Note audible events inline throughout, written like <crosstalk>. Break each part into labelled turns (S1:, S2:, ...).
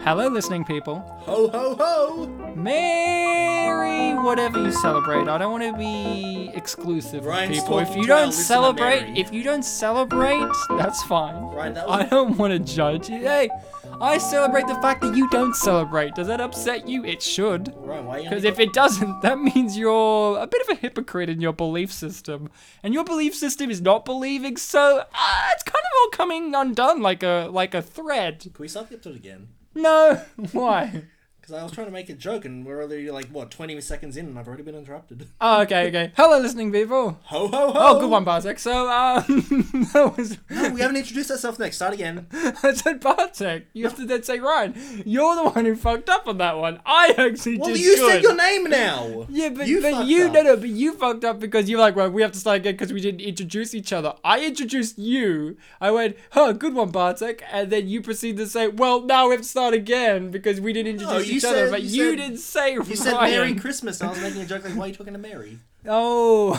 S1: Hello, listening people.
S2: Ho ho ho!
S1: Merry whatever you celebrate. I don't want to be exclusive
S2: Ryan
S1: with people. If
S2: Stalky
S1: you
S2: Tower,
S1: don't
S2: listen to
S1: celebrate,
S2: Mary.
S1: if you don't celebrate, that's fine.
S2: Ryan, that was-
S1: I don't want to judge you. Hey, I celebrate the fact that you don't celebrate. Does that upset you? It should.
S2: Ryan, why are you
S1: Because if it doesn't, that means you're a bit of a hypocrite in your belief system. And your belief system is not believing, so uh, it's kind of all coming undone like a like a thread.
S2: Can we start the episode again?
S1: No, <laughs> why?
S2: Because I was trying to make a joke and we're already like, what, 20 seconds in and I've already been interrupted. <laughs>
S1: Oh, okay, okay. Hello, listening people.
S2: Ho ho ho!
S1: Oh, good one, Bartek. So, um, <laughs> that was.
S2: <laughs> We haven't introduced ourselves next. Start
S1: <laughs>
S2: again.
S1: I said Bartek. You have to then say Ryan. You're the one who fucked up on that one. I actually
S2: Well,
S1: did
S2: you
S1: good.
S2: said your name now!
S1: <laughs> Yeah, but
S2: You
S1: you, but
S2: fucked
S1: you
S2: up.
S1: no, no, but you fucked up because you're like, well, we have to start again because we didn't introduce each other. I introduced you. I went, huh, good one, Bartek, and then you proceed to say, well, now we have to start again because we didn't introduce
S2: No, you
S1: each other.
S2: said-
S1: But
S2: you
S1: you
S2: said-
S1: didn't say
S2: You said
S1: Ryan.
S2: Merry Christmas and I was making a joke like, why are you talking
S1: <laughs>
S2: to Mary?
S1: Oh,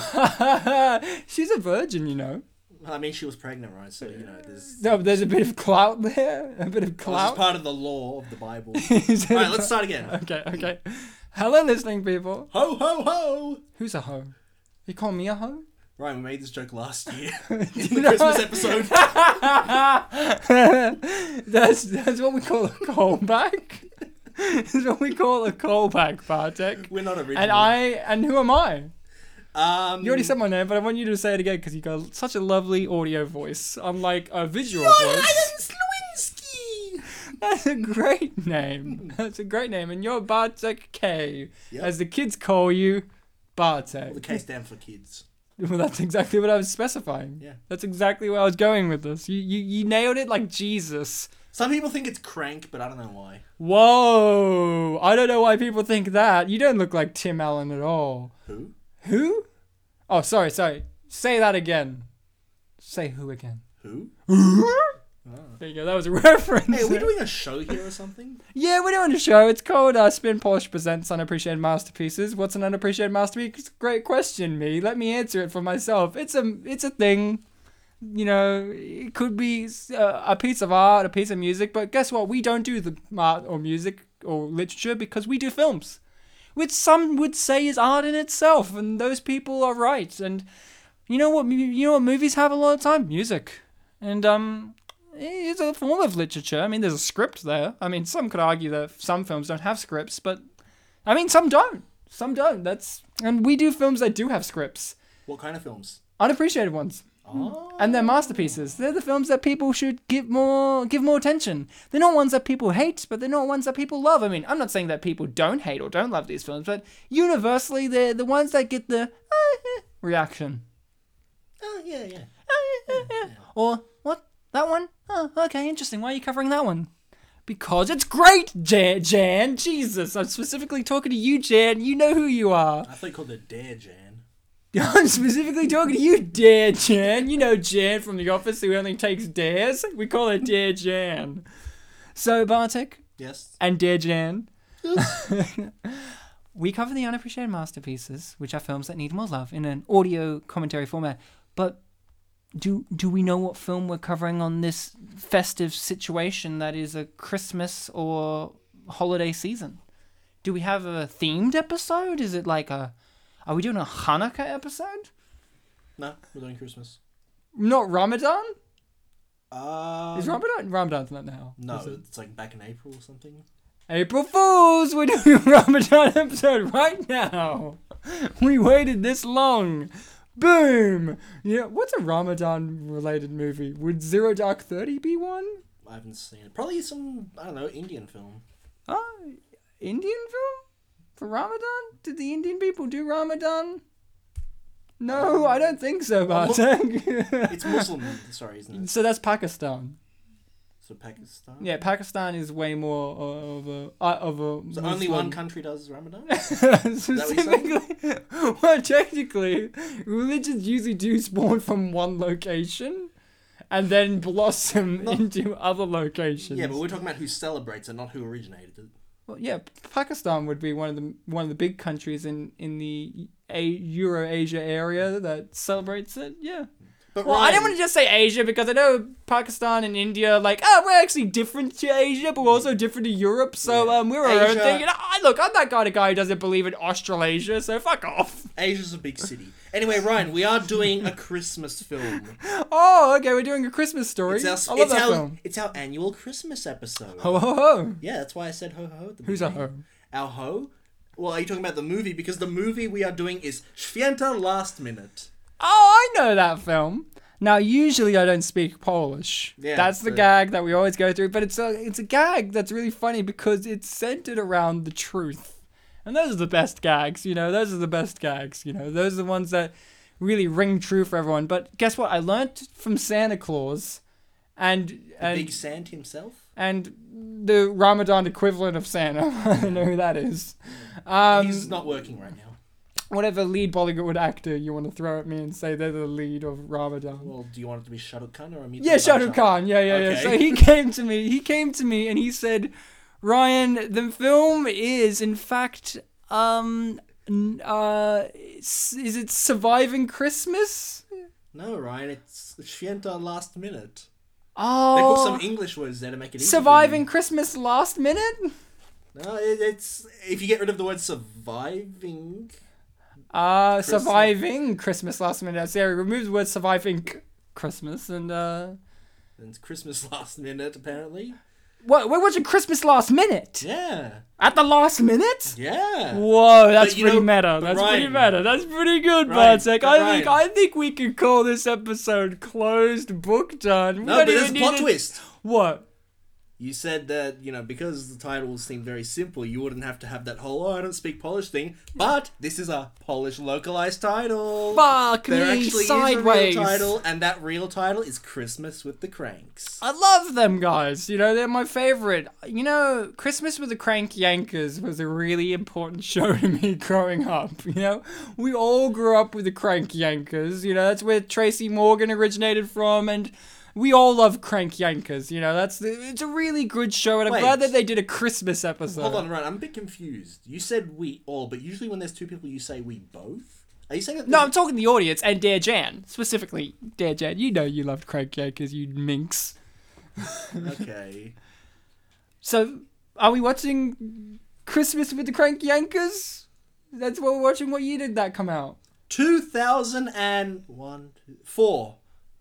S1: she's a virgin, you know.
S2: Well, I mean, she was pregnant, right? So, you know,
S1: <laughs>
S2: there's.
S1: No, there's a bit of clout there. A bit of
S2: This is
S1: clout.
S2: part of the law of
S1: <laughs>
S2: the Bible.
S1: Is it-
S2: Alright, let's
S1: <laughs>
S2: start again.
S1: Okay, okay. Hello, listening people.
S2: Ho ho ho!
S1: Who's a hoe? You call me a hoe?
S2: Ryan, we made this joke last
S1: <laughs>
S2: year <laughs> in the
S1: know-
S2: Christmas episode.
S1: <laughs> that's that's what we call a callback. <laughs> that's what we call a callback, Bartek.
S2: We're not original.
S1: And I and who am I?
S2: Um,
S1: You already said my name, but I want you to say it again because you got such a lovely audio voice, unlike a visual voice.
S2: Slewinski!
S1: <laughs> That's a great name. That's a great name, and you're Bartek K,
S2: Yep.
S1: as the kids call you,
S2: The
S1: Bartek.
S2: K stand for kids.
S1: Well, that's exactly what I was specifying.
S2: Yeah.
S1: That's exactly where I was going with this. You you, you nailed it like Jesus.
S2: Some people think it's crank, but I don't know why.
S1: Whoa! I don't know why people think that. You don't look like Tim Allen at all.
S2: Who?
S1: Who? Oh, sorry, sorry. Say that again. Say who again?
S2: Who?
S1: There you go. That was a <laughs> reference.
S2: Hey, are we doing a show here or something?
S1: yeah, we're doing a show. It's called uh, Spin Polish Presents Unappreciated Masterpieces. What's an unappreciated masterpiece? Great question, me. Let me answer it for myself. It's a it's a thing. You know, it could be uh, a piece of art, a piece of music, but guess what? We don't do the art or music or literature because we do films. which some would say is art in itself, and those people are right. And you know what? mu- You know what movies have a lot of time music, and um, it's a form of literature. I mean, there's a script there. I mean, some could argue that some films don't have scripts, but I mean, some don't. Some don't. That's and we do films that do have scripts,
S2: <laughs> What kind of films?
S1: unappreciated ones
S2: Oh.
S1: and they're masterpieces. They're the films that people should give more give more attention. They're not ones that people hate, but they're not ones that people love. I mean, I'm not saying that people don't hate or don't love these films, but universally, they're the ones that get the "Ah, eh," reaction.
S2: Oh, yeah, yeah.
S1: "Ah, eh, eh." Or what that one? Oh, okay, interesting. Why are you covering that one? Because it's great, Jan. Jan, Jesus, I'm specifically talking to you, Jan. You know who you are. <laughs>
S2: I thought you called it Dare Jan.
S1: I'm specifically talking to you, Dare Jan. You know Jan from the office who only takes dares. We call her Dare Jan. So Bartek
S2: Yes.
S1: and Dare Jan, <laughs> we cover the unappreciated masterpieces, which are films that need more love, in an audio commentary format. But do do we know what film we're covering on this festive situation that is a Christmas or holiday season? Do we have a themed episode? Is it like a are we doing a Hanukkah episode?
S2: No, we're doing Christmas.
S1: Not Ramadan?
S2: Uh,
S1: Is Ramadan? Ramadan's not now.
S2: no,
S1: is it?
S2: it's like back in April or something.
S1: April Fools! We're doing <laughs> a Ramadan episode right now! We waited this long! Boom! Yeah, what's a Ramadan related movie? Would Zero Dark 30 be one?
S2: I haven't seen it. Probably some, I don't know, Indian film.
S1: Oh, Indian film? For Ramadan? Did the Indian people do Ramadan? No, I don't think <laughs> so, Bartek. <laughs>
S2: It's Muslim, sorry, isn't it?
S1: so that's Pakistan.
S2: So Pakistan?
S1: Yeah, Pakistan is way more of a uh, of a.
S2: So only one
S1: Muslim-
S2: country
S1: <laughs>
S2: does Ramadan?
S1: specifically. <laughs> well, technically, religions usually do spawn from one location, and then
S2: <laughs>
S1: blossom into other locations.
S2: yeah, but we're talking about who celebrates and not who originated it.
S1: Well, yeah, Pakistan would be one of the one of the big countries in in the a- Euro Asia area that celebrates it. Yeah,
S2: But
S1: Well, I
S2: Ryan,
S1: didn't want to just say Asia because I know Pakistan and India, like, oh, we're actually different to Asia, but we're also different to Europe. So
S2: Yeah.
S1: um, we're our own
S2: Asia-
S1: thing. And I, look, I'm that kind of guy who doesn't believe in Australasia, so fuck off.
S2: Asia's a big city. Anyway, Ryan, we are doing a Christmas
S1: <laughs>
S2: film.
S1: Oh, okay, we're doing a Christmas story.
S2: It's
S1: I
S2: our,
S1: love
S2: it's
S1: that
S2: our,
S1: film.
S2: it's our annual Christmas episode.
S1: Ho ho ho.
S2: Yeah, that's why I said ho ho ho. At the
S1: Who's a
S2: beginning.
S1: ho?
S2: Our ho? Well, are you talking about the movie? Because the movie we are doing is Święta Last Minute.
S1: Oh, I know that film. Now, usually I don't speak Polish.
S2: Yeah,
S1: that's the
S2: so-
S1: gag that we always go through, but it's a, it's a gag that's really funny because it's centered around the truth. And those are the best gags, you know, those are the best gags, you know, those are the ones that really ring true for everyone. But guess what? I learnt from Santa Claus and and
S2: Big Sand himself.
S1: and the Ramadan equivalent of Santa. <laughs> I don't know who that is. Um,
S2: He's not working right now.
S1: whatever lead Bollywood actor you want to throw at me and say they're the lead of Ramadan.
S2: Well, do you want it to be Shahrukh Khan or Amit?
S1: Yeah, Shah Rukh Khan. Yeah, yeah, yeah.
S2: Okay.
S1: So he <laughs> came to me. He came to me and he said, "Ryan, the film is in fact, um, n- uh, s- is it surviving Christmas?
S2: No, Ryan, it's Święta Last Minute. They put
S1: Oh,
S2: some English words there to make it easy. for you.
S1: surviving Christmas last minute.
S2: No, it, it's if you get rid of the word surviving.
S1: Uh, surviving Christmas last minute. So yeah, remove the word surviving c- Christmas and uh,
S2: then It's Christmas <laughs> last minute, apparently.
S1: what we're watching Christmas last minute
S2: Yeah,
S1: at the last minute."
S2: yeah.
S1: Whoa, that's
S2: you
S1: pretty
S2: know-
S1: meta.
S2: but
S1: That's pretty
S2: Ryan-
S1: meta. That's pretty good,
S2: Ryan,
S1: Bartek.
S2: but
S1: I think
S2: Ryan-
S1: I think we can call this episode closed book done. We
S2: No,
S1: don't
S2: but there's a
S1: even
S2: plot
S1: need to-
S2: twist.
S1: What?
S2: You said that you know because the titles seem very simple, you wouldn't have to have that whole "oh, I don't speak Polish" thing. But this is a Polish localized title.
S1: Hmm. Fuck
S2: there
S1: me
S2: actually
S1: sideways.
S2: is a real title, and that real title is Christmas with the Cranks.
S1: I love them guys. You know, they're my favorite. You know, Christmas with the Crank Yankers was a really important <laughs> show to me growing up. You know, we all grew up with the Crank Yankers. You know, that's where Tracy Morgan originated from, and we all love Crank Yankers. You know, that's the, it's a really good show, and I'm
S2: Wait.
S1: glad that they did a Christmas episode.
S2: Hold on, Ryan, I'm a bit confused. You said we all, but usually when there's two people, you say we both. Are you saying that?
S1: No, I'm talking the audience and Dare Jan specifically. Dare Jan, you know you loved Crank Yankers, you minx.
S2: <laughs>
S1: <laughs>
S2: Okay.
S1: So, are we watching Christmas with the Crank Yankers? That's what we're watching. What year did that come out?
S2: 2001 four.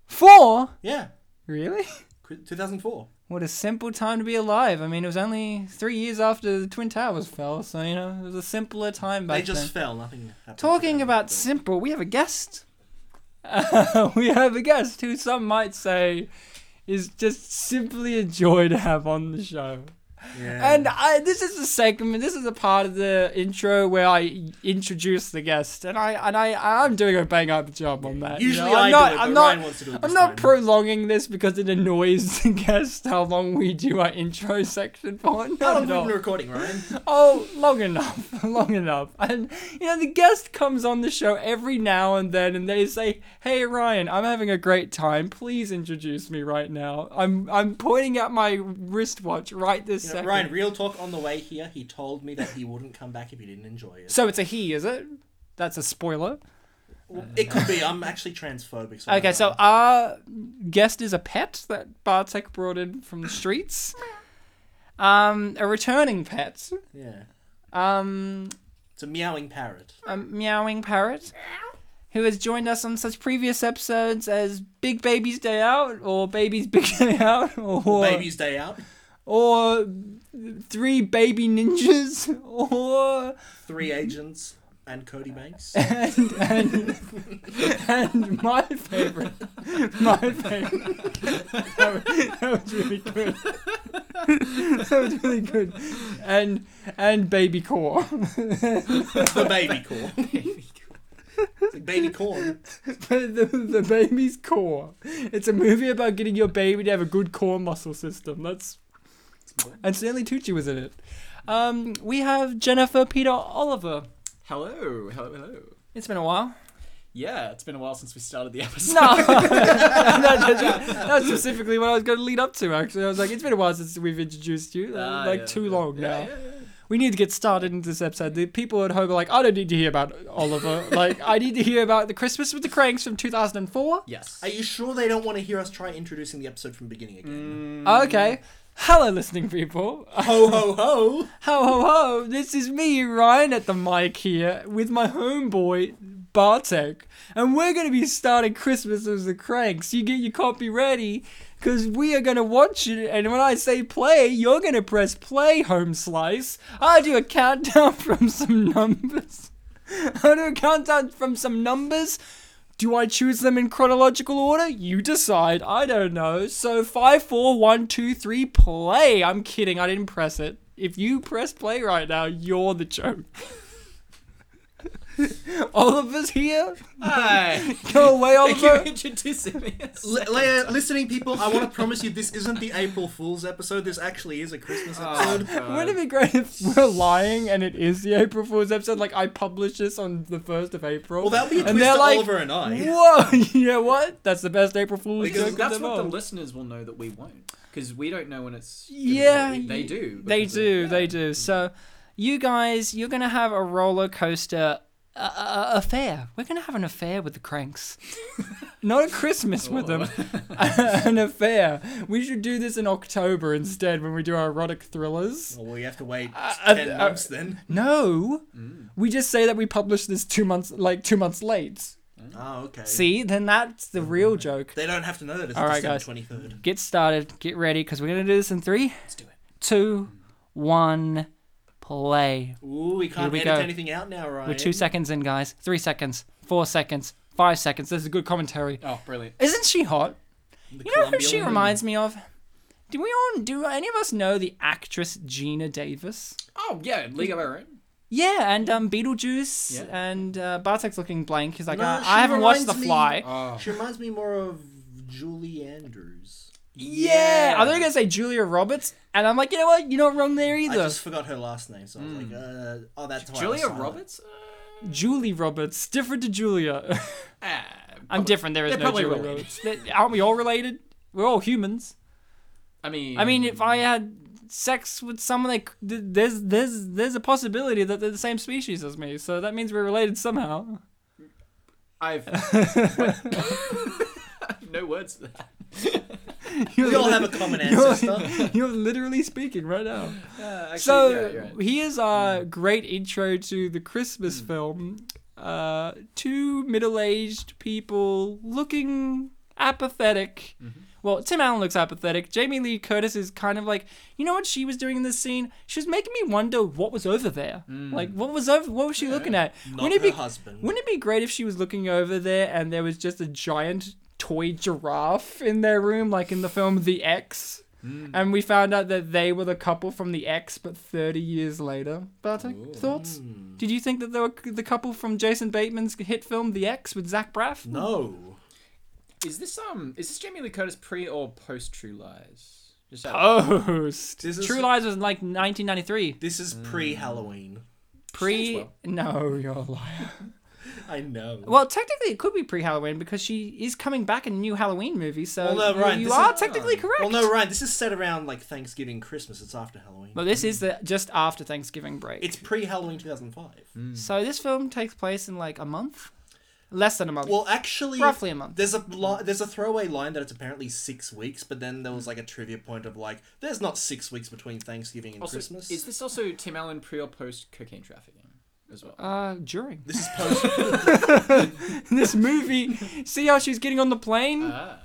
S1: Four?
S2: Yeah.
S1: Really?
S2: Cri- 2004.
S1: What a simple time to be alive. I mean, it was only three years after the Twin Towers fell, so, you know, it was a simpler time
S2: They
S1: back
S2: just
S1: then.
S2: fell. Nothing happened.
S1: Talking
S2: to them.
S1: about simple, we have a guest. <laughs> we have a guest who some might say is just simply a joy to have on the show.
S2: Yeah.
S1: And I, this is the segment. This is the part of the intro where I introduce the guest, and I and I I'm doing a bang up job on that. you
S2: usually
S1: know?
S2: I
S1: Uh, I'm not.
S2: do it, but
S1: I'm not.
S2: Ryan wants to do it. This
S1: I'm not
S2: time.
S1: prolonging this because it annoys <laughs> the guest how long we do our intro section for. Not
S2: How long
S1: at
S2: have we
S1: all.
S2: been
S1: <laughs>
S2: recording, Ryan?
S1: Oh, long enough, <laughs> long enough. And you know, the guest comes on the show every now and then, and they say, "Hey, Ryan, I'm having a great time. Please introduce me right now. I'm I'm pointing at my wristwatch right this
S2: You know,
S1: second.
S2: Ryan, real talk on the way here, he told me that he wouldn't come back if he didn't enjoy it.
S1: So it's a he, is it? That's a spoiler.
S2: Well, Uh, it could be. I'm actually transphobic. So I
S1: Okay,
S2: don't
S1: so
S2: know.
S1: our guest is a pet that Bartek brought in from the streets. Um, a returning pet.
S2: Yeah.
S1: Um,
S2: It's a meowing parrot.
S1: a meowing parrot who has joined us on such previous episodes as Big Baby's Day Out or Baby's Big <laughs> Day Out or
S2: Baby's Day Out.
S1: or Three Baby Ninjas or
S2: Three agents and Cody
S1: <laughs>
S2: Banks.
S1: and and, <laughs> and my favorite, my favorite. That was, that was really good. That was really good. And and baby core, <laughs>
S2: the baby corn. It's like baby corn.
S1: the, the baby's core. It's a movie about getting your baby to have a good core muscle system. That's and Stanley Tucci was in it. Um, we have Jennifer Peter Oliver.
S3: Hello, hello, hello.
S1: It's been a while.
S3: Yeah, it's been a while since we started the episode.
S1: <laughs> No, that's, that's specifically what I was going to lead up to. Actually, I was like, it's been a while since we've introduced you, uh,
S3: <laughs> Ah,
S1: like
S3: yeah,
S1: too
S3: yeah.
S1: long
S3: Yeah,
S1: now.
S3: yeah, yeah.
S1: we need to get started into this episode. The people at home are like, I don't need to hear about Oliver. like, I need to hear about the Christmas with the Cranks from 2004.
S3: Yes.
S2: Are you sure they don't want to hear us try introducing the episode from beginning
S1: Mm.
S2: again?
S3: Mm.
S1: Okay. Hello, listening people. <laughs>
S2: Ho ho ho!
S1: Ho ho ho! This is me, Ryan, at the mic here with my homeboy Bartek, and we're gonna be starting Christmas as the Cranks. You get your copy ready, cause we are gonna watch it. And when I say play, you're gonna press play, home slice. I do a countdown <laughs> from some numbers. I do a countdown from some numbers. Do I choose them in chronological order? You decide. I don't know. So five, four, one, two, three, play. I'm kidding. I didn't press it. If you press play right now, you're the joke. <laughs> Oliver's here. <laughs>
S3: Hi.
S1: Go
S2: <laughs>
S1: away,
S3: Thank you
S1: Oliver. <laughs>
S3: introducing me.
S2: L- la- listening people, I want to promise you this isn't the April Fool's episode. This actually is a Christmas
S1: Ah.
S2: episode.
S1: Wouldn't it be great if we're lying and it is the April Fool's episode? Like I published this on the first of April.
S2: Well, that'll be a
S1: And
S2: twist
S1: they're
S2: to
S1: like,
S2: Oliver and I.
S1: Whoa! <laughs> yeah, what? That's the best April Fool's
S2: Because
S1: joke
S3: that's
S1: of them
S3: what
S1: all.
S3: the listeners will know that we won't, because we don't know when it's. gonna be.
S1: Yeah,
S3: they
S1: y-
S3: do.
S1: They
S3: because of-
S1: do,
S3: yeah.
S1: they do. So, you guys, you're gonna have a roller coaster uh, uh, affair. We're gonna have an affair with the
S3: <laughs>
S1: cranks, not a Christmas with them,
S3: Oh.
S1: <laughs> an affair. We should do this in October instead when we do our erotic thrillers.
S2: Well, we have to wait
S1: Uh,
S2: ten
S1: uh,
S2: months then.
S1: No,
S3: Mm.
S1: we just say that we publish this two months, like two months late.
S2: Oh, okay.
S1: See, then that's the real joke.
S2: They don't have to know that it's
S1: All right,
S2: December
S1: guys.
S2: twenty third.
S1: Get started, get ready, because we're gonna do this in three,
S3: Let's do it.
S1: two, one, play.
S2: Ooh, we can't
S1: we
S2: edit
S1: go.
S2: anything out now, right?
S1: We're two seconds in, guys. Three seconds. Four seconds. Five seconds. This is good commentary.
S3: Oh, brilliant.
S1: Isn't she hot?
S2: The
S1: You know who
S2: Columbia
S1: she
S2: woman.
S1: reminds me of? Do we all do any of us know the actress Gina Davis?
S3: Oh yeah, League of Our Own.
S1: Yeah, and um, Beetlejuice
S3: Yeah.
S1: and uh, Bartek's looking blank. He's like,
S2: No,
S1: uh,
S2: she
S1: I haven't watched The
S2: reminds me-
S1: Fly.
S3: Oh.
S2: She reminds me more of Julie Andrews.
S1: yeah.
S3: Yeah.
S1: I thought you were gonna say Julia Roberts, and I'm like, you know what? You're not wrong there
S2: I
S1: either.
S2: just forgot her last name, so I was
S1: Hmm.
S2: like, uh, oh, that's why I was
S3: Julia
S2: silent.
S3: Roberts. Uh,
S1: Julie Roberts, different to Julia.
S3: ah,
S1: I'm
S3: probably-
S1: different. There is
S3: They're
S1: no
S3: probably
S1: Julia
S3: related.
S1: Roberts. They- Aren't we all related? We're all humans.
S3: I mean.
S1: I mean, if I had sex with someone, like th- there's there's there's a possibility that they're the same species as me, so that means we're related somehow. <laughs>
S3: I've. <laughs> no words for that.
S2: We all
S1: <laughs>
S2: have a common
S1: You're,
S2: ancestor.
S1: <laughs> you're literally speaking right now.
S3: Uh, actually,
S1: so
S3: yeah, you're right. Mm-hmm. Mm.
S1: here's our great intro to the Christmas film. Uh, two middle-aged people looking apathetic.
S3: Mm-hmm.
S1: Well, Tim Allen looks apathetic. Jamie Lee Curtis is kind of like, you know what she was doing in this scene? She was making me wonder what was over there.
S3: Mm.
S1: Like, what was over? What was she looking at?
S2: Not
S1: Wouldn't it
S2: her
S1: be-
S2: husband.
S1: Wouldn't it be great if she was looking over there and there was just a giant toy giraffe in their room, like in the film The X?
S2: Hmm.
S1: And we found out that they were the couple from The X, but 30 years later. Bartek, thoughts? Did you think that they were c- the couple from Jason Bateman's hit film The X with Zach Braff?
S2: No.
S3: Is this um? Is this Jamie Lee Curtis pre or post True Lies? Just out-
S1: Post.
S2: This is-
S1: True Lies was like 1993.
S2: This is pre Halloween.
S1: Pre.
S3: well.
S1: No, you're a liar.
S2: I know.
S1: Well, technically, it could be pre Halloween because she is coming back in a new Halloween movie, so
S2: Well, no,
S1: you-
S2: Ryan,
S1: you
S2: this
S1: are
S2: is-
S1: technically correct.
S2: Well, no, Ryan, this is set around like Thanksgiving, Christmas. It's after Halloween.
S1: Well, this is the just after Thanksgiving break. Mm.
S2: It's pre Halloween 2005.
S1: so this film takes place in like a month, less than a month.
S2: Well, actually,
S1: Roughly a month.
S2: There's a li- there's a throwaway line that it's apparently six weeks, but then there was like a trivia point of like, there's not six weeks between Thanksgiving and
S3: also,
S2: Christmas.
S3: Is this also Tim Allen pre or post cocaine trafficking as well?
S1: uh, during <laughs>
S2: This is post.
S1: this movie, see how she's getting on the plane
S3: ah.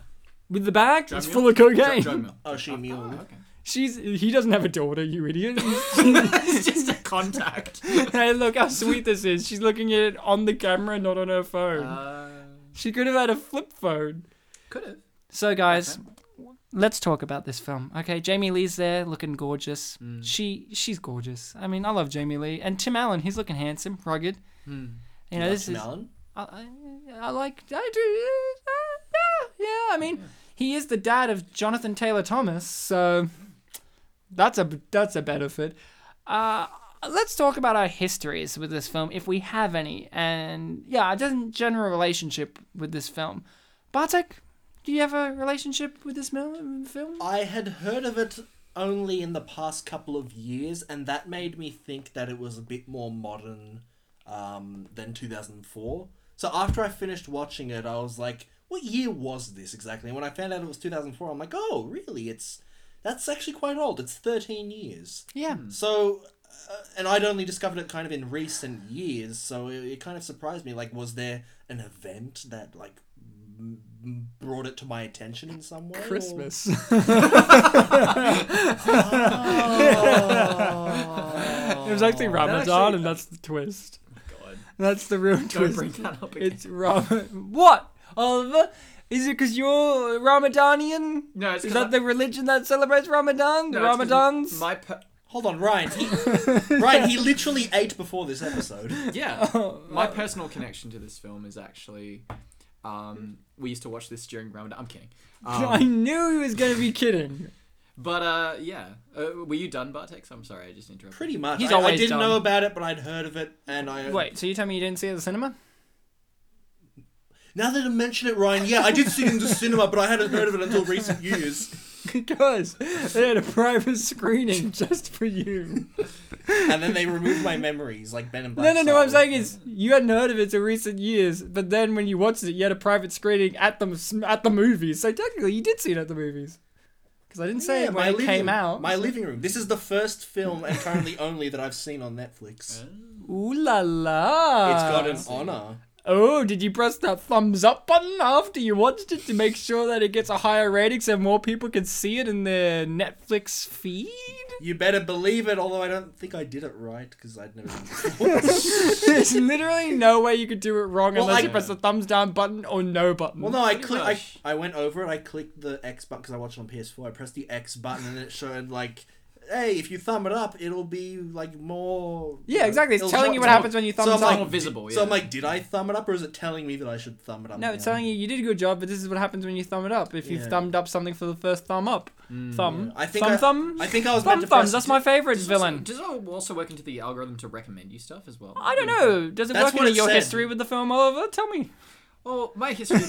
S1: with the bag?
S3: Drug
S1: it's
S3: mule?
S1: full of cocaine.
S3: Drug, drug mill. Ah,
S2: oh, she mule.
S3: Okay.
S1: <laughs>
S3: <laughs>
S1: she's he doesn't have a daughter, you idiot. <laughs>
S3: it's just a contact.
S1: hey, look how sweet this is. She's looking at it on the camera, not on her phone.
S3: Uh,
S1: she could have had a flip phone.
S3: could have.
S1: So, guys, let's talk about this film. Okay, Jamie Lee's there, looking gorgeous.
S2: Mm.
S1: She she's gorgeous. I mean, I love Jamie Lee and Tim Allen. He's looking handsome, rugged. You know,
S2: Hmm. Love
S1: this
S2: Tim
S1: is
S2: Allen.
S1: I, I- I like I do. uh, uh, yeah, I mean, he is the dad of Jonathan Taylor Thomas, so that's a that's a benefit. Uh, let's talk about our histories with this film, if we have any, and yeah, just in general relationship with this film. Bartek, do you have a relationship with this mil- film?
S2: I had heard of it only in the past couple of years, and that made me think that it was a bit more modern um, than 2004. So after I finished watching it, I was like, what year was this exactly? And when I found out it was 2004, I'm like, oh, really? It's. That's actually quite old. It's 13 years.
S1: Yeah.
S2: Mm. So, uh, and I'd only discovered it kind of in recent years, so it, it kind of surprised me. Like, was there an event that like m- m- brought it to my attention in some way? or-
S1: Christmas.
S2: Oh.
S1: <laughs> it was actually
S2: That
S1: Ramadan,
S2: actually-
S1: and that's the twist.
S3: God.
S1: That's the real
S3: Don't
S1: twist.
S3: bring that up again.
S1: It's Ram. What, Oliver? Is it because you're Ramadanian?
S3: No, it's
S1: Is
S3: 'cause
S1: that
S3: I-
S1: the religion that celebrates Ramadan? The
S3: No, it's 'cause
S1: Ramadans?
S3: My per-
S2: <laughs> Hold on, Ryan. He, Ryan, he literally ate before this episode.
S1: <laughs>
S3: yeah.
S1: Oh,
S3: my personal connection to this film is actually, um, we used to watch this during Ramadan.
S1: <laughs>
S3: I'm kidding.
S1: <laughs> I
S3: Um,
S1: knew he was going to be kidding.
S3: but uh, yeah. Uh, were you done, Bartex? I'm sorry, I just interrupted.
S2: Pretty much.
S1: He's
S2: I, I
S1: always
S2: didn't
S1: dumb.
S2: know about it, but I'd heard of it, and I uh,
S1: Wait, so you tell me you didn't see it at the <laughs> cinema?
S2: Now that I mention it, Ryan, yeah, I did see it in the cinema, but I hadn't heard of it until recent years.
S1: because they had a private screening <laughs> just for you.
S2: And then they removed my memories, like Ben and Black.
S1: No, no, no. I'm
S2: style.
S1: saying is you hadn't heard of it in recent years, but then when you watched it, you had a private screening at the at the movies. So technically, you did see it at the movies. Because I didn't say
S2: Yeah,
S1: it when it
S2: living
S1: came
S2: room.
S1: out.
S2: My living room. This is the first film and currently <laughs> only that I've seen on Netflix.
S1: Ooh la la!
S2: it's got an honor.
S1: Oh, did you press that thumbs up button after you watched it to make sure that it gets a higher rating so more people can see it in their Netflix
S2: <laughs>
S1: feed?
S2: You better believe it. Although I don't think I did it right because I'd never. Done it
S1: <laughs>
S2: before.
S1: There's literally no way you could do it wrong
S2: Well,
S1: unless
S2: I-
S1: you press the thumbs down button or no button.
S2: well, no, I
S3: Pretty
S2: click. I,
S3: much.
S2: I went over it. I clicked the X button because I watched it on PS4. I pressed the X button and it showed like, hey, if you thumb it up, it'll be like more. you
S1: Yeah,
S2: know,
S1: exactly. It's
S2: it'll
S1: telling
S2: show-
S1: you what happens when you thumbs
S2: so I'm
S1: up.
S2: like,
S3: More visible,
S2: So I'm
S3: yeah.
S2: like, did I thumb it up or is it telling me that I should thumb it up?
S1: No, it's telling you you did a good job, but this is what happens when you thumb it up. If you've
S2: Yeah. Mm,
S1: thumbed up something for the first thumb up, thumb,
S2: I think
S1: thumb,
S2: I,
S1: thumb,
S2: I think I was meant
S1: thumb,
S2: to
S1: thumbs.
S2: press
S1: That's my favorite
S3: Hmm. Does it also-
S1: villain.
S3: does it also work into the algorithm to recommend you stuff as well?
S1: I don't know. Does it work
S2: That's what
S1: into
S2: it
S1: your
S2: said.
S1: history with the film, Oliver? Tell me. <laughs>
S3: Well, my history.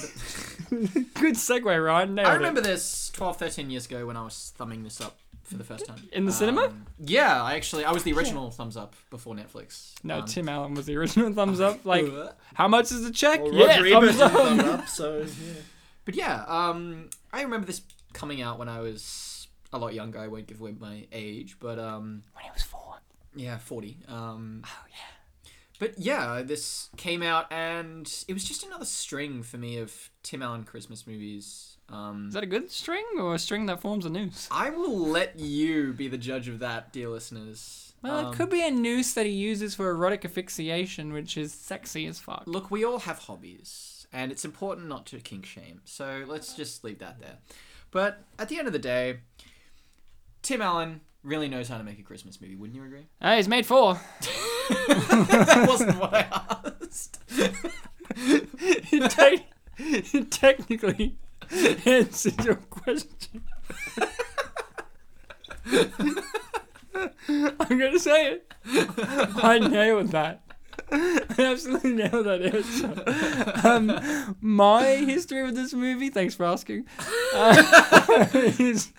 S1: Good segue, Ryan. Nailed
S3: I
S1: it.
S3: remember this 12, 13 years ago when I was thumbing this up for the first time.
S1: In the cinema?
S3: Um, Yeah, I actually I was the original thumbs up before Netflix.
S1: No,
S3: Um,
S1: Tim Allen was the original thumbs <laughs>
S3: <laughs>
S1: up. Like,
S3: uh,
S1: how much is the check?
S2: Well,
S1: yeah,
S2: Roger Ebert
S1: thumbs
S2: didn't
S1: up.
S2: thumb it up,
S1: <laughs>
S2: so yeah.
S3: But yeah, um, I remember this coming out when I was a lot younger. I won't give away my age, but um,
S1: When he was four.
S3: yeah, forty. Um, oh yeah. But yeah, this came out and it was just another string for me of Tim Allen Christmas movies. Um,
S1: Is that a good string or a string that forms a noose?
S3: I will let you be the judge of that, dear listeners.
S1: Well,
S3: Um,
S1: it could be a noose that he uses for erotic asphyxiation, which is sexy as fuck.
S3: Look, we all have hobbies, and it's important not to kink shame. So let's just leave that there. But at the end of the day, Tim Allen really knows how to make a Christmas movie, wouldn't you agree? <laughs>
S1: Hey, he's made <laughs> four.
S3: that wasn't what I asked.
S1: It te- <laughs> it technically answers your question. <laughs> I'm gonna say it. <laughs> I nailed that. I absolutely nailed that answer. Um, my history with this movie, thanks for asking, uh, <laughs> is,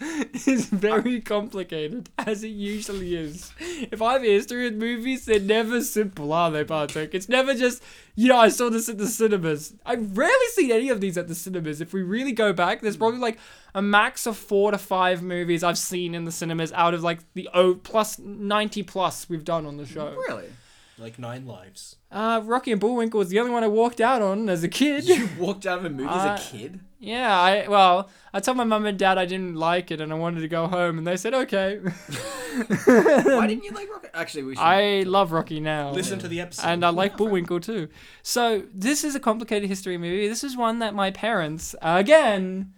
S1: is very complicated, as it usually is. If I have a history with movies, they're never simple, are they, Bartek? It's never just, yeah, I saw this at the cinemas. I've rarely seen any of these at the cinemas. If we really go back, there's probably like a max of four to five movies I've seen in the cinemas out of like the oh, plus 90 plus we've done on the show. <laughs>
S3: Really?
S2: like nine lives.
S1: Uh, Rocky and Bullwinkle was the only one I walked out on as a kid.
S3: You walked out of a movie
S1: Uh,
S3: as a kid?
S1: <laughs> yeah, I well, I told my mum and dad I didn't like it and I wanted to go home, and they said okay.
S3: <laughs> Why didn't you like Rocket? Actually, we should.
S1: I love Rocky now.
S2: Listen to the episode.
S1: and um, I like Bullwinkle too. So this is a complicated history movie. This is one that my parents again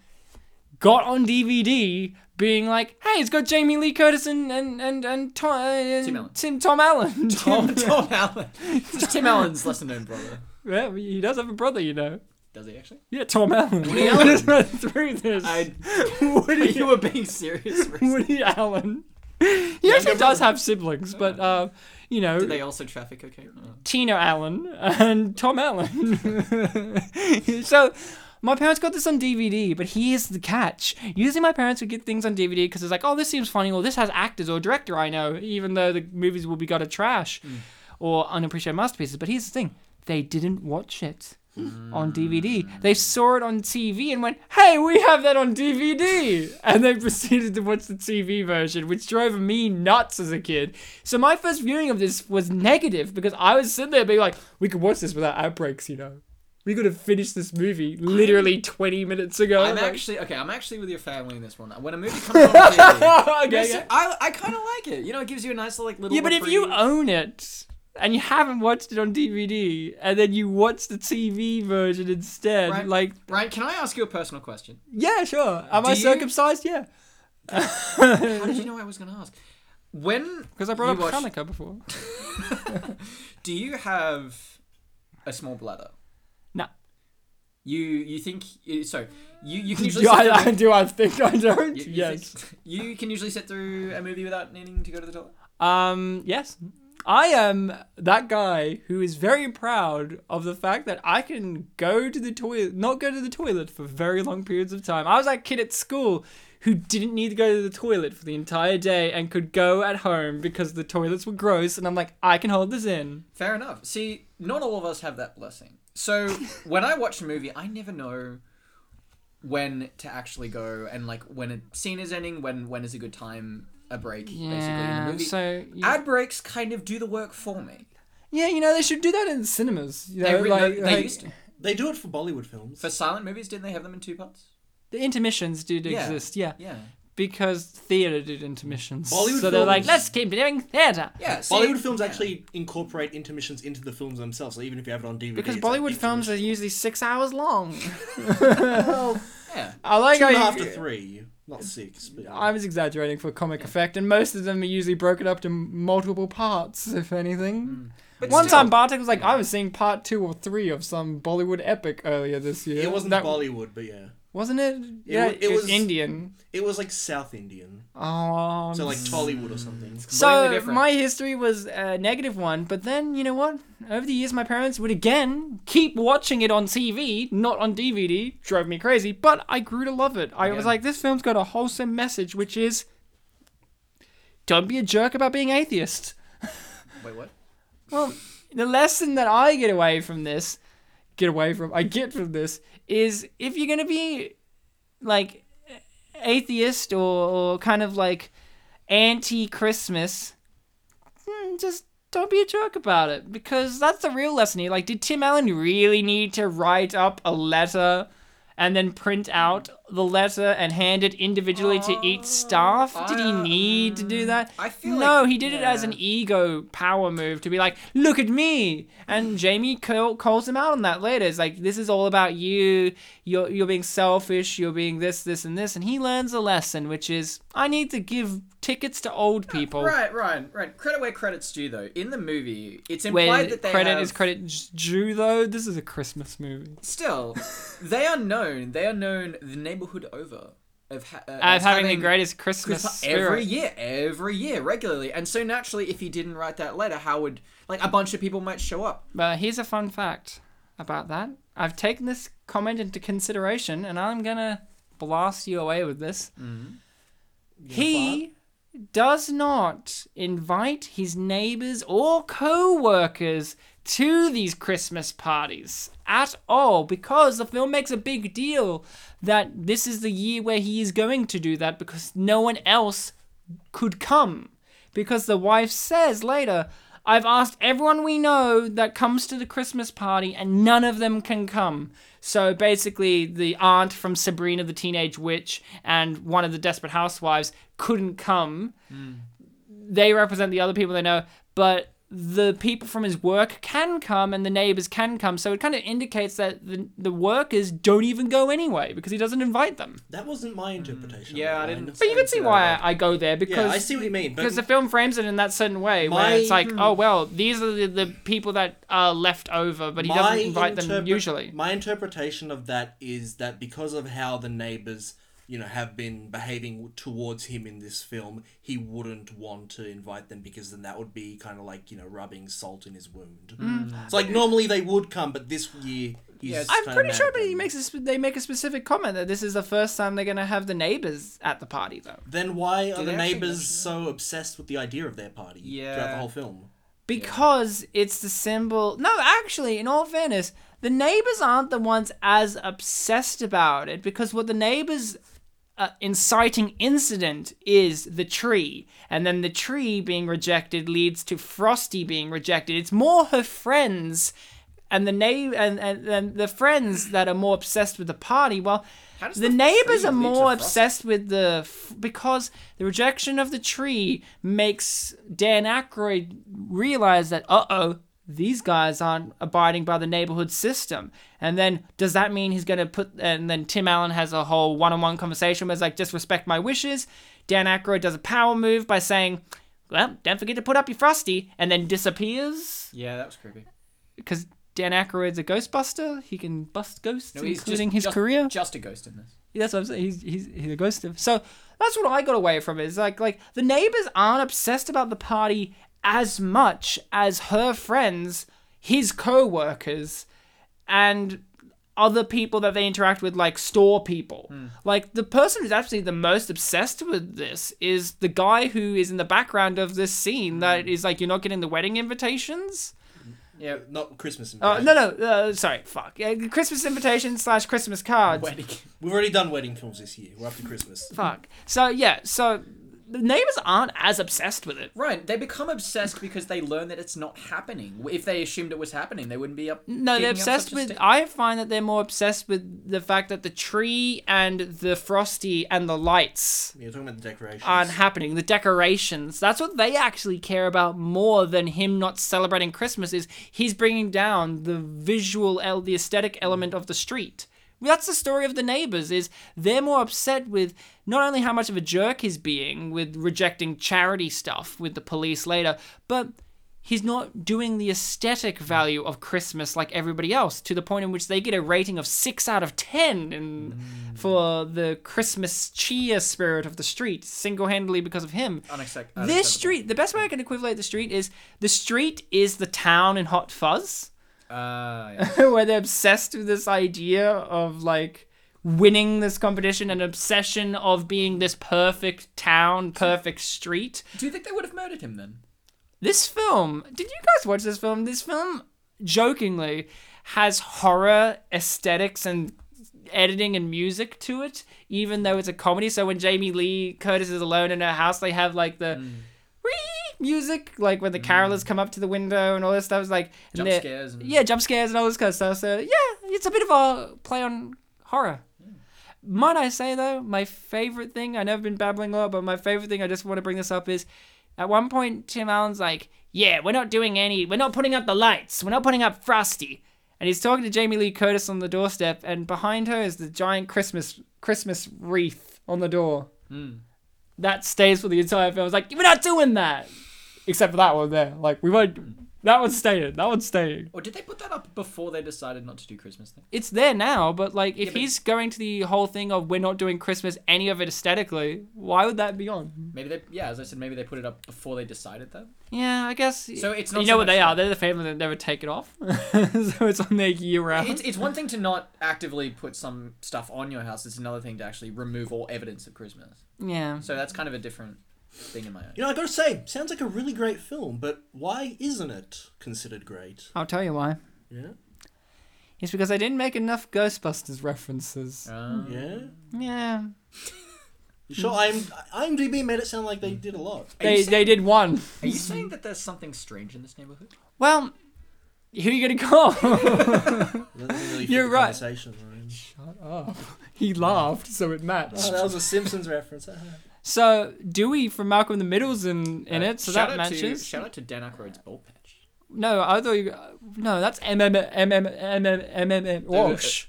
S1: got on DVD, being like, "Hey, it's got Jamie Lee Curtis and and and and Tom, and
S3: Tim Allen.
S1: Tim Tom Allen.
S3: <laughs>
S1: <laughs>
S3: Tom, Tom Allen. This is Tim Allen's lesser known brother.
S1: yeah, he does have a brother, you know.
S3: Does he
S1: <laughs>
S3: actually?
S1: Yeah, Tom Allen.
S3: Woody
S1: <laughs>
S3: Allen.
S1: Just run through this. <laughs>
S3: I.
S1: Woody,
S3: you were
S1: <laughs>
S3: being serious. for a second.
S1: Woody Allen. He actually does have siblings, but uh, you know,
S3: Did they also traffic cocaine? Oh.
S1: Tina Allen and Tom Allen. <laughs> so My parents got this on DVD, but here's the catch. Usually, my parents would get things on DVD because it's like, oh, this seems funny, or this has actors or a director I know, even though the movies will be gutter trash
S3: Hmm.
S1: or unappreciated masterpieces. But here's the thing they didn't watch it on DVD. They saw it on TV and went, hey, we have that on DVD. <laughs> And they proceeded to watch the TV version, which drove me nuts as a kid. So my first viewing of this was negative because I was sitting there being like, we could watch this without ad breaks, you know. We could have finished this movie
S3: <laughs>
S1: literally 20 minutes ago.
S3: I'm
S1: Like-
S3: actually okay. I'm actually with your family in this one. When a movie comes on TV,
S1: <laughs> Okay,
S3: listen,
S1: yeah.
S3: I I kind of like it. You know, it gives you a nice like little.
S1: Yeah, but if you
S3: reprieve.
S1: own it and you haven't watched it on DVD and then you watch the TV version instead,
S3: Right.
S1: like,
S3: Ryan, can I ask you a personal question?
S1: yeah, sure. Am
S3: Do
S1: I
S3: you-
S1: circumcised? Yeah.
S3: <laughs> How did you know I was going to ask? When
S1: Because I brought
S3: you
S1: up
S3: watched-
S1: Hanukkah <laughs> before.
S3: do you have a small bladder?
S1: No.
S3: You you think so? You
S1: <laughs>
S3: you can usually
S1: Do
S3: sit
S1: I,
S3: through-
S1: do I think I don't?
S3: <laughs> you- you
S1: yes.
S3: think- you can usually sit through a movie without needing to go to the toilet.
S1: Um, yes. I am that guy who is very proud of the fact that I can go to the toilet, not go to the toilet for very long periods of time. I was that kid at school who didn't need to go to the toilet for the entire day and could go at home because the toilets were gross, and I'm like, I can hold this in.
S3: Fair enough. See, not all of us have that blessing.
S1: <laughs>
S3: So when I watch a movie, I never know when to actually go and like when a scene is ending, when when is a good time a break basically in the movie.
S1: so yeah.
S3: Ad breaks kind of do the work for me.
S1: yeah, you know they should do that in cinemas. You know,
S3: They, re-
S1: like,
S3: they
S1: like-
S3: used to.
S2: They do it for Bollywood films.
S3: For silent movies, didn't they have them in two parts?
S1: the intermissions did
S3: Yeah.
S1: exist, yeah,
S3: Yeah.
S1: because theater did intermissions.
S2: Bollywood
S1: so they're like,
S2: films-
S1: let's keep doing theater.
S3: Yeah. see-
S2: Bollywood films
S1: <laughs>
S2: actually incorporate intermissions into the films themselves, so even if you have it on DVD.
S1: Because
S2: it's like
S1: Bollywood films are
S2: intermission.
S1: usually six hours long. <laughs>
S3: Yeah.
S1: I like
S2: two and a
S1: how
S2: half
S1: you-
S2: to three, not six. But
S1: I was exaggerating for comic effect, and most of them are usually broken up to m- multiple parts, <laughs> if
S2: Mm,
S1: anything.
S3: But
S1: One
S3: still-
S1: time Bartek was like, I was seeing part two or three of some Bollywood epic earlier this year.
S2: it wasn't
S1: that,
S2: Bollywood, but yeah,
S1: Wasn't it? Yeah,
S2: w-
S1: it,
S2: it
S1: was
S2: was-
S1: Indian.
S2: it was like South Indian,
S1: Oh,
S2: so like Tollywood or something.
S1: So
S3: completely different.
S1: my history was a negative one, but then you know what? Over the years, my parents would again keep watching it on TV, not on DVD. Drove me crazy, but I grew to love it. I was
S3: Yeah.
S1: like, this film's got a wholesome message, which is don't be a jerk about being atheist.
S3: Wait, what?
S1: Well, the lesson that I get away from this, get away from, I get from this is if you're gonna be like atheist or, or kind of like anti-Christmas, hmm, just don't be a jerk about it because that's the real lesson here. Like, did Tim Allen really need to write up a letter? And then print out the letter and hand it individually to each staff. Did he
S3: Oh, I-
S1: need to do that?
S3: I feel
S1: no.
S3: like-
S1: he did it as
S3: yeah.
S1: an ego power move to be like, look at me. And Jamie call, calls him out on that later. It's like, this is all about you. You're, you're being selfish. You're being this, this, and this. And he learns a lesson, which is, I need to give tickets to old people.
S3: Right, Ryan, right. Credit where credit's due, though. In the movie, it's implied
S1: When
S3: that they
S1: credit
S3: have-
S1: is credit j- due, though, this is a Christmas movie.
S3: Still, they are known. They are known the neighborhood over of ha- uh,
S1: As
S3: as
S1: having, the greatest Christmas
S3: Christmas
S1: spirit.
S3: every year, every year, regularly. And so naturally, if he didn't write that letter, how would like a bunch of people might show up?
S1: But here's a fun fact about that. I've taken this comment into consideration, and I'm gonna blast you away with this.
S3: Mm-hmm.
S1: He does not invite his neighbors or co-workers to these Christmas parties at all because the film makes a big deal that this is the year where he is going to do that because no one else could come because the wife says later, I've asked everyone we know that comes to the Christmas party and none of them can come. So basically, the aunt from Sabrina the Teenage Witch and one of the Desperate Housewives couldn't come. They represent the other people they know, but the people from his work can come and the neighbors can come. So it kind of indicates that the, the workers don't even go anyway because he doesn't invite them.
S2: That wasn't my interpretation.
S3: Yeah, I
S2: Ryan.
S3: didn't-
S1: But you can see why I go there because
S2: Yeah, I see what you mean. But
S1: because the film frames it in that certain way
S2: My-
S1: where it's like oh well these are the, the people that are left over but he doesn't invite them
S2: interpre-
S1: usually
S2: My interpretation of that is that because of how the neighbors, you know have been behaving towards him in this film, he wouldn't want to invite them because then that would be kind of like you know rubbing salt in his wound.
S1: Mm.
S2: So like normally they would come, but this year he's.
S3: Yeah,
S1: I'm
S2: kinda
S1: pretty
S2: mad
S1: sure,
S2: at
S1: but he
S2: them.
S1: makes a sp- they make a specific comment that this is the first time they're gonna have the neighbors at the party though,
S2: Then why are
S3: Did
S2: the
S3: they actually
S2: neighbors
S3: mention
S2: so obsessed with the idea of their party throughout the
S3: Yeah.
S2: whole film?
S1: because it's the symbol. No, actually, in all fairness, the neighbors aren't the ones as obsessed about it because what the neighbors uh, inciting incident is the tree, and then the tree being rejected leads to Frosty being rejected. It's more her friends. And the na- and, and, and the friends that are more obsessed with the party, well,
S3: How does
S1: the,
S3: the
S1: neighbors
S3: tree
S1: are
S3: lead to
S1: more
S3: Frosty?
S1: obsessed with the f- because the rejection of the tree makes Dan Aykroyd realize that uh oh these guys aren't abiding by the neighborhood system and then does that mean he's going to put and then Tim Allen has a whole one-on-one conversation where it's like just respect my wishes Dan Aykroyd does a power move by saying well don't forget to put up your frosty and then disappears
S3: Yeah, that was creepy.
S1: because Dan Aykroyd's a ghostbuster he can bust ghosts
S3: No, he's
S1: including
S3: just,
S1: his
S3: just-
S1: career
S3: Just a ghost in this.
S1: yeah, That's what I'm saying. He's he's he's a ghost of. So that's what I got away from it. It's like like the neighbors aren't obsessed about the party as much as her friends, his co-workers, and other people that they interact with, like store people. Like the person who's actually the most obsessed with this is the guy who is in the background of this scene that is like, you're not getting the wedding invitations.
S3: Yeah.
S2: Not Christmas.
S1: Uh,
S2: invasion.
S1: no, no, uh, sorry, fuck. Uh, Christmas invitation slash Christmas cards.
S3: Wedding.
S2: We've already done wedding films this year. We're up to Christmas.
S1: Fuck. So yeah, so the neighbors aren't as obsessed with it.
S3: Right, they become obsessed because they learn that it's not happening. If they assumed it was happening, they wouldn't be up.
S1: No,
S3: digging
S1: they're
S3: up such
S1: obsessed
S3: a
S1: with.
S3: stink.
S1: I find that they're more obsessed with the fact that the tree and the frosty and the lights
S2: You're talking about the decorations.
S1: aren't happening. The decorations. That's what they actually care about more than him not celebrating Christmas. Is he's bringing down the visual, el- the aesthetic element of the street. That's the story of the neighbors. Is they're more upset with not only how much of a jerk he's being with rejecting charity stuff with the police later, but he's not doing the aesthetic value of Christmas like everybody else to the point in which they get a rating of 6 out of 10 and for the Christmas cheer spirit of the street single-handedly because of him.
S3: Unaccept-
S1: This
S3: unacceptable.
S1: street, the best way I can equivalent the street is the street is the town in Hot Fuzz <laughs>
S3: Ah, yeah.
S1: where they're obsessed with this idea of like winning this competition an obsession of being this perfect town, perfect street.
S3: Do you think they would have murdered him then?
S1: This film, did you guys watch this film? This film, jokingly, has horror aesthetics and editing and music to it, even though it's a comedy. So when Jamie Lee Curtis is alone in her house, they have like the
S3: Mm.
S1: wee music, like when the carolers come up to the window and all this stuff. It's like and
S3: Jump
S1: they're-
S3: scares and-
S1: yeah, jump scares and all this kind of stuff. So yeah, it's a bit of a play on horror. Might I say though, my favorite thing, I know I've been babbling a lot, but my favorite thing I just want to bring this up is at one point Tim Allen's like, Yeah, we're not doing any we're not putting up the lights, we're not putting up Frosty. And he's talking to Jamie Lee Curtis on the doorstep, and behind her is the giant Christmas Christmas wreath on the door. That stays for the entire film. It's like, we're not doing that. Except for that one there. Like we won't that one's staying. That one's staying.
S3: Or did they put that up before they decided not to do Christmas thing?
S1: It's there now, but like if
S3: Yeah, but-
S1: he's going to the whole thing of we're not doing Christmas any of it aesthetically, why would that be on?
S3: Maybe they, yeah, as I said, maybe they put it up before they decided that.
S1: Yeah, I guess.
S3: So it's not
S1: you
S3: so
S1: know what
S3: much
S1: they
S3: that-
S1: are. They're the family that never take it off, <laughs> so it's on their year round.
S3: It's, it's one thing to not actively put some stuff on your house. It's another thing to actually remove all evidence of Christmas.
S1: yeah.
S3: So that's kind of a different thing in my eyes.
S2: You know, I gotta say, sounds like a really great film, but why isn't it considered great?
S1: I'll tell you why.
S2: Yeah,
S1: It's because I didn't make enough Ghostbusters references.
S3: Um,
S2: yeah.
S1: Yeah,
S2: You Sure, I'm IMDb made it sound like they did a lot.
S1: they they did one.
S3: Are you saying that there's something strange in this neighborhood?
S1: Well, who are you gonna
S3: <laughs>
S1: call? <laughs>
S2: That doesn't really fit
S1: You're
S2: the
S1: right.
S2: Conversation, right?
S1: he laughed, so it matched.
S2: Oh,
S3: Uh,
S2: that was a Simpsons reference. Uh-huh.
S1: So Dewey from Malcolm in the Middle's in in
S3: Uh,
S1: it, so
S3: shout
S1: that
S3: out
S1: matches.
S3: To, shout out to Dan Aykroyd's ball patch.
S1: No, I thought you. No, that's MM MM MM MM Walsh.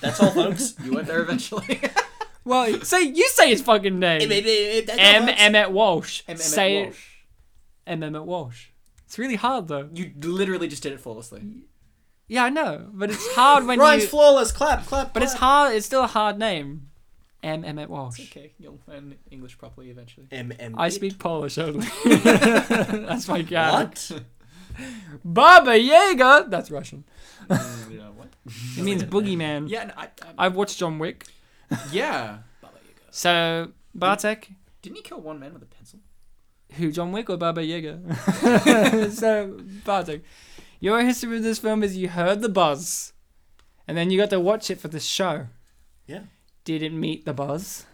S2: That's all, folks. <laughs>
S3: You went there
S1: <laughs>
S3: eventually. <laughs>
S1: Well, say you say his fucking name. M
S2: M
S1: Emmett Walsh.
S3: M. Emmett
S1: Say it.
S3: Walsh.
S1: M Emmett Walsh. It's really hard though.
S3: You literally just did it flawlessly.
S1: Yeah, I know, but it's hard when
S2: Ryan's
S1: you.
S2: flawless. Clap, clap.
S1: But it's
S2: clap.
S1: hard. It's still a hard name. M. Emmett Walsh.
S3: Okay, you'll learn English properly eventually.
S2: MM.
S1: I speak Polish only. That's my gag.
S2: What?
S1: Baba Yaga. That's Russian.
S3: Mm, yeah, what?
S1: It means boogeyman.
S3: <laughs> Yeah, no, I, I,
S1: I've watched John Wick.
S3: yeah.
S1: So Bartek,
S3: Didn't he kill one man with a pencil?
S1: who John Wick or Baba
S2: <laughs>
S1: Yaga? <laughs> so Bartek, your history with this film is you heard the buzz, and then you got to watch it for the show.
S2: Yeah.
S1: Did it meet the buzz?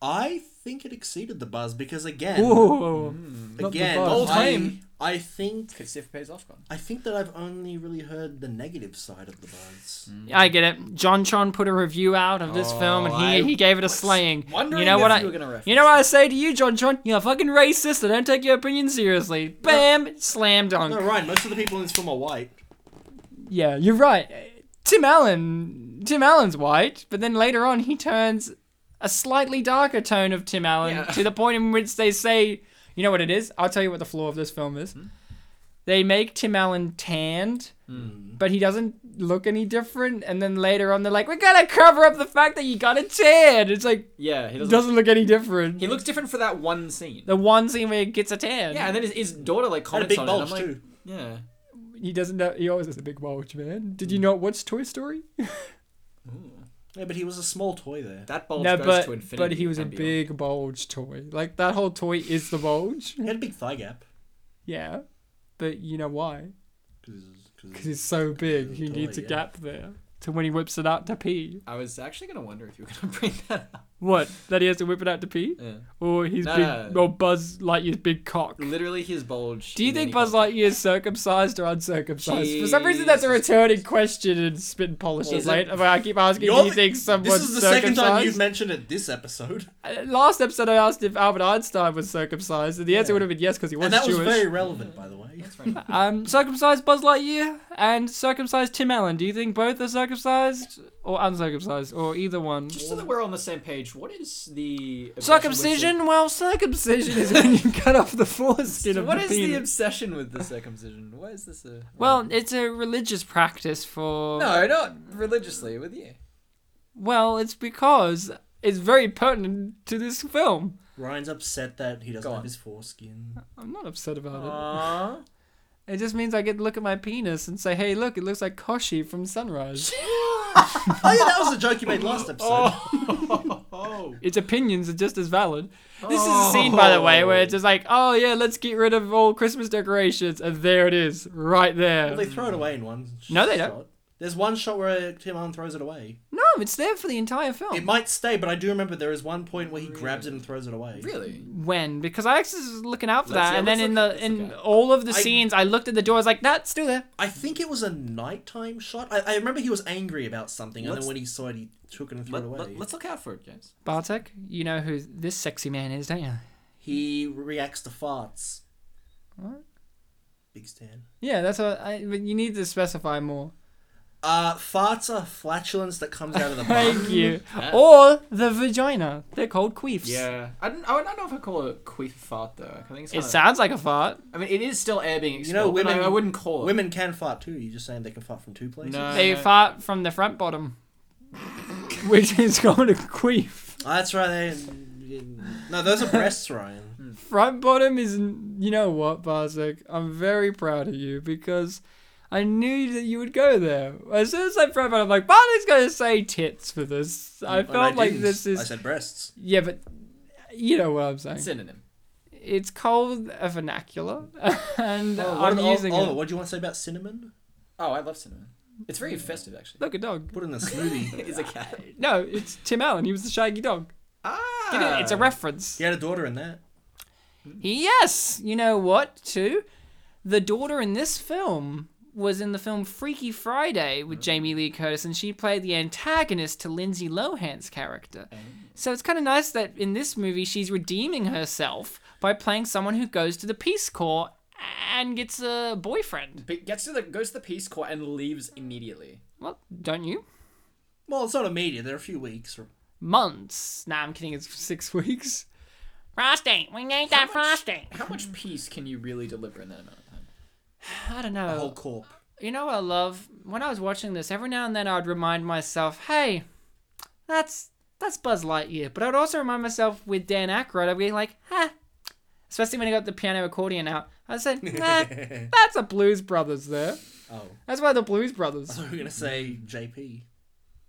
S2: I think it exceeded the buzz because again,
S1: Ooh.
S3: Mm.
S1: not the
S2: again,
S1: buzz.
S3: Old
S2: I,
S3: time.
S2: I think
S3: Because pays off gone.
S2: I think that I've only really heard the negative side of the buzz.
S1: I get it. John Tron put a review out of this
S3: Oh,
S1: film, and
S3: I
S1: he, he gave it a
S3: was
S1: slaying.
S3: wondering
S1: You know what
S3: if
S1: I?
S3: you were gonna reference
S1: you know what I say to you, John Tron? You're a fucking racist. I don't take your opinion seriously. Bam, slam dunk.
S2: No, Ryan. Most of the people in this film are white.
S1: Yeah, you're right. Tim Allen, Tim Allen's white, but then later on he turns a slightly darker tone of Tim Allen
S3: Yeah.
S1: to the point in which they say, you know what it is? I'll tell you what the flaw of this film is.
S3: Hmm?
S1: They make Tim Allen tanned,
S3: Hmm.
S1: but he doesn't look any different. And then later on, they're like, "We gotta cover up the fact that you got a tan." It's like
S3: Yeah, he
S1: it
S3: doesn't.
S1: doesn't look any different.
S3: he looks different for that one scene.
S1: the one scene where he gets a tan.
S3: Yeah, and then his, his daughter like
S2: Had a
S3: comments
S2: big
S3: on
S2: bulge
S3: it. and I'm like,
S2: too.
S3: yeah.
S1: he doesn't. Know, he always has a big bulge, man. Did you
S3: Hmm.
S1: not watch Toy Story?
S2: Yeah, but he was a small toy there.
S3: That bulge
S1: no,
S3: goes
S1: but
S3: to infinity.
S1: but he was a
S3: and beyond.
S1: big bulge toy. Like that whole toy is the bulge. <laughs>
S2: He had a big thigh gap.
S1: yeah, but you know why? Because
S2: Because
S1: he's so big, he
S2: Toy,
S1: needs a
S2: yeah.
S1: gap there. To when he whips it out to pee.
S3: I was actually gonna wonder if you were gonna <laughs> bring that up.
S1: What? That he has to whip it out to pee,
S3: Yeah.
S1: or his
S3: No,
S1: big,
S3: no, no.
S1: or Buzz Lightyear's big cock.
S3: Literally his bulge.
S1: Do you
S3: in
S1: think
S3: any
S1: Buzz
S3: context-
S1: Lightyear is circumcised or uncircumcised? For some reason, that's a
S3: Jesus.
S1: returning question in Spin Polishes
S3: Is it-
S1: late. But I keep asking,
S2: You're
S1: do you
S2: the-
S1: think someone's
S2: This is the second
S1: circumcised?
S2: time you've mentioned it this episode,
S1: Uh, Last episode, I asked if Albert Einstein was circumcised, and the answer
S2: Yeah.
S1: would have been yes because he was
S2: and that
S1: Jewish.
S2: was very relevant, by the way.
S3: That's very nice.
S1: Um, circumcised Buzz Lightyear and circumcised Tim Allen. Do you think both are circumcised or uncircumcised or either one?
S3: Just so that we're on the same page, what is the obsession with
S1: Circumcision? Well, circumcision is when
S3: <laughs>
S1: you cut off the
S3: The,
S1: foreskin of
S3: what
S1: the
S3: is the
S1: penis.
S3: obsession with the circumcision? Why is this a
S1: well, it's a religious practice for.
S3: no, not religiously with you.
S1: Well, it's because it's very pertinent to this film.
S2: Ryan's upset that he doesn't
S3: Go
S2: have
S3: on.
S2: his foreskin.
S1: I'm not upset about
S3: Aww.
S1: it. It just means I get to look at my penis and say, "Hey, look, it looks like Koshi from Sunrise."
S2: oh yeah, that was a joke you made last episode.
S3: Oh.
S1: its opinions are just as valid. This is a scene, by the way, where it's just like, oh yeah, let's get rid of all Christmas decorations, and there it is, right
S2: Well,
S1: there.
S2: they throw it away in one. sh-
S1: No, they don't.
S2: shot. There's one shot where Tim Allen throws it away.
S1: No, it's there for the entire
S3: Oh.
S1: film.
S2: It might stay, but I do remember there is one point where he grabs it and throws it away.
S3: <laughs> Really?
S1: when? Because I actually was looking out for
S3: Let's-
S1: that,
S3: yeah,
S1: and then
S3: let's
S1: in
S3: look
S1: the
S3: at- let's
S1: in
S3: look at it.
S1: all of the
S2: I-
S1: scenes, I looked at the door, I was like, that's still there.
S2: I think it was a nighttime shot. I, I remember he was angry about something, and
S3: Let's-
S2: then when he saw it, he took it and threw
S3: Let,
S2: it away.
S3: us look out for it, guys.
S1: Bartek, you know who this sexy man is, don't you?
S2: He reacts to farts.
S1: What?
S2: Big Stan.
S1: Yeah, that's what I. But you need to specify more.
S2: Uh, farts are flatulence that comes out of
S1: <laughs>
S2: the
S1: Thank
S2: bum.
S1: you. Or the vagina. They're called queefs.
S3: I don't. I don't know if I call it queef fart though. I think it's.
S1: It
S3: Kinda,
S1: sounds like a fart.
S3: I mean, it is still air being
S2: You
S3: expelled.
S2: know,
S3: but I-
S2: women.
S3: I, wouldn't call it.
S2: Women can fart too. You're just saying they can fart from two places.
S3: No.
S1: They
S3: know.
S1: fart from the front bottom, which is called a queef.
S2: Oh, that's right. They. No, those are breasts, Ryan.
S1: front bottom is you know what Bartek I'm very proud of you because I knew that you would go there as soon as I front bottom I'm like Bartek's gonna say tits for this I
S2: And
S1: felt like
S2: didn't.
S1: this
S2: I
S1: is
S2: said breasts.
S1: yeah but you know what I'm saying
S3: Synonym.
S1: it's called a vernacular <laughs> and
S2: Oh,
S1: I'm
S2: what are the- oh,
S1: using
S2: oh,
S1: it
S2: what do you want to say about cinnamon?
S3: Oh, I love cinnamon. It's very festive, actually.
S1: look a dog
S2: Put in
S1: <laughs>
S2: a smoothie.
S3: It's a cat.
S1: no it's Tim Allen he was the shaggy dog
S3: Ah.
S1: Get it? it's a reference
S2: he had a daughter in that.
S1: Yes, you know what, too? The daughter in this film was in the film Freaky Friday with Jamie Lee Curtis, and she played the antagonist to Lindsay Lohan's character. So it's kind of nice that in this movie she's redeeming herself by playing someone who goes to the Peace Corps and gets a boyfriend.
S3: But gets to the goes to the Peace Corps and leaves immediately.
S1: Well, don't you?
S2: Well, it's not immediate. There are a few weeks.
S1: Months. Nah, I'm kidding, it's six <laughs> weeks. Frosty, we need that frosty.
S3: How <laughs> much peace can you really deliver in that amount of time?
S1: I don't know.
S2: The whole corp.
S1: You know what I love? When I was watching this, every now and then I'd remind myself, "Hey, that's that's Buzz Lightyear. But I would also remind myself with Dan Aykroyd of being like, huh. Especially when he got the piano accordion out. I said, nah, that's a Blues Brothers there.
S2: Oh,
S1: That's why the Blues
S2: so
S1: Brothers.
S2: we're gonna say JP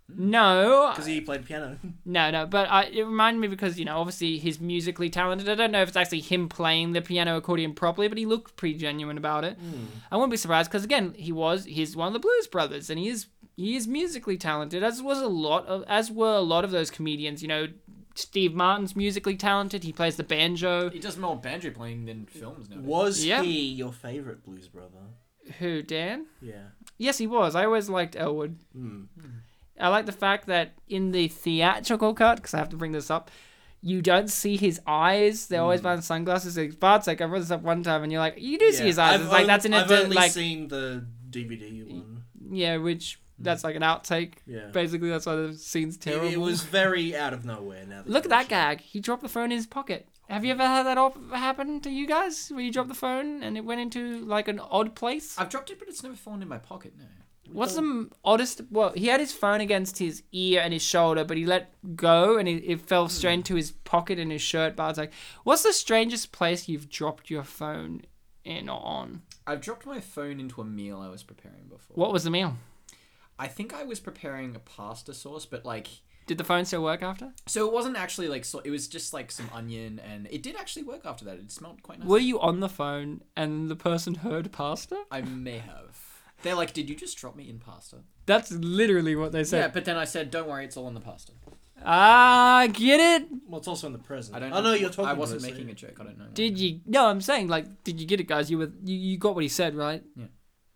S1: No,
S2: because he played piano.
S1: no, no. But I, it reminded me because, you know, obviously he's musically talented. I don't know if it's actually him playing the piano accordion properly, but he looked pretty genuine about it. I wouldn't be surprised because, again, he was, he's one of the Blues Brothers and he is, he is musically talented, as was a lot of, as were a lot of those comedians. You know, Steve Martin's musically talented. He plays the banjo.
S3: He does more banjo playing than films now.
S2: Was
S1: Yeah.
S2: he your favorite blues brother?
S1: Who, Dan?
S2: Yeah.
S1: Yes, he was. I always liked Elwood.
S2: Hmm.
S1: I like the fact that in the theatrical cut, because I have to bring this up, you don't see his eyes. They're
S2: Hmm.
S1: always behind sunglasses. It's Bartek, I brought this up one time, and you're like, you do see his eyes.
S2: I've
S1: it's like
S2: on-
S1: that's in a
S2: I've
S1: di-
S2: only
S1: like
S2: seen the DVD one.
S1: yeah, which that's like an outtake.
S2: Hmm. Yeah.
S1: Basically, that's why the scene's
S2: It,
S1: terrible.
S2: it was very out of nowhere. Now
S1: Look
S2: you
S1: at that
S2: mention
S1: gag. He dropped the phone in his pocket. Have you ever had that op- happen to you guys, where you dropped the phone and it went into like an odd place?
S3: I've dropped it, but it's never fallen in my pocket. No.
S1: What's the m- oddest? Well, he had his phone against his ear and his shoulder, but he let go and it, it
S2: Hmm.
S1: fell straight into his pocket and his shirt. But I was like, "What's the strangest place you've dropped your phone in or on?"
S3: I've dropped my phone into a meal I was preparing before.
S1: What was the meal?
S3: I think I was preparing a pasta sauce, but like,
S1: Did the phone still work after?
S3: so it wasn't actually like, so it was just like some onion, and it did actually work after that. It smelled quite nice.
S1: Were you on the phone and the person heard pasta?
S3: I may have. They're like, did you just drop me in pasta?
S1: That's literally what they
S3: yeah,
S1: said.
S3: but then I said, don't worry, it's all in the pasta.
S1: Ah, get it?
S2: it. Well, it's also in the present.
S3: I don't.
S2: Oh no, you're talking.
S3: I wasn't
S2: to us,
S3: making
S2: so-
S3: a joke. I don't know.
S1: Did you? No, I'm saying like, did you get it, guys? You were you, you got what he said, right?
S3: Yeah.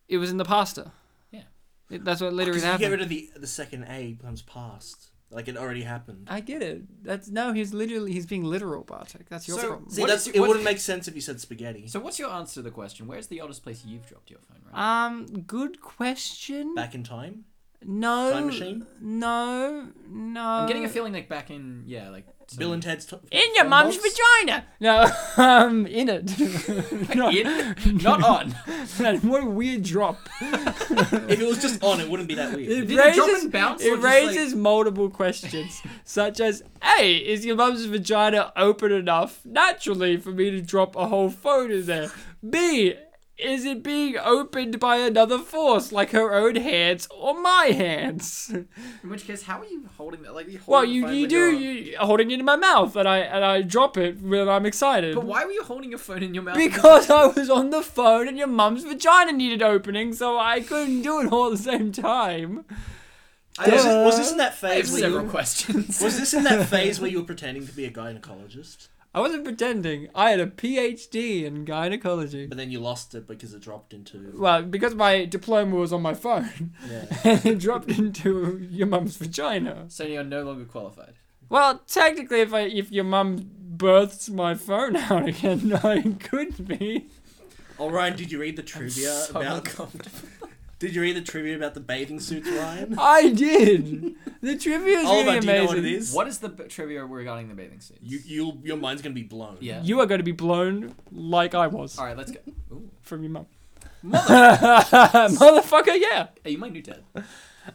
S1: It was in the pasta.
S3: Yeah.
S1: It- that's what
S2: Oh, 'Cause
S1: literally
S2: if you
S1: happened.
S2: get rid of the the second A becomes past. Like it already happened.
S1: I get it. That's no. He's literally he's being literal, Bartek. That's your
S3: So-
S1: problem.
S2: See,
S3: What
S2: that's
S3: is-
S2: it.
S3: what-
S2: Wouldn't make sense if you said spaghetti.
S3: So what's your answer to the question? Where's the oddest place you've dropped your phone? Right.
S1: Um, good question.
S2: Back in time.
S1: no.
S2: Time machine?
S1: No. No.
S3: I'm getting a feeling like back in yeah, like some-
S2: Bill and Ted's. T-
S1: in your mum's
S3: Box?
S1: vagina. No, <laughs> um, in it. <laughs> Not-
S3: <laughs> <laughs> in, <laughs> not on.
S1: <laughs> what a weird drop.
S2: if it was just on, it wouldn't be that weird.
S1: It
S3: Did it
S1: raises,
S3: drop and bounce, or
S1: it
S3: just, like-
S1: raises multiple questions, <laughs> such as, "Hey, is your mum's vagina open enough naturally for me to drop a whole phone in there?" B, is it being opened by another force, like her own hands or my hands? <laughs>
S3: In which case, how are you holding that? Like, you
S1: Well,
S3: holding the
S1: you,
S3: phone
S1: you
S3: when
S1: do
S3: you're-
S1: you holding it in my mouth, and I and I drop it when I'm excited.
S3: But why were you holding your phone in your mouth?
S1: Because I was on the phone and your mum's vagina needed opening, so I couldn't do it all at the same time.
S3: I
S2: Was,
S3: have,
S2: it, was this in that
S3: I have
S2: phase? Where
S3: several
S2: you,
S3: questions.
S2: was this in that phase where you were pretending to be a gynecologist,
S1: I wasn't pretending. I had a PhD in gynecology.
S2: but then you lost it because it dropped into?
S1: Well, because my diploma was on my phone, <laughs>
S2: Yeah.
S1: and
S2: <laughs>
S1: it dropped into your mum's vagina.
S3: <laughs> so you're no longer qualified.
S1: Well, technically, if I, if your mum births my phone out again, <laughs> I could be.
S2: Oh, Ryan, did you read the trivia
S3: so
S2: about?
S3: uncomfortable.
S2: Did you read the trivia about the bathing
S1: <laughs>
S2: suits, Ryan?
S1: I did. The trivia is
S2: Oliver,
S1: really
S2: do you know
S1: amazing.
S2: what it is?
S3: What is the b- trivia regarding the bathing suit?
S2: You, you, your mind's gonna be blown.
S3: Yeah.
S1: You are going to be blown like I was
S3: All right, let's go. Ooh.
S1: from your mum.
S3: Mother,
S1: <laughs> Motherfucker, yeah.
S3: Hey, you my new dad.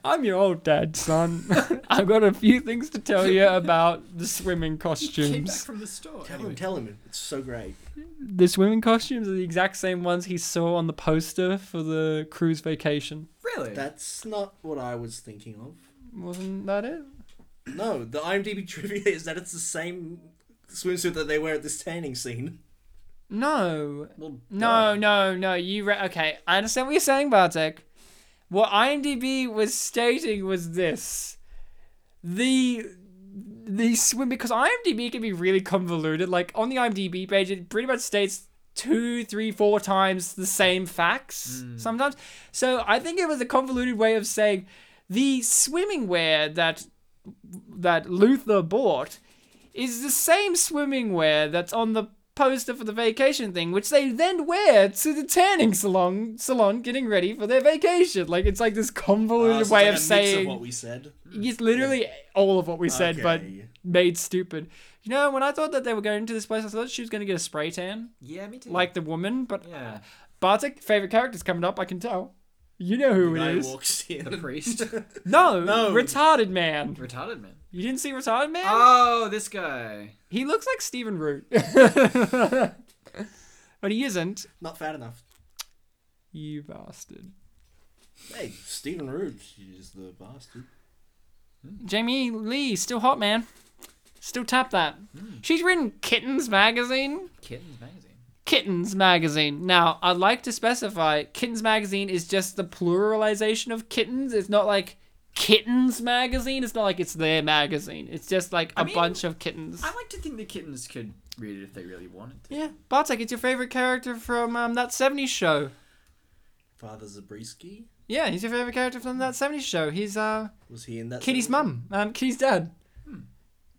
S1: I'm your old dad, son. <laughs> I've got a few things to tell you about the swimming
S3: Came back
S1: costumes.
S3: from the store.
S2: Tell
S3: Anyway.
S2: him, tell him. It's so great.
S1: The swimming costumes are the exact same ones he saw on the poster for the cruise vacation.
S3: Really?
S2: That's not what I was thinking of.
S1: Wasn't that it?
S2: No, the IMDb <laughs> trivia is that it's the same swimsuit that they wear at this
S1: <laughs>
S2: tanning scene.
S1: No.
S3: well,
S1: No,
S3: duh.
S1: no, no. You re- okay? I understand what you're saying, Bartek. What IMDb was stating was this: the the swim because IMDb can be really convoluted. Like on the IMDb page, it pretty much states two, three, four times the same facts sometimes. So I think it was a convoluted way of saying the swimming wear that that Luther bought is the same swimming wear that's on the poster for the vacation thing, which they then wear to the tanning salon salon getting ready for their vacation. Like it's like this
S2: Uh, so
S1: convoluted
S2: it's
S1: way
S2: like
S1: of
S2: a mix
S1: saying
S2: of what we said.
S1: it's literally all of what we said, but
S2: Okay.
S1: made stupid. You know, when I thought that they were going to this place, I thought she was going to get a spray tan,
S3: Yeah, me too.
S1: like the woman. But
S3: yeah,
S1: Bartek, favorite character's coming up. I can tell. You know who
S2: The
S1: it
S2: guy
S1: is.
S2: walks in.
S3: the priest,
S1: No,
S2: No.
S1: retarded man.
S3: <laughs> retarded man.
S1: You didn't see Retired Man?
S3: Oh, this guy.
S1: he looks like Stephen Root. but he isn't.
S2: Not fat enough.
S1: You bastard.
S2: Hey, Stephen Root is the bastard.
S1: Jamie Lee, still hot, man. Still tap that. She's written Kittens magazine.
S3: Kitten's magazine.
S1: Kittens magazine. Now, I'd like to specify Kittens magazine is just the pluralization of kittens. It's not like Kittens magazine. It's not like it's their magazine. It's just like a
S3: mean,
S1: bunch of kittens.
S3: I like to think the kittens could read it if they really wanted to.
S1: yeah, Bartek, it's your favorite character from um, that 70s show.
S2: Father Zabriskie?
S1: Yeah, he's your favorite character from that 70s show. He's uh
S2: Was he in that?
S1: Kitty's
S2: scene?
S1: mum, um, Kitty's dad,
S2: Hmm.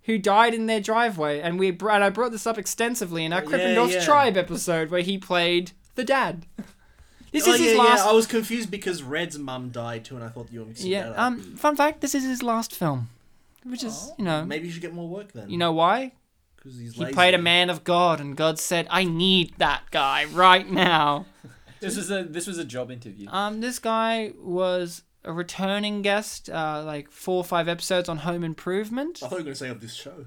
S1: who died in their driveway, and we br- and I brought this up extensively in our
S2: Oh, Yeah,
S1: Gryffindor's
S2: yeah.
S1: Tribe episode where he played the
S2: <laughs>
S1: dad. this
S2: Oh,
S1: is
S2: yeah,
S1: his
S2: yeah,
S1: last.
S2: I was confused because Red's mum died too, and I thought you were mixing
S1: Yeah.
S2: that Oh, up.
S1: Um. Fun fact: This is his last film, which is you know
S2: Maybe you should get more work then.
S1: you know why
S2: because he's
S1: he
S2: lazy.
S1: played a man of God, and God said, "I need that guy right now."
S3: This was a this was a job interview.
S1: Um, this guy was a returning guest, uh, like four or five episodes on Home Improvement.
S2: I thought you were going to say of this show.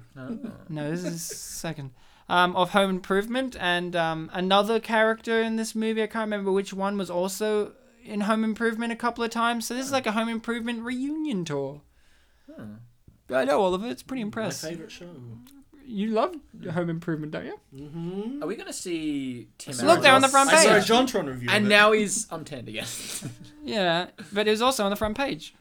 S1: No, this is second. Um, of Home Improvement and um, another character in this movie. I can't remember which one was also in Home Improvement a couple of times. So this is like a Home Improvement reunion tour. I know all of it. It's pretty
S2: My
S1: impressive.
S2: favorite show.
S1: You love Home Improvement, don't you?
S2: Mm-hmm.
S3: Are we gonna see Tim?
S1: Look, they're on the
S3: Allen's-
S1: front
S2: I saw a
S1: page.
S2: JonTron review. of
S3: And
S2: it.
S3: now he's untanned <laughs> again.
S1: Yeah, but it was also on the front page.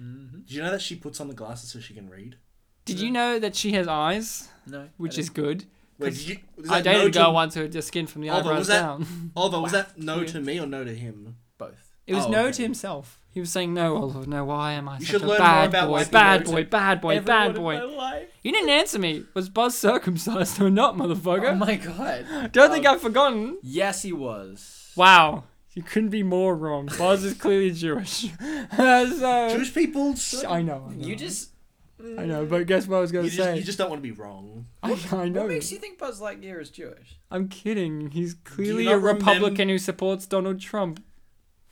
S3: Mm-hmm.
S2: do you know that she puts on the glasses so she can read?
S1: Did you know that she has eyes,
S3: no,
S1: which
S3: I
S1: is good?
S2: Wait,
S1: 'Cause
S2: did you? was
S1: I
S2: that
S1: dated
S2: no
S1: a girl
S2: to-
S1: once who had just skin from the
S2: Oh, but
S1: eyebrows
S2: was that-
S1: down.
S2: Although was that no
S1: Weird.
S2: to me or no to him?
S3: don't- both.
S1: It was
S2: Oh,
S1: no
S2: okay.
S1: to himself. He was saying, "No, Oliver, no. Why am I
S2: You
S1: such
S2: should
S1: a
S2: learn more
S1: bad
S2: about
S1: boy?
S2: why people
S1: Bad boy,
S2: are so-
S1: bad boy,
S3: Everyone
S1: bad
S3: in
S1: boy."
S3: my life.
S1: You didn't answer me. Was Buzz circumcised or not,
S3: Oh
S1: motherfucker?
S3: my god.
S1: Don't think
S3: Um,
S1: I've forgotten.
S3: Yes, he was.
S1: Wow, you couldn't be more wrong. Buzz is clearly <laughs> Jewish. so,
S2: Jewish people.
S1: Uh, I know, I know.
S3: You just.
S1: I know, but guess what I was
S2: You
S1: gonna
S2: just,
S1: say?
S2: you just don't want to be wrong.
S1: I, I know.
S3: What makes you think Buzz Lightyear is Jewish?
S1: I'm kidding. He's clearly a
S2: not remem-
S1: Republican who supports Donald Trump.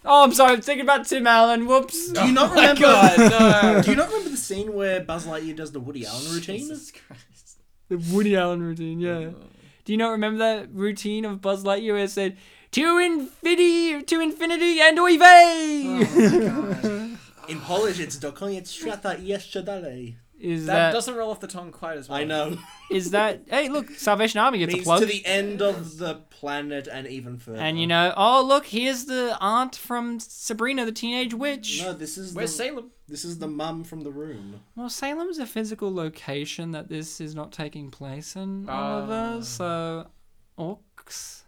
S1: Oh, I'm sorry. I'm thinking about Tim Allen. Whoops.
S2: Do
S3: <laughs>
S2: you not
S3: Oh my
S2: remember?
S3: God, no.
S2: <laughs>
S1: Uh,
S2: Do you not remember the scene where Buzz Lightyear does the
S3: <laughs>
S2: Woody Allen routine?
S3: Jesus Christ.
S1: The Woody Allen routine, yeah. Do you not remember that routine of Buzz Lightyear where it said, To infinity, to infinity and oive?
S2: Oh In Polish, it's dokoniec świata i jeszcze dalej.
S1: is
S3: That
S1: that,
S3: doesn't roll off the tongue quite as well.
S2: I know.
S1: is that, hey, look, Salvation Army
S2: <laughs>
S1: gets a
S2: Means
S1: plug.
S2: to the end of the planet and even further.
S1: and you know, oh, look, here's the aunt from Sabrina the Teenage Witch.
S2: No, this is the,
S3: Where's Salem?
S2: this is the mum from the room.
S1: Well, Salem's a physical location that this is not taking place in, Oliver,
S3: Ah.
S1: so. Orcs?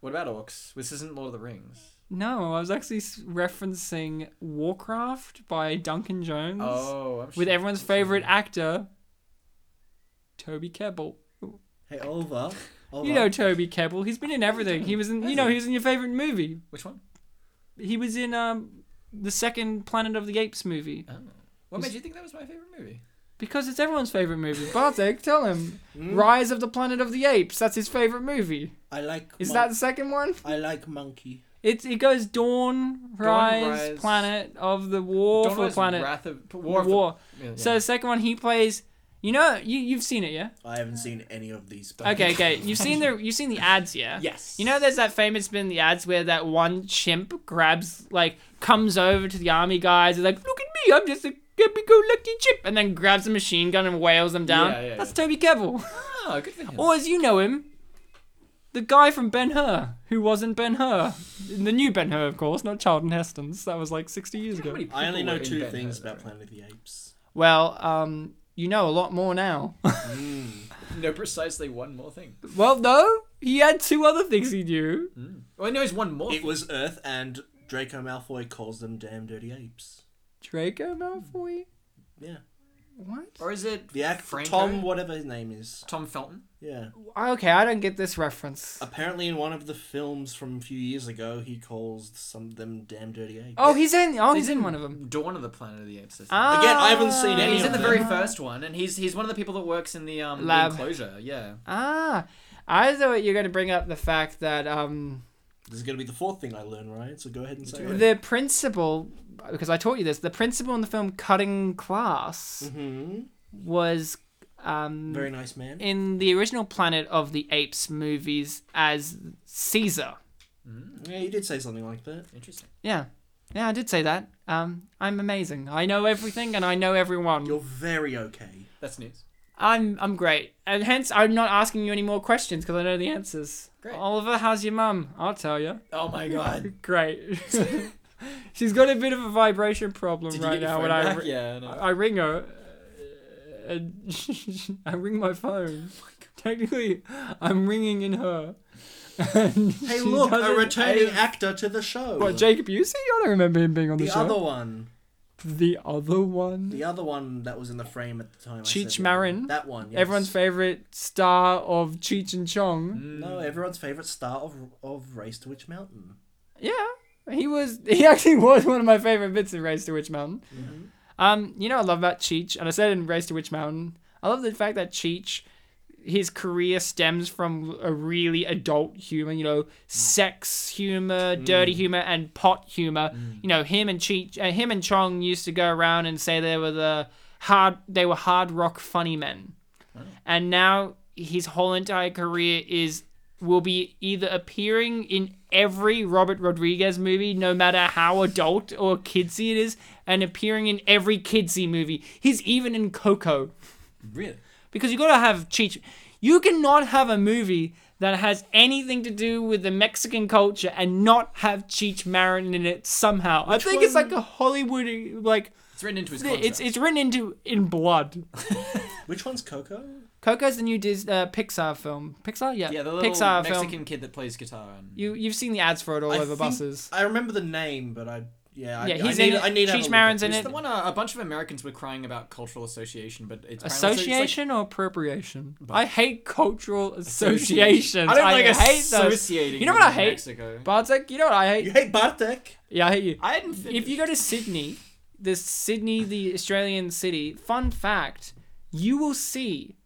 S3: What about orcs? This isn't Lord of the Rings.
S1: No, I was actually s- referencing Warcraft by Duncan Jones.
S3: Oh, I'm
S1: with
S3: sure-
S1: everyone's favorite actor, Toby Kebbell.
S2: Hey, Oliver. Oliver.
S1: You know Toby Kebbell. He's been in everything. He was in, you know, he was in your favorite movie.
S3: Which one?
S1: He was in um, the second Planet of the Apes movie
S3: Oh. What
S1: Was-
S3: made you think that was my favorite movie?
S1: because it's everyone's favorite movie. Bartek, tell him Rise of the Planet of the Apes. That's his favorite movie.
S2: I like.
S1: Is
S2: mon-
S1: that the second one?
S2: I like monkey.
S1: It it goes Dawn, Rise,
S3: Rise.
S1: Planet of the War
S3: Dawn
S1: for
S3: was
S1: Planet
S3: Wrath of War. Of the-
S1: War.
S3: Yeah, yeah.
S1: So the second one he plays. You know, you you've seen it, yeah?
S2: I haven't seen any of these. but-
S1: Okay, okay. You've seen the you've seen the ads, yeah?
S3: yes.
S1: You know, there's that famous bit in the ads where that one chimp grabs, like, comes over to the army guys, is like, look at me, I'm just a happy-go-lucky chimp, and then grabs a machine gun and wails them down.
S3: Yeah, yeah,
S1: That's Toby Kebbell.
S3: Oh, good for him.
S1: or as you know him, the guy from Ben Hur, who wasn't Ben Hur, the new Ben Hur, of course, not Charlton Heston's. That was like 60 years
S3: How
S1: ago.
S3: many
S2: I only
S3: people
S2: know
S3: were in
S2: two
S3: Ben-Hur,
S2: things
S3: though?
S2: about Planet of the Apes.
S1: Well, um, you know a lot more
S3: <laughs>
S1: now.
S3: <laughs> No, precisely one
S2: <laughs>
S3: more thing.
S1: well, no, he had two other things he knew.
S3: Oh, I know it's one more.
S2: It
S3: thing.
S2: was Earth, and Draco Malfoy calls them damn dirty apes.
S1: Draco Malfoy.
S2: Yeah.
S1: What?
S3: Or is it
S2: The act
S3: Franco?
S2: Tom, whatever his name is.
S3: Tom Felton?
S2: Yeah.
S1: Oh, Okay, I don't get this reference.
S2: Apparently, in one of the films from a few years ago, he calls some of them damn dirty apes.
S1: Oh, he's in. Oh, he's in one of them.
S3: Dawn of the Planet of the Apes. I think.
S1: Ah,
S2: Again, I haven't seen
S3: yeah,
S2: any
S3: he's
S2: of
S3: in the
S2: them.
S3: very first one, and he's he's one of the people that works in the um the
S1: Lab.
S3: enclosure. Yeah.
S1: Ah, I thought you were gonna bring up the fact that um
S2: This is going to be the fourth thing I learn, right? So go ahead and say it.
S1: the principal, because I taught you this, the principal in the film Cutting Class
S2: hmm
S1: was um,
S2: Very nice man.
S1: in the original Planet of the Apes movies as Caesar.
S2: Yeah, you did say something like that.
S3: Hmm. Interesting.
S1: Yeah. Yeah, I did say that. Um, I'm amazing. I know everything and I know everyone.
S2: You're very okay.
S3: That's news.
S1: I'm I'm great. And hence I'm not asking you any more questions because I know the answers.
S3: Great.
S1: Oliver, how's your mum? I'll tell you. <laughs>
S3: Oh my god.
S1: Great. <laughs> She's got a bit of a vibration problem
S3: Did you
S1: right
S3: get your
S1: now
S3: phone
S1: when I
S3: back?
S1: ri-
S3: yeah. No.
S1: I ring her uh, and <laughs> I ring my phone. Technically, I'm ringing in her. And
S2: Hey,
S1: she
S2: look, a
S1: doesn't-
S2: returning actor to the show.
S1: What, Jacob Busey? I don't remember him being on the,
S2: the
S1: show.
S2: other one.
S1: the other one.
S2: The other one that was in the frame at the time. I
S1: Cheech
S2: said that one.
S1: Marin.
S2: That one. Yes.
S1: Everyone's favorite star of Cheech and Chong.
S2: No, everyone's favorite star of of Race to Witch Mountain.
S1: Yeah, he was. <laughs> He actually was one of my favorite bits in Race to Witch Mountain. Um, you know, I love about Cheech, and I said in Race to Witch Mountain, I love the fact that Cheech, his career stems from a really adult humor. You know, sex humor, dirty humor, and pot humor. You know, him and Cheech, uh, him and Chong used to go around and say they were the hard, they were hard rock funny men, and now his whole entire career is will be either appearing in every Robert Rodriguez movie, no matter how adult or kidsy it is, and appearing in every kidsy movie. He's even in Coco.
S3: Really?
S1: Because you gotta have Cheech. You cannot have a movie that has anything to do with the Mexican culture and not have Cheech Marin in it somehow. I think it's
S2: one-
S1: like a Hollywood like
S3: It's written into his contract.
S1: it's it's written into in blood.
S2: Which one's Coco?
S1: Coco's the new Dis- uh, Pixar film. Pixar, yeah,
S3: yeah, the little
S1: Pixar
S3: Mexican
S1: film.
S3: kid that plays guitar and
S1: You you've seen the ads for it all
S2: I
S1: over
S2: think-
S1: buses.
S2: I remember the name, but I yeah.
S1: Yeah,
S2: I,
S1: he's
S2: I
S1: in
S2: need,
S1: it.
S2: I need to
S1: Cheech
S2: have a look at
S1: Marin's in
S2: this.
S1: it.
S3: It's the one uh, a bunch of Americans were crying about cultural association, but it's apparently- so it's like-
S1: Association or appropriation? I hate cultural associations.
S3: I don't like
S1: hate those.
S3: associating.
S1: You know what
S3: with
S1: I hate?
S3: Mexico.
S1: Bartek, you know what I hate?
S2: You hate Bartek?
S1: Yeah, I hate you.
S3: I hadn't.
S1: If you go to Sydney, the Sydney, the Australian city, fun fact, you will see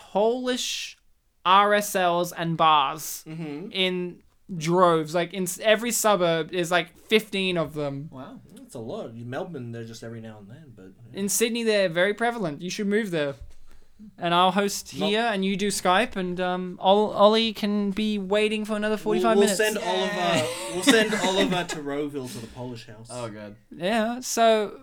S1: Polish RSLs and bars
S3: Mm-hmm.
S1: in droves. Like in s- every suburb, there's like 15 of them.
S3: wow,
S2: That's a lot. In Melbourne, they're just every now and then, but yeah.
S1: In Sydney, they're very prevalent. You should move there. And I'll host
S2: Not-
S1: here, and you do Skype, and um, Ol- Ollie can be waiting for another
S2: We'll-
S1: 45
S2: we'll,
S1: minutes.
S2: Send Oliver, we'll send Oliver to Roeville to the Polish house.
S3: oh god,
S1: yeah, so,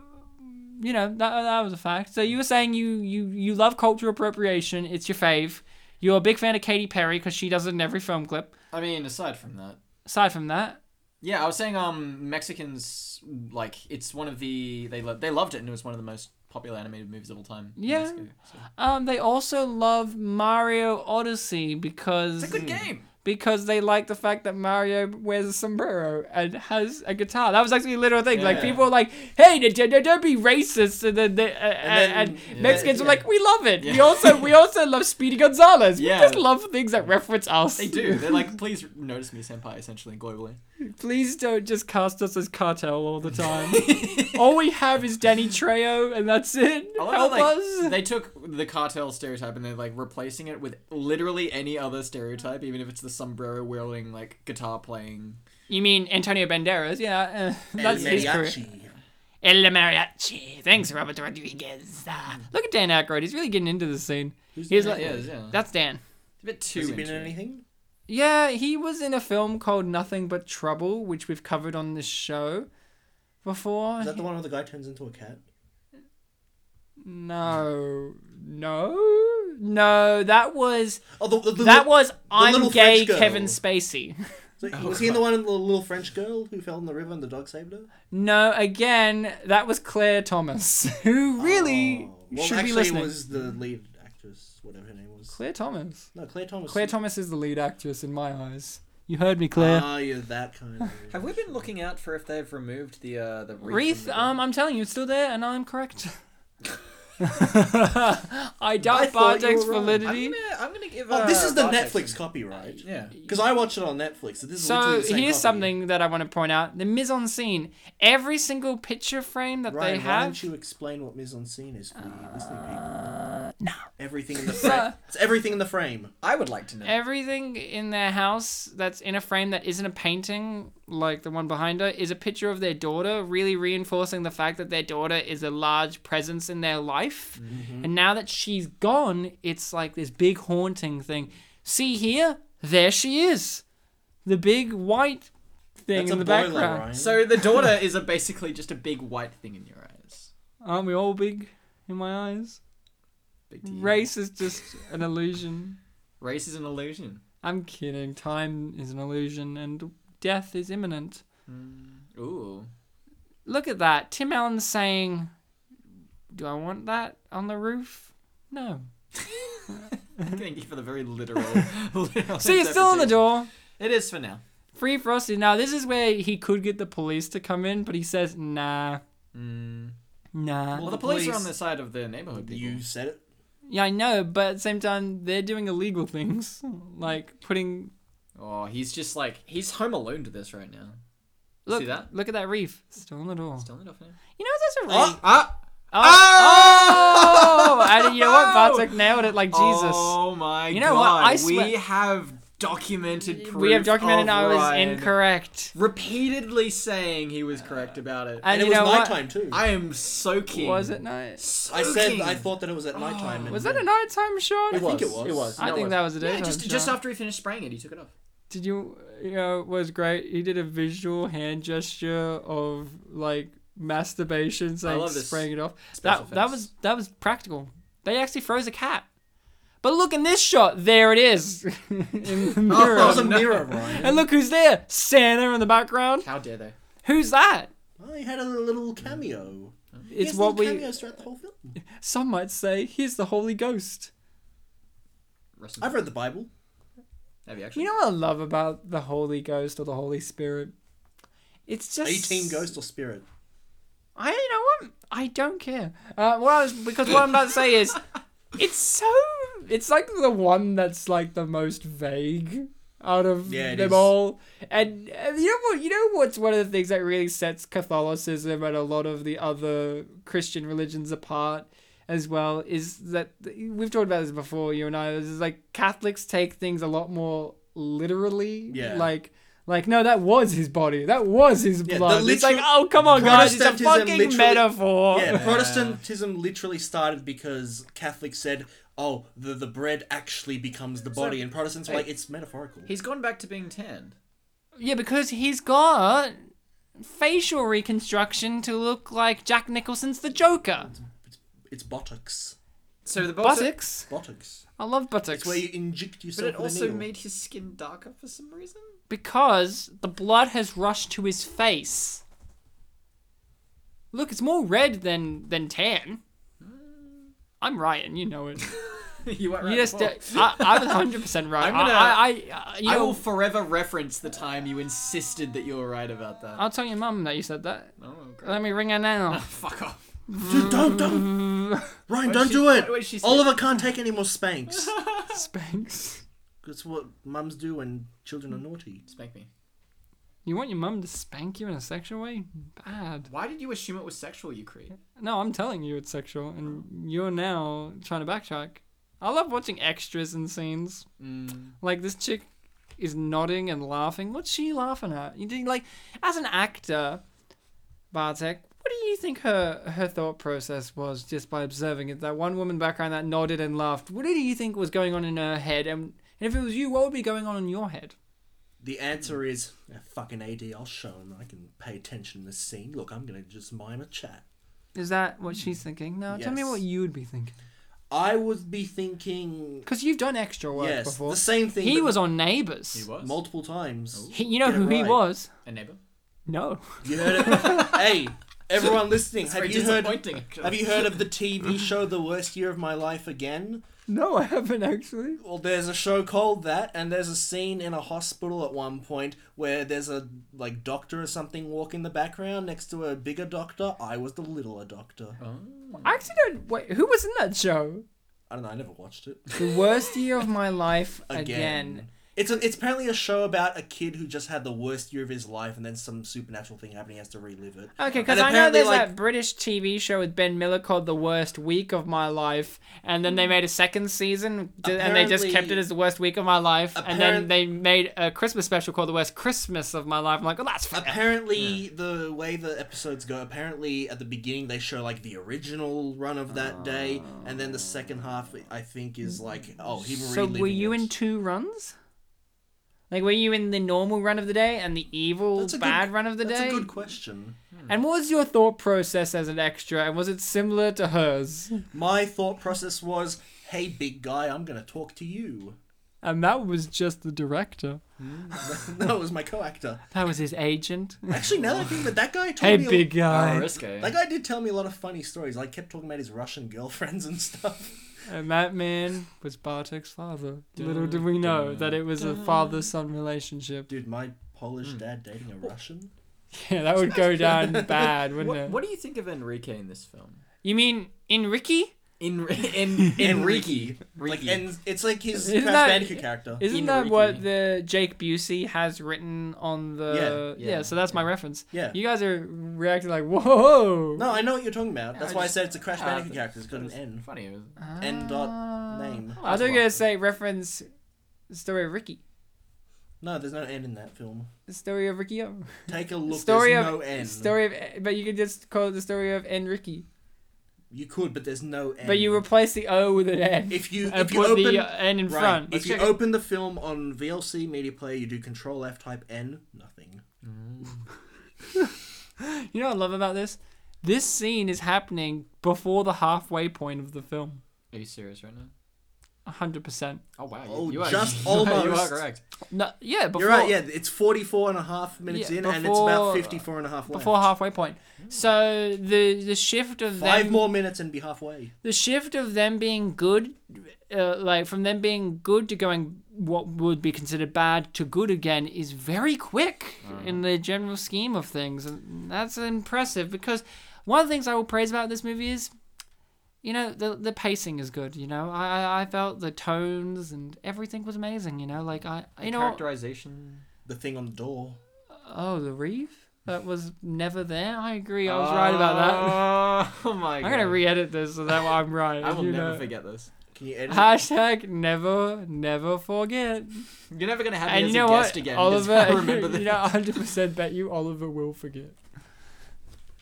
S1: you know, that, that was a fact. So you were saying you, you, you love cultural appropriation, it's your fave. You're a big fan of Katy Perry because she does it in every film clip.
S3: I mean, aside from that,
S1: Aside from that,
S3: yeah, I was saying, um, Mexicans like it's one of the they lo- they loved it and it was one of the most popular animated movies of all time. in
S1: Yeah.
S3: Mexico, so.
S1: um, they also love Mario Odyssey because
S3: it's a good game.
S1: because they like the fact that Mario wears a sombrero and has a guitar. That was actually a literal thing. Like
S3: Yeah.
S1: people were like, "Hey, d- d- don't be racist," and then, they, uh, and,
S2: then-
S1: and Mexicans
S2: yeah.
S1: were like, "We love it. We
S3: Yeah.
S1: also we also love Speedy Gonzales.
S3: Yeah.
S1: We just love things that reference us.
S3: They do. They're like, please notice me, senpai, essentially globally.
S1: Please don't just cast us as cartel all the
S3: <laughs>
S1: time. all we have is Danny Trejo, and that's it.
S3: I love
S1: Help
S3: how, like,
S1: us."
S3: They took the cartel stereotype and they're like replacing it with literally any other stereotype, even if it's the sombrero wielding, like guitar playing.
S1: you mean Antonio Banderas? Yeah, uh,
S2: El
S1: that's his career.
S2: Mariachi.
S1: El Mariachi. Thanks, Robert Rodriguez. Ah, look at Dan Aykroyd. He's really getting into this scene.
S2: Who's
S1: He's
S2: the-
S1: like,
S3: Yeah, yeah.
S1: that's Dan.
S3: It's a bit too.
S2: Has he been in
S3: into it.
S2: anything?
S1: Yeah, he was in a film called Nothing But Trouble, which we've covered on this show before.
S2: Is that the one where the guy turns into a cat?
S1: No, no, no. That was
S2: Oh, the, the, the,
S1: that was I'm
S2: little
S1: gay
S2: French girl.
S1: Kevin Spacey.
S2: So,
S1: Oh,
S2: was he in the one with the little French girl who fell in the river and the dog saved her?
S1: No, again, that was Claire Thomas, <laughs> who really
S2: Oh. Well,
S1: should
S2: actually,
S1: be listening.
S2: it was the lead actress, whatever her name was.
S1: Claire Thomas.
S2: No, Claire Thomas.
S1: Claire Thomas is the lead actress in my eyes. You heard me, Claire.
S2: Ah, you're that kind of.
S3: <laughs> Have we been looking out for if they've removed the uh, the
S1: Wreath, um, I'm telling you, it's still there, and I'm correct. <laughs> I
S2: I
S1: doubt
S2: thought you
S1: Bartek's
S2: were wrong.
S1: validity.
S3: I'm gonna
S2: <laughs>
S3: give.
S2: um,
S3: uh,
S2: Oh, this is the Netflix copyright.
S3: Yeah.
S2: Because I watched it on Netflix. So this is
S1: So
S2: literally the same
S1: here's
S2: copy.
S1: something that I want to point out: the mise en scene. Every single picture frame that
S2: Ryan,
S1: they
S2: why
S1: have. Uh,
S2: don't you explain what mise en scene is for the listening people?
S4: But no.
S2: Everything
S1: <laughs>
S2: in the frame. it's everything in the frame.
S3: I would like to know.
S1: Everything in their house that's in a frame that isn't a painting, like the one behind her, is a picture of their daughter, really reinforcing the fact that their daughter is a large presence in their life.
S2: Mm-hmm.
S1: And now that she's gone, it's like this big haunting thing. See here? There she is. The big white thing
S2: That's
S1: in
S2: a
S1: the
S2: boiler,
S1: background.
S2: Ryan.
S3: So the daughter is a basically just a big white thing in your eyes.
S1: Aren't we all big in my eyes?
S3: Big to you.
S1: Race is just an illusion.
S3: Race is an illusion.
S1: I'm kidding. Time is an illusion and death is imminent. <laughs>
S3: Ooh.
S1: look at that. Tim Allen's saying, Do I want that on the roof? No.
S3: Thank you for the
S1: <laughs>
S3: very literal. literal
S1: See, it's still on the
S3: interpretation.
S1: door.
S3: It is for now.
S1: Free Frosty. Now, this is where he could get the police to come in, but he says, Nah,
S3: Mm.
S1: nah.
S3: Well,
S2: the
S3: the police, are
S2: police-
S3: on the side of the neighborhood people.
S2: You said it.
S1: Yeah, I know, but at the same time, they're doing illegal things. <laughs> Like putting.
S3: Oh, he's just like he's home alone to this right now.
S1: Look,
S3: See that?
S1: Look at that reef. Still on the door.
S3: Still not off now.
S1: You know, that's a reef.
S2: Oh,
S3: Ah!
S1: Oh!
S3: Oh!
S1: oh! and you know what?
S3: <laughs>
S1: Bartek nailed it like Jesus.
S3: Oh my
S1: You know what?
S3: god!
S1: I
S3: We
S1: swear-
S3: have documented proof.
S1: we have documented
S3: of
S1: I was
S3: Ryan
S1: incorrect.
S3: Repeatedly saying he was correct about it.
S1: And
S2: And, it
S1: you
S2: was
S1: know what?
S2: nighttime too. I,
S3: I am soaking.
S1: Was it night?
S2: said
S3: Soaking.
S2: I thought that it was at nighttime. and
S1: Was
S2: <laughs>
S1: that a nighttime shot?
S2: I think it was.
S3: It was.
S1: I
S3: No,
S1: think
S3: it uh,
S1: that was
S3: wasn't.
S1: a
S3: Yeah,
S1: daytime
S3: just
S1: shot.
S3: just after he finished spraying it, he took it off.
S1: Did you, you know, it was great. He did a visual hand gesture of like masturbation, saying
S3: love this
S1: spraying it off.
S3: special
S1: That, that
S3: effects.
S1: was that was practical. They actually froze a cat. But look in this shot. There it is <laughs>
S3: <laughs>
S1: in the mirror.
S2: That was a
S3: Oh,
S1: <laughs>
S3: No.
S2: mirror, Ryan.
S1: And look who's there. Santa in the background.
S3: How dare they?
S1: Who's that?
S2: Oh, he had a little cameo. He
S1: It's
S2: has
S1: what
S2: little
S1: we.
S2: cameos throughout the whole film.
S1: Some might say he's the Holy Ghost.
S3: Rest in
S2: I've read the Bible.
S3: Have you actually?
S1: You know what I love about the Holy Ghost or the Holy Spirit? It's just
S2: Eighteen ghost or spirit.
S1: I you know what I don't care. Uh, what I was because what I'm about to say
S2: <laughs>
S1: is, it's so it's like the one that's like the most vague out of
S2: Yeah, it
S1: them
S2: is.
S1: all. And, and you know what you know what's one of the things that really sets Catholicism and a lot of the other Christian religions apart as well is that we've talked about this before you and I is like Catholics take things a lot more literally.
S2: Yeah.
S1: Like. Like no, that was his body. That was his
S2: Yeah, the
S1: blood. it's like,
S2: literal-
S1: oh come on, guys, it's a
S2: Protestantism
S1: fucking
S2: literally-
S1: metaphor.
S2: Yeah, Oh, Protestantism literally started because Catholics said, "Oh, the the bread actually becomes the body," and Protestants were like, "It's metaphorical."
S3: He's gone back to being tanned.
S1: Yeah, because he's got facial reconstruction to look like Jack Nicholson's The Joker.
S2: It's botox.
S3: So the box.
S1: Buttocks.
S2: Botox.
S1: I love buttocks.
S2: It's where you inject
S3: But
S2: yourself.
S3: it
S2: with a
S3: also
S2: needle.
S3: made his skin darker for some reason. <laughs>
S1: Because the blood has rushed to his face. Look, it's more red than than tan. I'm Ryan, you know it.
S3: you weren't
S1: You
S3: right.
S1: just, uh,
S3: before.
S1: I, I'm 100
S2: <laughs>
S1: percent right.
S3: I'm gonna-
S1: I, I, I, you
S3: I
S1: know,
S3: will forever reference the time you insisted that you were right about that.
S1: I'll tell your mum that you said that.
S3: oh, <laughs> great.
S1: Let me ring her now. <laughs>
S3: Fuck off.
S2: Dude, don't, <laughs> don't. Ryan, don't
S3: she-
S2: do it.
S3: what- what did she say?
S2: Oliver can't take any more <laughs> spanks.
S1: Spanks.
S2: That's what mums do when children are naughty.
S3: Spank me.
S1: You want your mum to spank you in a sexual way? Bad.
S3: Why did you assume it was sexual, you creep?
S1: No, I'm telling you it's sexual, and you're now trying to backtrack. I love watching extras and scenes.
S3: Mm.
S1: Like this chick is nodding and laughing. What's she laughing at? You think like as an actor, Bartek, what do you think her her thought process was just by observing it? That one woman in the background that nodded and laughed. What do you think was going on in her head? And, and if it was you, what would be going on in your head?
S2: The answer is "Ah, fucking AD. I'll show him. I can pay attention to this scene. Look, I'm gonna just mime a chat.
S1: Is that what she's thinking? No, tell me
S2: Yes.
S1: what you would be thinking.
S2: I would be thinking,
S1: Because you've done extra work
S2: yes,
S1: before.
S2: the same thing.
S1: He
S2: but
S1: was on Neighbours. He
S3: was
S2: multiple
S3: Oh.
S2: times.
S1: you know
S2: Get it
S1: who he
S2: right.
S1: was?
S3: a neighbor.
S1: No. <laughs>
S2: You heard it. hey, everyone listening, have
S3: very
S2: you heard?
S3: disappointing, actually.
S2: Have you heard of the TV show "The Worst Year of My Life" again?
S1: No, I haven't actually.
S2: Well, there's a show called that, and there's a scene in a hospital at one point where there's a like doctor or something walk in the background next to a bigger doctor. I was the littler doctor.
S1: I actually don't. Wait, who was in that show?
S2: I don't know. I never watched it.
S1: The worst year of my life again.
S2: <laughs> Again. It's a, it's apparently a show about a kid who just had the worst year of his life, and then some supernatural thing happened. He has to relive it.
S1: Okay, because
S2: And
S1: I know
S2: apparently,
S1: there's
S2: like-
S1: that British TV show with Ben Miller called The Worst Week of My Life, and then they made a second season, d- and they just kept
S2: Apparently-
S1: it as The Worst Week of My Life, and then
S2: Apparent-
S1: they made a Christmas special called The Worst Christmas of My Life. I'm like, well, that's fair.
S2: Apparently, the way the episodes go, apparently at the beginning they show like the original run of that day, and then the second half I think is like oh he
S1: So were you
S2: it.
S1: in two runs? Like, were you in the normal run of the day and the evil
S2: That's a good-
S1: bad run of the
S2: That's
S1: day?
S2: a good question.
S1: And what was your thought process as an extra, and was it similar to hers?
S2: My thought process was, hey big guy, I'm gonna talk to you.
S1: <laughs>
S2: <laughs>
S1: And that was just the director.
S2: that was my co-actor.
S1: That was his agent.
S2: Actually, now that I think of it, that guy told
S1: <laughs> hey,
S2: me. a-
S1: big
S3: Oh,
S1: guy.
S3: risky.
S2: That guy did tell me a lot of funny stories. Like kept talking about his Russian <laughs> girlfriends and stuff.
S1: And that man was Bartek's father. Little did we know that it was a father son relationship. <laughs>
S2: Dude, my Polish
S1: Hmm.
S2: dad dating a Russian.
S1: Yeah, that would go <laughs> down bad, wouldn't
S3: What,
S1: it?
S3: what do you think of Enrique in this film?
S1: You mean Enrique?
S2: <laughs>
S3: In in Enrique,
S2: Like,
S3: Ricky.
S2: and it's like his
S1: Isn't
S2: Crash
S1: that-
S2: Bandicoot character.
S1: Isn't that what
S3: Enrique.
S1: the Jake Busey has written on the?
S3: Yeah, yeah,
S1: so that's my reference.
S2: Yeah.
S1: You guys are reacting like whoa.
S2: No, I know what you're talking about. That's
S3: I
S2: why
S3: just-
S2: I said it's a Crash
S3: Ah,
S2: Bandicoot
S3: that's-
S2: character. It's got an
S3: that's
S2: N.
S3: Funny. it was-
S2: N dot name.
S1: Ah. I was gonna say reference story of Ricky,
S2: No, there's no N in that film.
S1: the story of Ricky O,
S2: Take a look.
S1: story
S2: there's
S1: of
S2: no N.
S1: story of, but you could just call it the story of N Ricky,
S2: You could, but there's no N.
S1: but you replace the O with an N
S2: If you
S1: and
S2: if you
S1: put
S2: open
S1: the uh, N in
S2: right,
S1: front.
S2: if you open the film on VLC Media Player, you do Control F, type N, nothing.
S1: You know what I love about this? This scene is happening before the halfway point of the film.
S3: Are you serious right now?
S1: 100%.
S3: Oh wow!
S2: Oh,
S3: you, you are
S2: just
S3: <laughs> you are- You are
S2: almost.
S3: correct.
S1: No, yeah, before,
S2: You're right, yeah, it's 44 and a half minutes
S1: Yeah,
S2: in, and it's
S1: before-
S2: about 54 and a half left.
S1: before halfway point. So the the shift of
S2: Five
S1: them
S2: more minutes and be halfway.
S1: the shift of them being good uh, like from them being good to going what would be considered bad to good again is very quick
S2: Hmm.
S1: in the general scheme of things and that's impressive because one of the things I will praise about this movie is you know the the pacing is good you know I I- I felt the tones and everything was amazing you know like I you know
S3: Characterization.
S2: The thing on the door.
S1: oh the reef that was never there I agree I was right about that
S3: Oh <laughs> my god!
S1: I'm gonna re-edit this so that I'm right
S3: <laughs> I will
S1: you
S3: never
S1: know.
S3: forget this.
S2: Can you edit it?
S1: Hashtag never, never forget.
S3: You're never gonna have me
S1: And
S3: as
S1: you know
S3: a guest
S1: what,
S3: again.
S1: <laughs>
S3: 'cause
S1: Oliver?
S3: <laughs> I remember this.
S1: you know, 100% bet you Oliver will forget.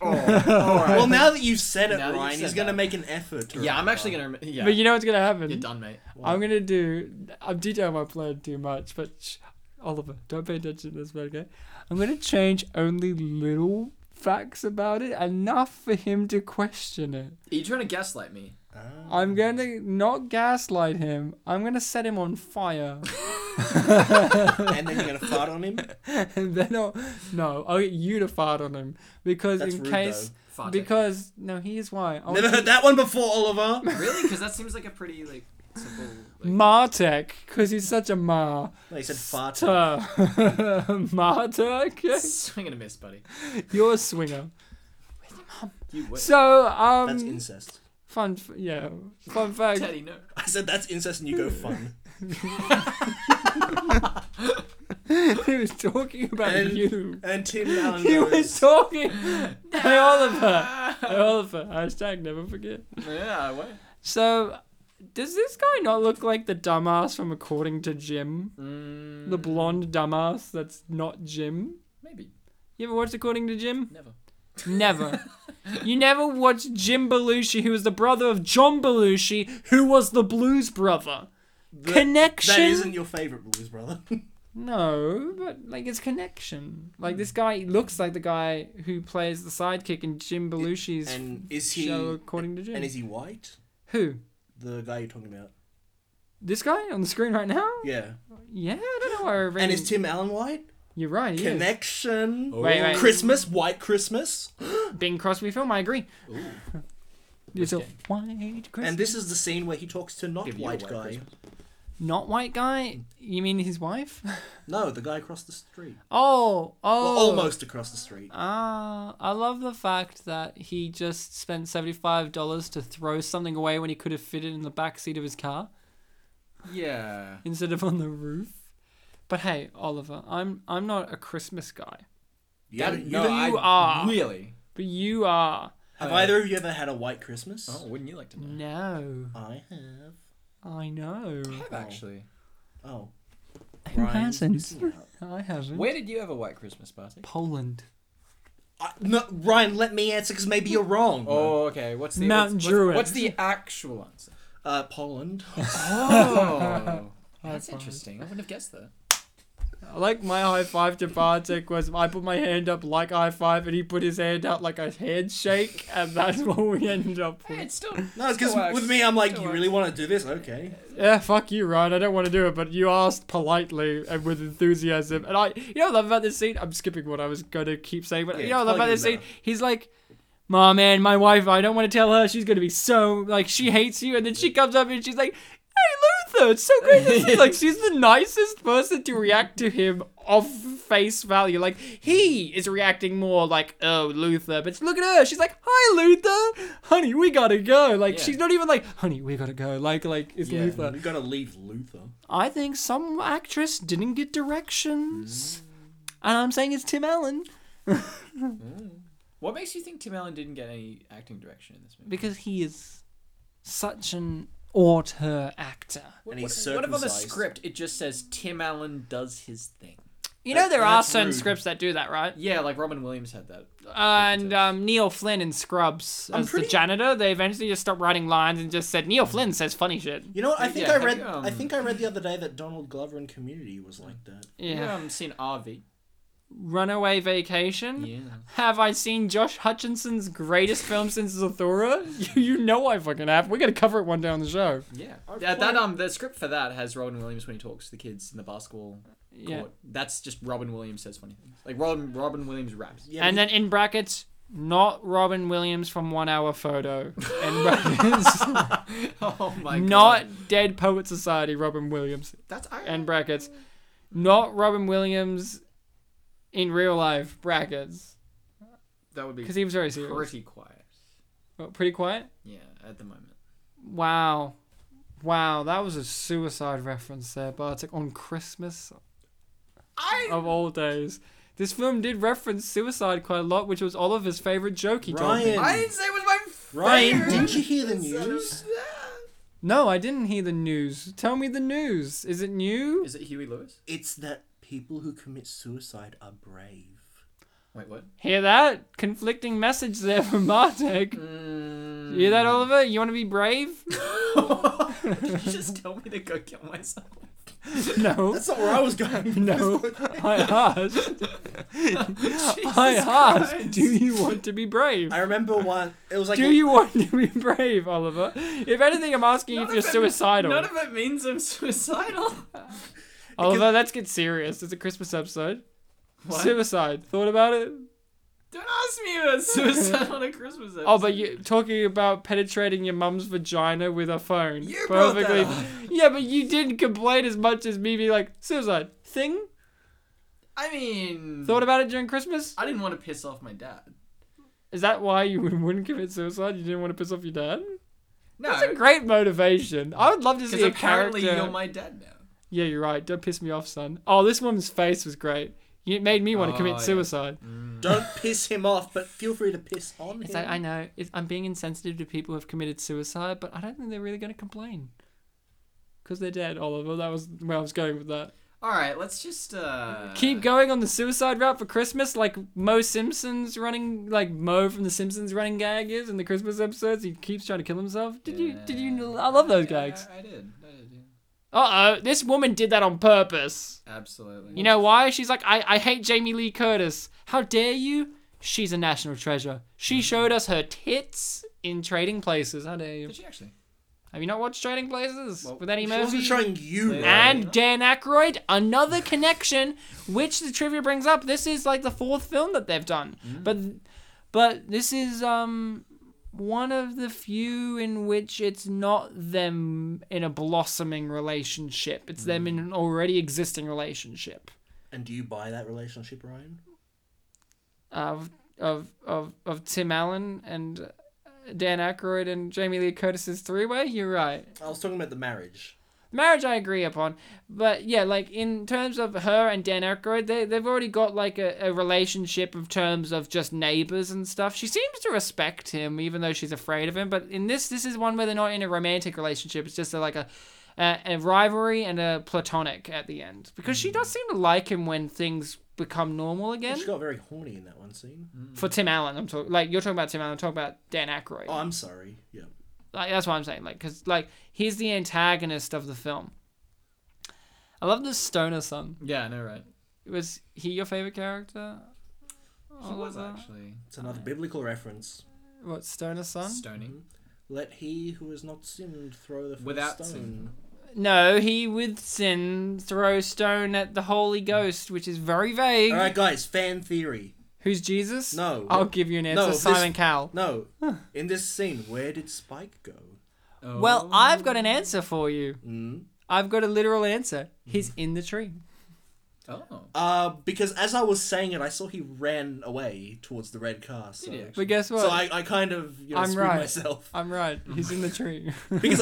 S3: Oh,
S1: <laughs>
S3: all right.
S2: Well, now that you've said it,
S3: Now that you've
S2: Ryan, he's
S3: said
S2: going to
S3: that.
S2: make an effort. To
S3: <laughs> yeah, I'm
S2: remember.
S3: actually gonna. Rem- yeah,
S1: But you know what's gonna happen?
S3: you're done, mate.
S1: I'm gonna do. I'm detailing my plan too much, but sh- Oliver, don't pay attention to this, okay? I'm gonna change only little facts about it, enough for him to question it.
S3: Are you trying to gaslight me?
S2: Ah.
S1: I'm gonna not gaslight him. I'm gonna set him on
S3: <laughs>
S1: fire,
S2: <laughs>
S1: <laughs>
S2: and then you're going to fart on him?
S1: <laughs> and then I'll no, I'll get you to fart on him because
S2: That's
S1: in
S2: rude,
S1: case.
S2: though.
S1: <laughs>
S3: Fart
S1: Because no, here's why. I
S2: Never
S1: want
S2: heard that one before, Oliver.
S3: Really? Because that seems like a pretty like simple. Like, <laughs>
S1: Martek, because he's such a ma.
S2: No, he said fart.
S1: Ter. <laughs>
S2: <laughs>
S1: Martek,
S3: I'm gonna miss, buddy.
S1: you're a swinger.
S3: You wait.
S1: So
S2: That's
S1: um,
S2: incest.
S1: fun. F- yeah, fun fact.
S3: <laughs> Teddy, no.
S2: I said that's incest, and you go fun.
S1: <laughs> he was talking about
S2: And-
S1: you.
S2: And Tim Allen
S1: He
S2: goes,
S1: was
S2: <laughs>
S1: talking. hey Oliver. Hey Oliver. Hashtag never forget.
S3: Yeah, what?
S1: So, does this guy not look like the dumbass from According to Jim?
S3: Mm,
S1: The blonde dumbass that's not Jim.
S3: Maybe.
S1: You ever watched According to Jim?
S3: Never.
S1: Never. you never watched Jim Belushi, who was the brother of John Belushi, who was the Blues brother.
S2: "That-
S1: connection.
S2: That isn't your favorite blues, brother.
S1: <laughs> No, but like it's connection. Like this guy looks like the guy who plays the sidekick in Jim Belushi's
S2: and is he?
S1: show, according to Jim.
S2: And is he white?
S1: who?
S2: The guy you're talking about.
S1: This guy on the screen right now?
S2: Yeah.
S1: Yeah, I don't know. I read.
S2: And is Tim Allen white?
S1: You're right. He is.
S2: Connection.
S1: Wait, wait.
S2: Christmas, white Christmas.
S1: Bing Crosby film. I agree.
S3: Ooh.
S1: It's a white Christmas.
S2: And this is the scene where he talks to not
S3: Give you a
S2: white
S3: white
S2: guy.
S3: Christmas.
S1: not white guy. You mean his wife?
S2: No, the guy across the street.
S1: oh, oh.
S2: Well, almost across the street.
S1: Ah, I love the fact that he just spent seventy-five dollars to throw something away when he could have fit it in the back seat of his car
S3: Yeah.
S1: instead of on the roof. But hey, Oliver, I'm I'm not a Christmas guy,
S2: Yeah,
S3: That-
S2: you-
S3: no,
S1: you
S3: I,
S1: are.
S3: Really?
S1: but you are.
S2: Have either of you ever had a white Christmas?
S3: Oh, wouldn't you like to know?
S1: No,
S2: I have.
S1: I know.
S3: I have actually.
S2: Oh.
S1: Who
S2: Ryan's
S1: hasn't?
S2: missing out.
S1: I haven't.
S3: Where did you have a white Christmas party?
S1: Poland.
S2: I, no, Ryan, let me answer because maybe you're wrong.
S3: Oh, okay. What's the
S1: Mount
S3: what's,
S1: Druitt.
S3: What's, what's the actual answer?
S2: Uh, Poland.
S3: <laughs> Oh, that's
S1: five.
S3: interesting. I wouldn't have guessed that.
S1: Like my high five to Bartek was I put my hand up like high five and he put his hand out like a handshake and that's what we ended up
S3: Hey,
S1: with.
S3: it's still
S2: No, it's because
S3: still works.
S2: with me, I'm like,
S3: Still
S2: you
S3: works.
S2: really want to do this? Okay.
S1: Yeah, fuck you, Ryan. I don't want to do it, but you asked politely and with enthusiasm. And I, you know, what I love about this scene. I'm skipping what I was gonna keep saying, but
S2: Yeah,
S1: you know, what I love
S2: plug
S1: about
S2: in
S1: this scene.
S2: now.
S1: He's like, "Ma, man, my wife. I don't want to tell her. She's gonna be so like she hates you." And then she comes up and she's like, "Hey, Luther, it's so great to see." you." Like she's the nicest person to react to him off face value. Like he is reacting more like, "Oh, Luther," but look at her. She's like, "Hi, Luther, honey, we gotta go." Like
S3: Yeah.
S1: she's not even like, "Honey, we gotta go." Like like it's
S3: Yeah.
S1: Luther.
S2: You gotta leave Luther.
S1: I think some actress didn't get
S2: Mm.
S1: directions. And I'm saying it's Tim Allen
S3: Mm. What makes you think Tim Allen didn't get any acting direction in this movie?
S1: because he is such an auteur actor.
S3: What,
S2: And he's
S3: what, what if on the
S2: circumcised.
S3: script it just says Tim Allen does his thing?
S1: You
S2: That-
S1: know there are
S2: that's
S1: certain
S2: rude.
S1: scripts that do that, right?
S3: Yeah, like Robin Williams had that.
S1: And um, Neil Flynn in Scrubs
S2: I'm
S1: as
S2: pretty- Mm.
S1: the janitor, they eventually just stopped writing lines and just said Neil Flynn says funny shit.
S2: You know what? I think
S3: Yeah,
S2: I
S3: have
S2: read.
S3: you, um,
S2: I think I read the other day that Donald Glover in Community was like that.
S1: Yeah.
S3: Yeah, um, seen RV.
S1: Runaway Vacation.
S3: Yeah.
S1: Have I seen Josh Hutchinson's greatest film since Zathura? <laughs> You, you know I fucking have. We're gonna cover it one day on the show.
S3: Yeah.
S2: Our
S3: That, that
S2: point-
S3: um the script for that has Robin Williams when he talks to the kids in the basketball
S1: Yeah.
S3: court. That's just Robin Williams says funny things. Like Robin Robin Williams raps.
S2: Yeah,
S1: and
S2: but
S1: then in brackets, not Robin Williams from One Hour Photo. In brackets,
S3: <laughs> oh my
S1: not
S3: god.
S1: Dead Poet Society Robin Williams.
S3: That's I
S1: In brackets, not Robin Williams in real life. Brackets,
S3: that would be
S1: because he was very serious. Pretty,
S3: pretty quiet.
S1: pretty quiet.
S3: Yeah, at the moment.
S1: Wow, wow, that was a suicide reference there, Bartek. On Christmas
S3: I
S1: of all days. This film did reference suicide quite a lot, which was Oliver's favorite joke he told me.
S2: Ryan.
S3: I didn't say it was my
S2: Ryan,
S3: favorite.
S2: did you hear
S3: <laughs>
S2: the
S3: Son of
S2: news?
S3: a-
S1: No, I didn't hear the news. Tell me the news. Is it new?
S3: Is it Huey Lewis?
S2: It's that people who commit suicide are brave.
S1: <laughs>
S3: Wait, what?
S1: Hear that? Conflicting message there from <laughs> Bartek.
S3: Hmm. Mm.
S1: You hear that, Oliver? You want to be
S3: <laughs>
S1: brave?
S3: did <laughs> you just tell me to go kill myself? <laughs>
S1: no.
S2: <laughs> That's not where I was
S1: <laughs>
S2: going.
S1: No. I asked. I asked, do you want to be brave? <laughs>
S2: I remember one. It was like
S1: Do you want to be brave, Oliver? If anything, I'm asking you if you're suicidal.
S3: None of it means
S1: <laughs>
S3: I'm suicidal.
S1: Oliver, let's get serious. It's a Christmas episode.
S3: What?
S1: Suicide. Thought about it?
S3: Don't ask me about suicide on a Christmas episode.
S1: Oh, but you talking about penetrating your mum's vagina with a phone.
S3: You brought that up.
S1: <laughs> Yeah, but you didn't complain as much as me being like, suicide thing?
S3: I mean,
S1: Thought about it during Christmas?
S3: I didn't want to piss off my dad.
S1: Is that why you <laughs> would- wouldn't commit suicide? You didn't want to piss off your dad?
S3: No,
S1: That's a great motivation. I would love to
S3: because
S1: see a
S3: apparently
S1: character.
S3: you're my dad now.
S1: Yeah, you're right. Don't piss me off, son. Oh, this woman's face was great. It made me want to
S3: Oh,
S1: commit
S3: yeah.
S1: suicide.
S2: don't piss him off, but feel free to piss on
S1: It's
S2: him.
S1: like, I know, it's, I'm being insensitive to people who have committed suicide, but I don't think they're really going to complain. Because they're dead, Oliver. That was where I was going with that.
S3: All right, let's just uh,
S1: Keep going on the suicide route for Christmas, like Mo Simpson's running, like Mo from The Simpsons running gag is in the Christmas episodes. He keeps trying to kill himself. Did you? Did you? I love those
S3: Yeah,
S1: gags.
S3: I, I did. I did. Yeah.
S1: Uh oh, this woman did that on purpose.
S3: Absolutely.
S1: You know why? She's like, I, I hate Jamie Lee Curtis. How dare you? She's a national treasure.
S2: Mm-hmm.
S1: She showed us her tits in Trading Places. How dare you?
S3: Did she actually?
S1: Have you not watched Trading Places
S3: Well,
S1: with Eddie
S2: She wasn't
S1: Murphy?
S2: showing you.
S3: Yeah.
S2: Ryan.
S1: And Dan Aykroyd, another connection, which the trivia brings up. This is like the fourth film that they've done, but but this is um one of the few in which it's not them in a blossoming relationship. It's them in an already existing relationship
S2: And do you buy that relationship, Ryan?
S1: of of of of Tim Allen and uh, Dan Aykroyd and Jamie Lee Curtis's three way. You're right.
S2: I was talking about the marriage.
S1: Marriage, I agree upon, but yeah, like in terms of her and Dan Aykroyd, they they've already got like a, a relationship of terms of just neighbors and stuff. She seems to respect him, even though she's afraid of him. But in this, this is one where they're not in a romantic relationship. It's just a, like a a, a rivalry and a platonic at the end because she does seem to like him when things become normal again.
S2: She got very horny in that one scene.
S1: For Tim Allen, I'm talking like you're talking about Tim Allen. I'm talking about Dan Aykroyd.
S2: Oh, I'm sorry. Yeah.
S1: Like that's what I'm saying. Like, cause like he's the antagonist of the film. I love the stoner son.
S3: Yeah, I know, right?
S1: Was he your favorite character?
S3: He
S1: Oliver?
S3: was actually
S2: It's another biblical reference.
S1: What stoner son?
S3: stoning.
S1: Mm-hmm.
S2: Let he who has not sinned throw the first
S3: Without
S2: stone.
S3: sin.
S1: No, he with sin throw stone at the Holy Ghost, which is very vague.
S2: All right, guys. Fan theory.
S1: Who's Jesus?
S2: No.
S1: I'll give you an answer.
S2: No, this-
S1: Simon Cowell.
S2: No. In this scene, where did Spike go?
S3: Oh.
S1: Well, I've got an answer for you.
S2: Mm.
S1: I've got a literal answer. He's in the tree.
S3: oh,
S2: Uh, because as I was saying it, I saw he ran away towards the red car. So,
S3: Did he actually?
S1: But guess what?
S2: so I, I kind of you know,
S1: I'm
S2: screwed
S1: right.
S2: myself
S1: I'm right. He's in the
S2: <laughs>
S1: tree.
S2: because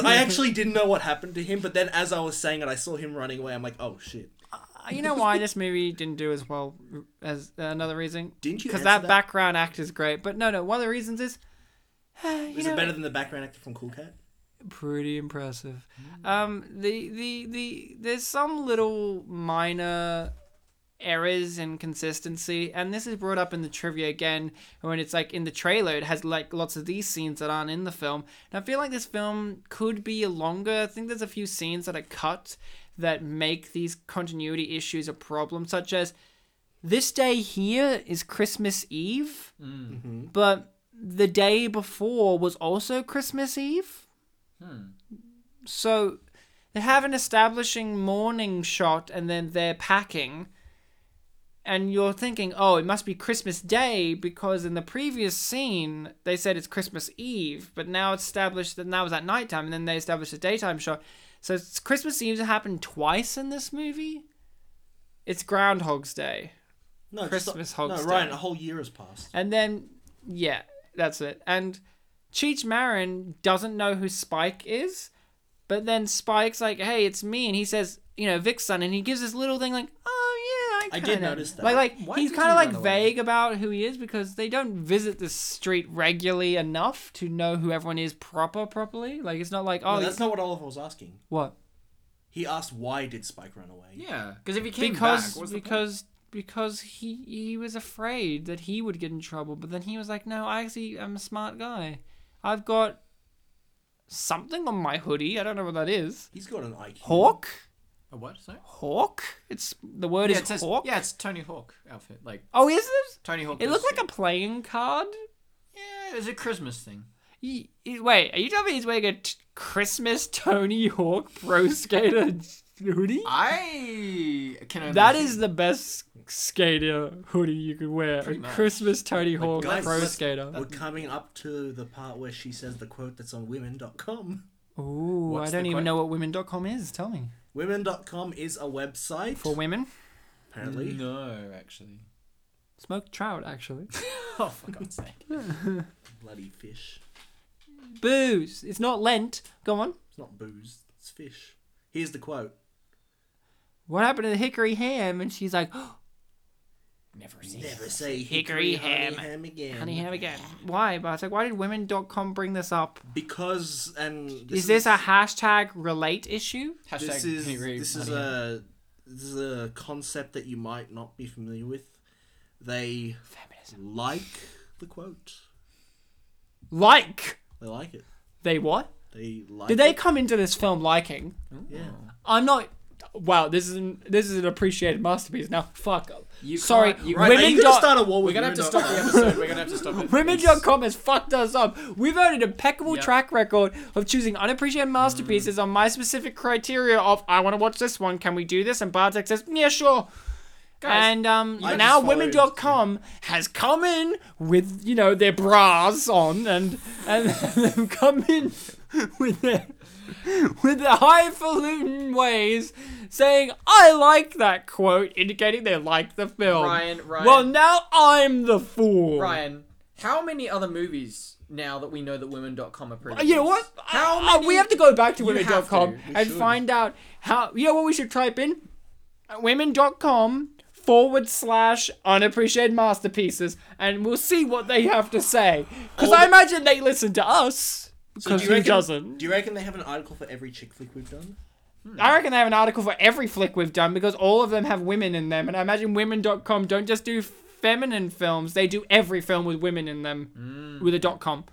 S1: <laughs>
S2: I actually didn't know what happened to him. But then as I was saying it, I saw him running away. I'm like, oh shit!
S1: Uh, you know why this movie didn't do as well as uh, another reason?
S2: Didn't you
S1: Because
S2: answer
S1: that,
S2: that?
S1: background act is great. But no, no. One of the reasons is, <sighs> uh, you
S2: Is
S1: know,
S2: it better than the background actor from Cool Cat?
S1: pretty impressive. Um, the the the there's some little minor errors and consistency, and this is brought up in the trivia again when it's like in the trailer. It has like lots of these scenes that aren't in the film, and I feel like this film could be longer. I think there's a few scenes that are cut that make these continuity issues a problem, such as this day here is Christmas Eve, but the day before was also Christmas Eve. So they have an establishing morning shot and then they're packing. And you're thinking, oh, it must be Christmas Day because in the previous scene they said it's Christmas Eve, but now it's established that now it's at nighttime and then they established a daytime shot. So it's Christmas Eve happened twice in this movie. It's Groundhog's Day.
S2: No, just-
S1: Christmas Hog's
S2: No, Ryan,
S1: Day.
S2: a whole year has passed.
S1: And then, yeah, that's it. And Cheech Marin doesn't know who Spike is, but then Spike's like, "Hey, it's me," and he says, "You know, Vic's son," and he gives this little thing like, "Oh yeah, I,
S2: I did
S1: kinda-"
S2: notice that.
S1: Like, like
S3: Why
S1: he's
S3: did
S1: kind
S3: he
S1: of like
S3: run away?
S1: vague about who he is because they don't visit the street regularly enough to know who everyone is proper properly. Like, it's not like, oh,
S2: No, that's not what Oliver was asking.
S1: what
S2: He asked why did Spike run away?
S3: yeah. Because if he came
S1: because
S3: back, what's the point?
S1: because because he he was afraid that he would get in trouble but then he was like no i actually am a smart guy i've got something on my hoodie i don't know what that is
S2: He's got an IQ.
S1: hawk
S3: A what? Sorry.
S1: hawk it's the word
S3: yeah,
S1: is
S3: it says,
S1: hawk
S3: yeah, it's Tony Hawk outfit. Like
S1: oh is it
S3: Tony Hawk.
S1: it
S3: does-
S1: looked like a playing card
S3: yeah, it's a Christmas thing.
S1: Y- y- wait are you telling me he's wearing a t- christmas tony hawk pro skater <laughs> hoodie
S3: I can only
S1: that is the best skater hoodie you could wear. A
S3: Pretty much.
S1: Christmas Tony Hawk
S2: guys,
S1: pro
S2: let's-
S1: skater.
S2: We're coming up to the part where she says the quote that's on women.com.
S1: Ooh,
S3: What's
S1: I don't
S3: the
S1: even
S3: que-
S1: know what women.com is. Tell me.
S2: Women.com is a website.
S1: For women,
S2: apparently.
S3: no, actually.
S1: smoked trout, actually. <gasps>
S3: Oh, for God's sake!
S2: Bloody fish.
S1: Booze. It's not Lent. Go on.
S2: It's not booze, it's fish. Here's the quote.
S1: What happened to the hickory ham? And she's like, "Oh,
S3: Never seen.
S2: Never say
S1: Hickory
S2: hickory,
S1: ham.
S2: honey ham again.
S1: honey ham again. Why? But it's like, why did women.com bring this up?
S2: Because and
S1: is this a hashtag relate issue?
S3: Hashtag
S2: this is
S3: can you read
S2: this is
S3: money?
S2: a this is a concept that you might not be familiar with. They
S1: Feminism.
S2: like the quote.
S1: Like.
S2: They like it.
S1: They what?
S2: They like.
S1: Did they Oh.
S2: It.
S1: come into this film liking?
S2: Yeah.
S1: I'm not. Wow, this is an, this is an appreciated masterpiece. Now, fuck.
S3: You
S1: Sorry,
S3: can't- you-
S2: Right,
S1: women.
S2: are you gonna
S1: dot-
S2: start a war
S3: We're
S2: with
S3: gonna have to
S2: women
S3: stop
S2: dot- <laughs>
S3: the episode. We're <laughs> gonna have to stop
S1: <laughs>
S3: it. It's-
S1: Women.com has fucked us up. We've earned an impeccable
S3: Yeah. Mm.
S1: track record of choosing unappreciated masterpieces on my specific criteria of I want to watch this one, can we do this? And Bartek says, yeah, sure.
S3: Guys,
S1: and um,
S2: I
S1: now
S2: just followed-
S1: women.com has come in with, you know, their bras on and and <laughs> they've come in with their with their highfalutin ways saying, I like that quote, indicating they like the film.
S3: Ryan, Ryan.
S1: Well, now I'm the fool.
S3: Ryan, How many other movies now that we know that women.com are pretty?
S1: Uh, You know what?
S3: How
S1: Uh,
S3: many?
S1: we have to go back to
S3: You have
S1: women.com
S3: to.
S1: and
S2: should.
S1: find out how. You know what we should type in? Uh, Women.com forward slash unappreciated masterpieces, and we'll see what they have to say. Because
S2: All
S1: I
S2: the-
S1: imagine they listen to us.
S2: So
S1: Because
S2: do you
S1: who
S2: reckon,
S1: doesn't?
S2: Do you reckon they have an article for every chick flick we've done?
S1: I reckon they have an article for every flick we've done because all of them have women in them, and I imagine women.com don't just do feminine films; they do every film with women in them
S2: Mm.
S1: with a dot com.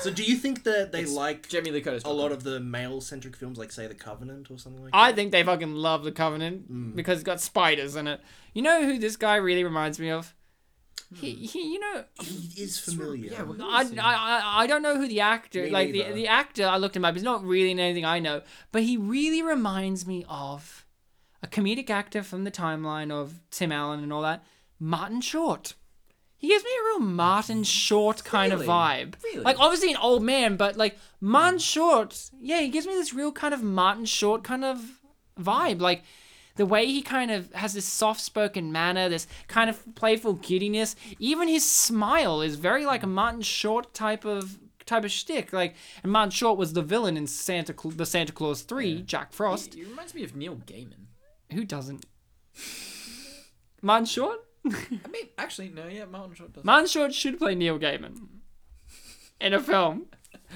S2: So do you think that they like
S3: Jamie Lee Curtis.
S2: a lot of the male-centric films, like say The Covenant or something like?
S1: I think they fucking love the Covenant because it's got spiders in it. You know who this guy really reminds me of? He, he you know,
S2: that? He is familiar.
S3: Yeah, we're
S1: I,
S3: gonna
S1: I,
S3: see.
S1: I, I don't know who the actor,
S2: Me
S1: like the,
S2: neither.
S1: the actor, I looked him up. He's not really in anything I know, but he really reminds me of a comedic actor from the timeline of Tim Allen and all that, Martin Short. He gives me a real Martin Short kind
S3: Really?
S1: of vibe.
S3: Really?
S1: Like, obviously an old man, but like Martin Short, yeah, he gives me this real kind of Martin Short kind of vibe. Like, the way he kind of has this soft spoken manner, this kind of playful giddiness, even his smile is very like a Martin Short type of type of shtick. Like, and Martin Short was the villain in Santa Cla- the Santa Claus Three, Jack Frost.
S3: He, he reminds me of Neil Gaiman.
S1: Who doesn't? Martin Short.
S3: I mean, actually, no, yeah, Martin Short does.
S1: Martin Short should play Neil Gaiman in a film.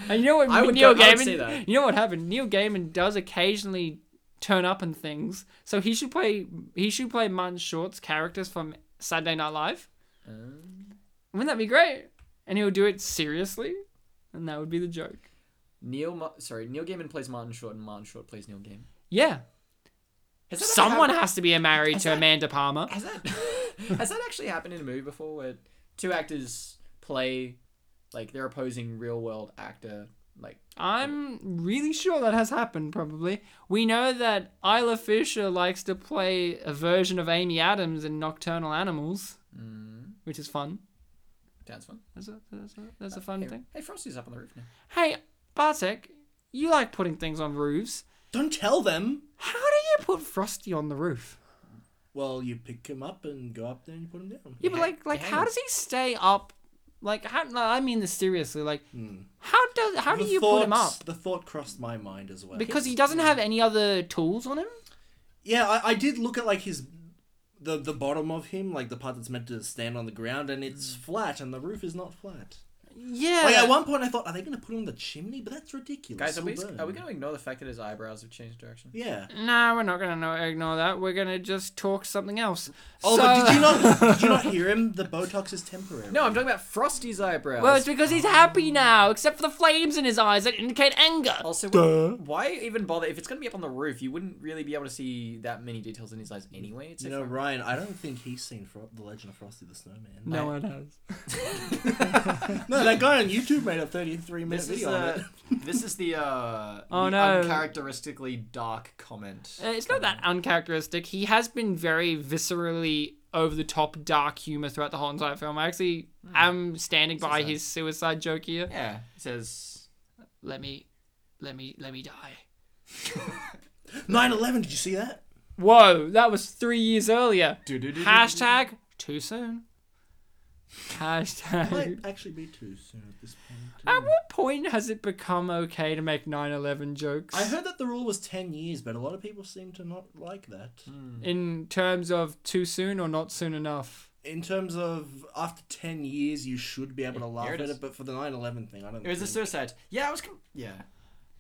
S1: And you know what
S3: I would
S1: Neil
S3: go- I would
S1: Gaiman?
S3: see that.
S1: You know what happened? Neil Gaiman does occasionally turn up in things, so he should play. He should play Martin Short's characters from Saturday Night Live.
S3: Um.
S1: Wouldn't that be great? And he'll do it seriously, and that would be the joke.
S3: Neil, Ma- sorry, Neil Gaiman plays Martin Short, and Martin Short plays Neil Gaiman.
S1: Yeah,
S3: Has that ever
S1: someone
S3: happened-
S1: has to be married
S3: Is
S1: to
S3: that-
S1: Amanda Palmer.
S3: has that <laughs> has that actually happened in a movie before, where two actors play like they're opposing real world actor, like
S1: I'm really sure that has happened, probably. We know that Isla Fisher likes to play a version of Amy Adams in Nocturnal Animals, which is fun.
S3: dance one.
S1: That's a, that's a, that's a fun
S3: Hey,
S1: thing.
S3: hey, Frosty's up on the roof now.
S1: Hey, Bartek, you like putting things on roofs.
S2: Don't tell them.
S1: How do you put Frosty on the roof?
S2: Well, you pick him up and go up there and you put him down.
S1: Yeah, but
S3: ha-
S1: like, like,
S3: hang
S1: how
S3: on.
S1: does he stay up? Like, how, no, I mean this seriously. Like, how does how do
S2: The
S1: you put him up?
S2: thoughts- The thought crossed my mind as well.
S1: Because he doesn't have any other tools on him.
S2: yeah, I, I did look at like his the the bottom of him, like the part that's meant to stand on the ground, and it's
S3: Hmm.
S2: flat, and the roof is not flat.
S1: Oh, Yeah.
S2: Like at one point, I thought, are they going to put him on the chimney? But that's ridiculous.
S3: Guys, are
S2: It'll
S3: we,
S2: burn.
S3: are we going to ignore the fact that his eyebrows have changed direction?
S2: Yeah.
S1: Nah, we're not gonna know, ignore that. We're gonna just talk something else.
S2: Oh, but did you not did you not hear him? The Botox is temporary.
S3: <laughs> No, I'm talking about Frosty's
S1: <laughs>
S3: eyebrows.
S1: Well, it's because he's happy now, except for the flames in his eyes that indicate anger.
S3: also, why even bother if it's going to be up on the roof? You wouldn't really be able to see that many details in his eyes anyway. It's
S2: You know, Ryan, I don't think he's seen Fro- The Legend of Frosty the Snowman.
S1: No one has.
S2: No, that guy on YouTube made a 33 minute
S3: this is
S2: video on it.
S3: uh, <laughs> this is
S2: <laughs>
S3: the uh
S1: Oh,
S3: the
S1: no.
S3: uncharacteristically dark comment.
S2: Eh.
S1: Uh, it's not that uncharacteristic. He has been very viscerally over the top dark humor throughout the whole entire film. I actually am standing by
S3: sad.
S1: his Hmm. suicide joke here.
S3: Yeah, it says
S1: Let me, let me, let me die.
S2: 9 11, did you see that?
S1: Whoa, that was three years earlier.
S3: Do-do-do-do-do.
S1: Hashtag too soon. Hashtag.
S2: Might actually be too soon at this point.
S1: At what point has it become okay to make 9/11 jokes?
S2: I heard that the rule was 10 years, but a lot of people seem to not like that.
S1: in terms of too soon or not soon enough.
S2: In terms of after 10 years, you should be able to laugh
S3: here it
S2: at
S3: is.
S2: it, but for the 9 11 thing, I don't
S3: it was a
S2: think-
S3: suicide. Yeah, I was. Com- yeah,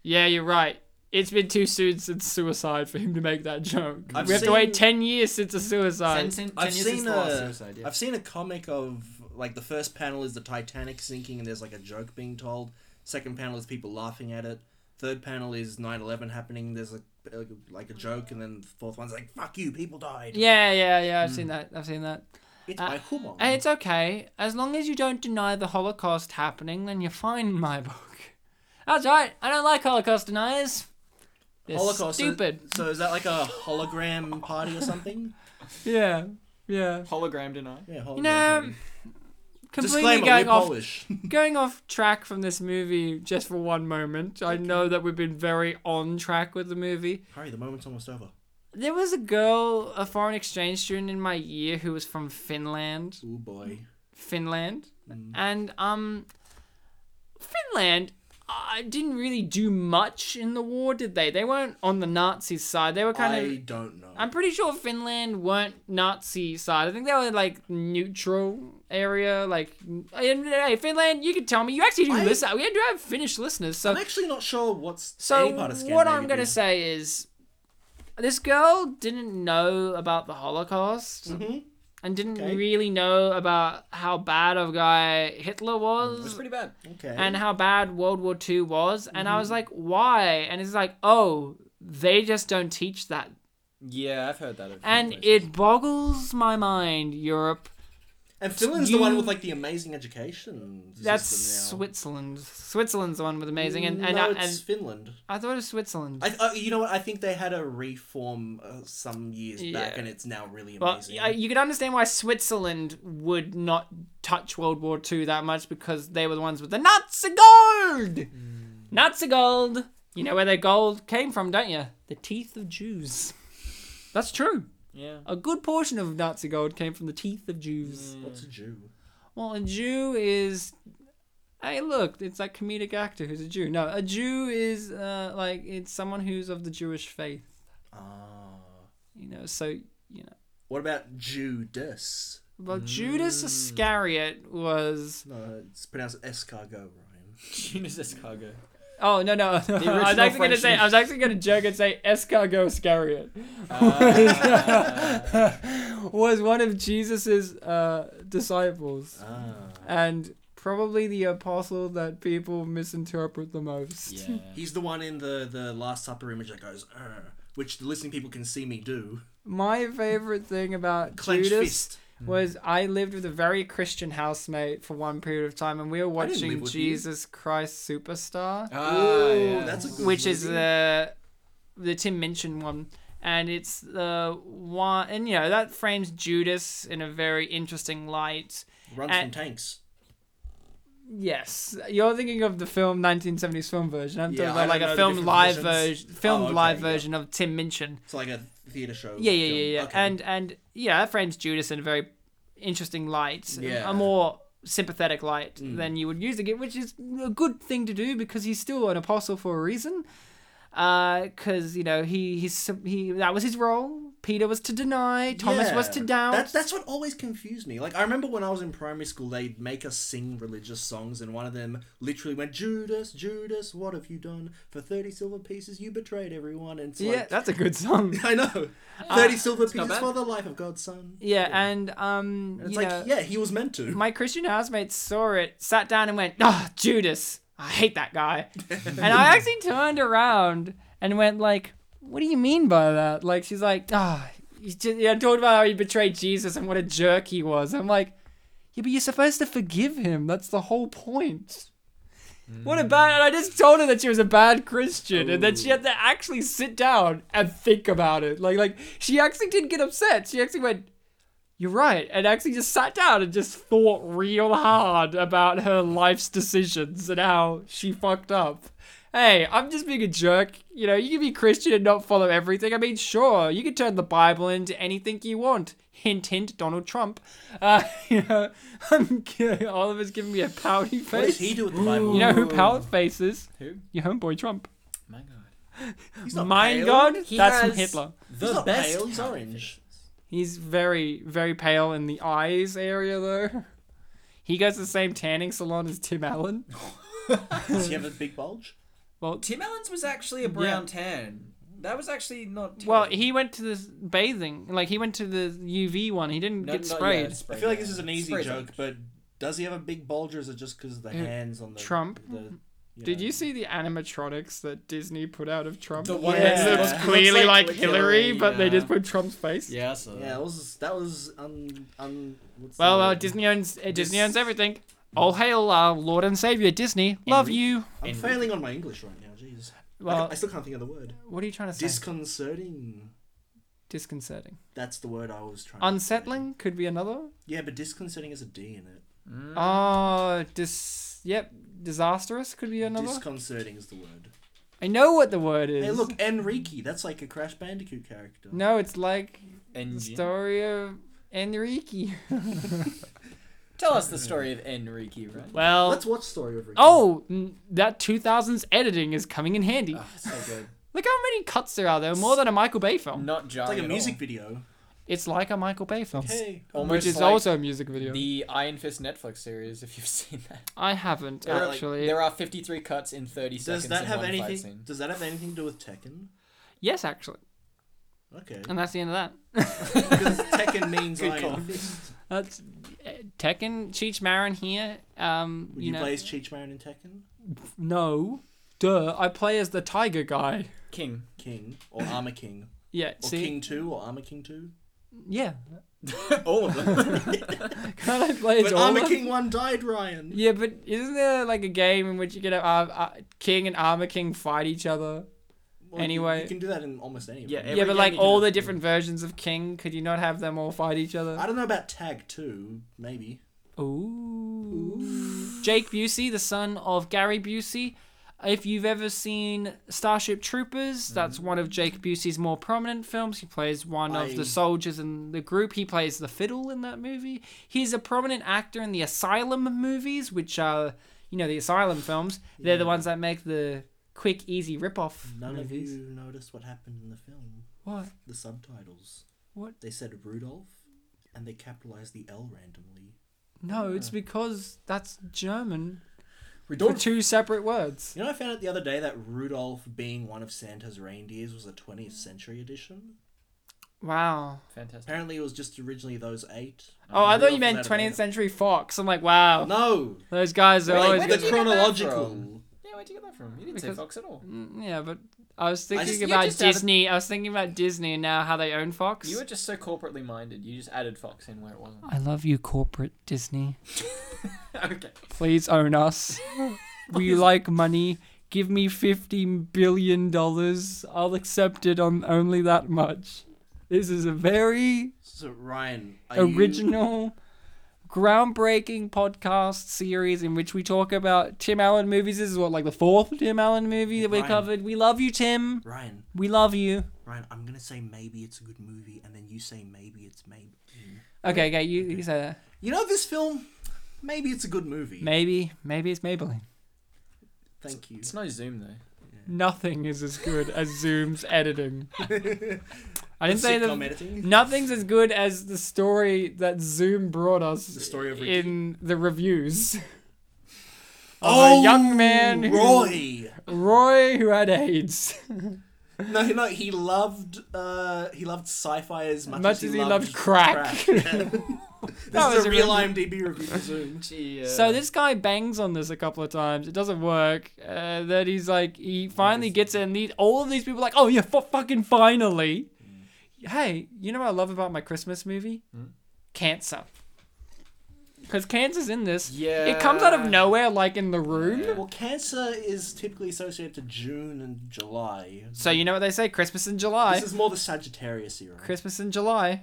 S1: Yeah, you're right. It's been too soon since suicide for him to make that joke.
S2: I've
S1: we have to wait
S2: seen-
S1: 10 years since a suicide.
S3: ten, ten, ten
S2: Uh, I've
S3: years
S2: seen uh,
S3: since the last
S2: a,
S3: suicide. Yeah.
S2: have seen a comic of like the first panel is the Titanic sinking and there's like a joke being told. Second panel is people laughing at it. Third panel is 9/11 happening. There's a like a joke and then the fourth one's like fuck you, people died.
S1: Yeah, yeah, yeah, I've seen
S2: Hmm.
S1: that. I've seen that.
S2: It's
S1: Uh,
S2: by Hummel.
S1: And it's okay. As long as you don't deny the Holocaust happening, then you're fine in my book. That's right. I don't like Holocaust deniers. They're
S2: Holocaust. so-
S1: stupid.
S2: So, is that like a hologram party
S1: <laughs>
S2: or something?
S1: Yeah. Yeah.
S3: Hologram deny.
S2: Yeah, hologram.
S1: You know, um,
S2: party.
S1: completely
S2: Disclaimer:
S1: going
S2: We're
S1: off
S2: Polish. <laughs>
S1: going off track from this movie just for one moment. I know that we've been very on track with the movie.
S2: Hurry, the moment's almost over.
S1: There was a girl, a foreign exchange student in my year who was from Finland.
S2: Oh boy.
S1: Finland, and um, Finland uh, didn't really do much in the war, did they? They weren't on the Nazi side. They were kind
S2: I
S1: of.
S2: don't know.
S1: I'm pretty sure Finland weren't Nazi side. I think they were like neutral area. Like, and, hey, Finland, you can tell me. You actually do
S2: I-
S1: listen. We do have Finnish listeners, so
S2: I'm actually not sure what's
S1: so
S2: any part of
S1: what
S2: Scandinavia
S1: I'm gonna
S2: is.
S1: say is, this girl didn't know about the Holocaust
S2: Mhm.
S1: and didn't
S2: Okay.
S1: really know about how bad of a guy Hitler
S2: Mm,
S3: It was
S1: was
S3: pretty bad.
S2: Okay.
S1: and how bad World War II was. And I
S2: Mm-hmm.
S1: was like, why? And it's like, oh, they just don't teach that.
S3: Yeah, I've heard that. Of
S1: And it boggles my mind, Europe.
S2: And Finland's the one
S1: you-
S2: with like the amazing education.
S1: That's
S2: system now.
S1: Switzerland. Switzerland's the one with amazing. And, and,
S2: no,
S1: I, and
S2: it's Finland.
S1: I thought it was Switzerland.
S2: I, uh, you know what? I think they had a reform uh, some years back,
S1: Yeah.
S2: and it's now really
S1: Well,
S2: amazing.
S1: I- you can understand why Switzerland would not touch World War II that much because they were the ones with the Nazi gold.
S2: Mm.
S1: Nazi gold. You know where their gold came from, don't you? The teeth of Jews. That's true.
S3: <laughs> Yeah.
S1: A good portion of Nazi gold came from the teeth of Jews.
S2: What's a Jew?
S1: Well, a Jew is. Hey, look, it's that comedic actor who's a Jew. No, a Jew is uh, like it's someone who's of the Jewish faith.
S2: Ah.
S1: You know, so you know.
S2: What about Judas?
S3: Mm.
S1: Well, Judas Iscariot was.
S2: No, it's pronounced escargot, Ryan.
S3: Tunis <laughs> cargo.
S1: Oh no no! <laughs> I
S3: original
S1: was actually gonna
S3: French
S1: say I was actually gonna joke and say escargot Iscariot
S3: Uh,
S2: <laughs>
S1: was one of Jesus's uh, disciples
S2: Ah.
S1: and probably the apostle that people misinterpret the most.
S3: yeah.
S2: He's the one in the, the Last Supper image that goes, "Arr," which the listening people can see me do.
S1: My favorite thing about
S2: Clenched
S1: Judas
S2: fist.
S1: was I lived with a very Christian housemate for one period of time, and we were
S2: I didn't live
S1: watching
S2: with you. Oh,
S1: Jesus Christ Superstar.
S3: Ah, yeah.
S2: that's a good
S1: which is
S2: movie.
S1: the the Tim Minchin one, and it's the one, and you know that frames Judas in a very interesting light.
S2: Runs
S1: and-
S2: from tanks.
S1: Yes, you're thinking of the film 1970s film version. I'm
S2: Yeah,
S1: talking
S2: I
S1: about like
S2: don't know
S1: a
S2: the
S1: film
S2: different
S1: live
S2: versions.
S1: version, filmed
S2: Oh, okay,
S1: live
S2: yeah.
S1: version of Tim Minchin.
S2: It's like a theatre show.
S1: Yeah, yeah,
S2: film.
S1: yeah, yeah,
S2: Okay.
S1: and and yeah, that frames Judas in a very interesting light, a-
S2: Yeah. Mm.
S1: a more sympathetic light than you would usually get, which is a good thing to do because he's still an apostle for a reason. Because you know he he's he that was his role. Peter was to deny, Thomas was to
S2: Yeah.
S1: doubt.
S2: That, that's what always confused me. Like I remember when I was in primary school, they'd make us sing religious songs, and one of them literally went, "Judas, Judas, what have you done? For thirty silver pieces, you betrayed everyone." And it's
S1: yeah, Ah,
S2: like,
S1: that's a good song.
S2: <laughs> I know, thirty silver
S3: not
S2: pieces
S3: bad.
S2: for the life of God's son.
S1: Yeah, and um,
S2: And it's
S1: you
S2: like,
S1: know,
S2: yeah, he was meant
S1: <laughs>
S2: to.
S1: my Christian housemate saw it, sat down, and went, "Ah, Judas, I hate that guy." and I actually turned around and went, "Like, what do you mean by that?" Like, she's like, "Ah, you just, yeah, talked about how he betrayed Jesus and what a jerk he was." I'm like, "Yeah, but you're supposed to forgive him. That's the whole point." What a bad! And I just told her that she was a bad Christian, and then she had to actually sit down and think about it. Like, like she actually didn't get upset. She actually went, you're right. And actually just sat down and just thought real hard about her life's decisions and how she fucked up. Hey, I'm just being a jerk. You know, you can be Christian and not follow everything. I mean, sure, you can turn the Bible into anything you want. Hint, hint, Donald Trump. Uh, <laughs> you know, I'm kidding. Oliver's giving me a pouty
S2: <laughs> what
S1: face.
S2: does he do with the Bible?
S1: You know who pout faces?
S3: Who?
S1: Your homeboy Trump.
S3: My God.
S2: he's not
S1: Mein
S2: pale.
S1: God,
S3: He
S1: that's from
S3: has-
S1: Hitler.
S3: The
S2: He's not
S3: best.
S2: pale. He's
S3: kind of
S2: orange.
S1: He's very, very pale in the eyes area, though. <laughs> He goes to the same tanning salon as Tim Allen.
S2: Does he have a big bulge?
S1: Well,
S3: Tim Allen's was actually a brown tan. That was actually not.
S1: well,
S3: terrible.
S1: he went to the bathing, like he went to the UV one. He didn't
S3: No,
S1: get
S3: not
S1: sprayed.
S3: yet,
S2: I
S3: sprayed,
S2: feel like
S3: yeah.
S2: this is an easy
S3: Sprayed
S2: joke, but does he have a big bulge, or is it just because the hands on the
S1: Uh, Trump?
S2: The, you
S1: Did
S2: know.
S1: you see the animatronics that Disney put out of Trump?
S3: The
S1: It
S3: one
S2: Yeah.
S3: that
S1: looks
S2: It looks
S1: clearly
S3: like
S1: like,
S3: Hillary,
S1: Hillary, but they
S3: yeah.
S1: just put Trump's face.
S3: Yeah, so.
S2: Yeah, that was that was un un. What's the
S1: Well, uh,
S2: word?
S1: Disney owns uh, Disney
S3: Dis-
S1: owns everything. All hail our Lord and Savior Disney. Love
S3: Enri-
S1: you.
S2: I'm
S3: And-
S2: failing on my English right now. Jeez. I,
S1: Well,
S2: ca- I still can't think of the word.
S1: what are you trying to say?
S2: Disconcerting.
S1: Disconcerting.
S2: That's the word I was trying. to
S1: Unsettling could be another.
S2: say. Yeah, but disconcerting has a D in it.
S1: Oh, dis. Yep, disastrous could be another.
S2: Disconcerting is the word.
S1: I know what the word is.
S2: Hey, look, Enrique. That's like a Crash Bandicoot character.
S1: No, it's like the
S3: Engine.
S1: story of Enrique.
S3: Tell us the story of Enrique, right?
S1: Well,
S2: Let's watch Story of Ricky.
S1: oh, n- that 2000s editing is coming in handy.
S3: Oh, so good.
S1: Look how many cuts there are. There are more than a Michael Bay film.
S3: Not jarring
S2: It's like a
S3: at
S2: music
S3: all.
S2: video.
S1: It's like a Michael Bay film,
S2: Hey.
S3: Almost
S1: which is
S3: like
S1: also a music video.
S3: the Iron Fist Netflix series. If you've <laughs> seen that,
S1: I haven't
S3: There are, like,
S1: actually.
S3: there are 53 cuts in 30 seconds.
S2: Does that
S3: in
S2: have
S3: one fight
S2: anything?
S3: scene.
S2: Does that have anything to do with Tekken?
S1: yes, actually, <laughs>
S2: Okay.
S1: and that's the end of that.
S2: because Tekken means
S3: Good
S2: Iron
S3: call.
S2: Fist.
S1: that's uh, Tekken. Cheech Marin here. Um,
S2: Would
S1: you
S2: you,
S1: know,
S2: play as Cheech Marin in Tekken?
S1: no, duh. I play as the Tiger guy.
S3: King.
S2: King
S1: <laughs>
S2: or Armor King
S1: Yeah,
S2: or
S1: see,
S2: King Two or Armor
S1: <laughs>
S2: King Two?
S1: yeah.
S3: all
S2: <laughs>
S3: of them.
S1: Can I play as
S2: But
S1: all
S2: Armor
S1: of
S2: King One died, Ryan.
S1: Yeah, but isn't there like a game in which you can have Ar- Ar- King and Armor King fight each other?
S2: Well, you-
S1: Anyway.
S2: you, can do that in almost any. of
S3: Yeah,
S2: them.
S3: every
S1: yeah, but
S3: game
S1: like
S3: you
S1: all
S3: do-
S1: the different versions of King, could you not have them all fight each other?
S2: I don't know about Tag Two. Maybe
S1: Ooh. Jake Busey, the son of Gary Busey. If you've ever seen Starship
S2: Mm-hmm.
S1: Troopers, that's one of Jake Busey's more prominent films. He plays one of
S2: I-
S1: the soldiers in the group. He plays the fiddle in that movie. He's a prominent actor in the Asylum movies, which are, you know, the Asylum films. They're the ones that make the quick, easy rip-off
S2: none
S1: movies.
S2: of you noticed what happened in the film.
S1: What?
S2: The subtitles.
S1: What?
S2: They said Rudolph, and they capitalized the L randomly.
S1: No, it's because that's German for
S2: Oh.
S3: We don't.
S1: two separate words.
S2: You know, I found out the other day that Rudolph being one of Santa's reindeers was a 20th century edition.
S1: Wow.
S3: Fantastic.
S2: Apparently, it was just originally those eight.
S1: Oh, I thought you
S2: Rudolph
S1: meant
S2: and
S1: 20th
S2: Adabana.
S1: century Fox. I'm like, wow.
S2: No,
S1: Those guys are
S3: Wait,
S1: always.
S3: where
S2: like the
S3: did
S1: Good.
S3: you get that
S2: chronological.
S3: from? Yeah, where'd you get that from? You didn't say
S1: Because-
S3: Fox at all.
S1: Mm, Yeah, but I was thinking
S2: just-
S3: you
S1: about
S3: just added-
S1: Disney. I was thinking about Disney and now how they own Fox.
S3: You were just so corporately minded. You just added Fox in where
S1: <laughs>
S3: it wasn't.
S1: I love you, corporate Disney.
S3: okay.
S1: Please own us. we like money. Give me fifty billion dollars. I'll accept it on only that much. This is a very
S2: So Ryan, are you-
S1: original, groundbreaking podcast series in which we talk about Tim Allen movies. This is what, like the fourth Tim Allen movie that we
S2: Ryan.
S1: covered. We love you, Tim.
S2: Ryan,
S1: We love you.
S2: Ryan, I'm gonna say maybe it's a good movie, and then you say maybe it's maybe.
S1: Okay, okay, you, you say that.
S2: You know this film? Maybe it's a good movie.
S1: Maybe, maybe it's Maybelline.
S2: Thank you.
S3: It's no Zoom though.
S1: <laughs> Nothing is as good as
S2: <laughs>
S1: Zoom's editing. I
S2: The
S1: didn't say
S2: sitcom
S1: that.
S2: editing.
S1: Nothing's as good as the story that Zoom brought us
S2: The story of Ricky.
S1: in the reviews. <laughs> Of
S2: oh,
S1: a young man, who- <laughs>
S2: Roy.
S1: Roy, who had AIDS.
S2: No, no, he loved. Uh, he loved sci-fi as much,
S1: Much
S2: as he,
S1: as he
S2: loved,
S1: loved <laughs> crack.
S2: Yeah. <laughs> this
S1: That
S2: is
S1: was
S2: a
S1: a
S2: real
S1: really-
S2: IMDb review for Zoom.
S3: Gee,
S1: So this guy bangs on this a couple of times. It doesn't work. Uh, then he's like, he finally gets it, and these, all of these people are like, oh yeah, fu fucking finally.
S2: Mm.
S1: Hey, you know what I love about my Christmas movie?
S2: Hmm?
S1: Cancer. Because cancer's in this.
S3: Yeah.
S1: It comes out of nowhere, like in the room.
S2: Well, cancer is typically associated to June and July.
S1: So you know what they say? Christmas in July.
S2: This is more the Sagittarius era.
S1: Christmas in July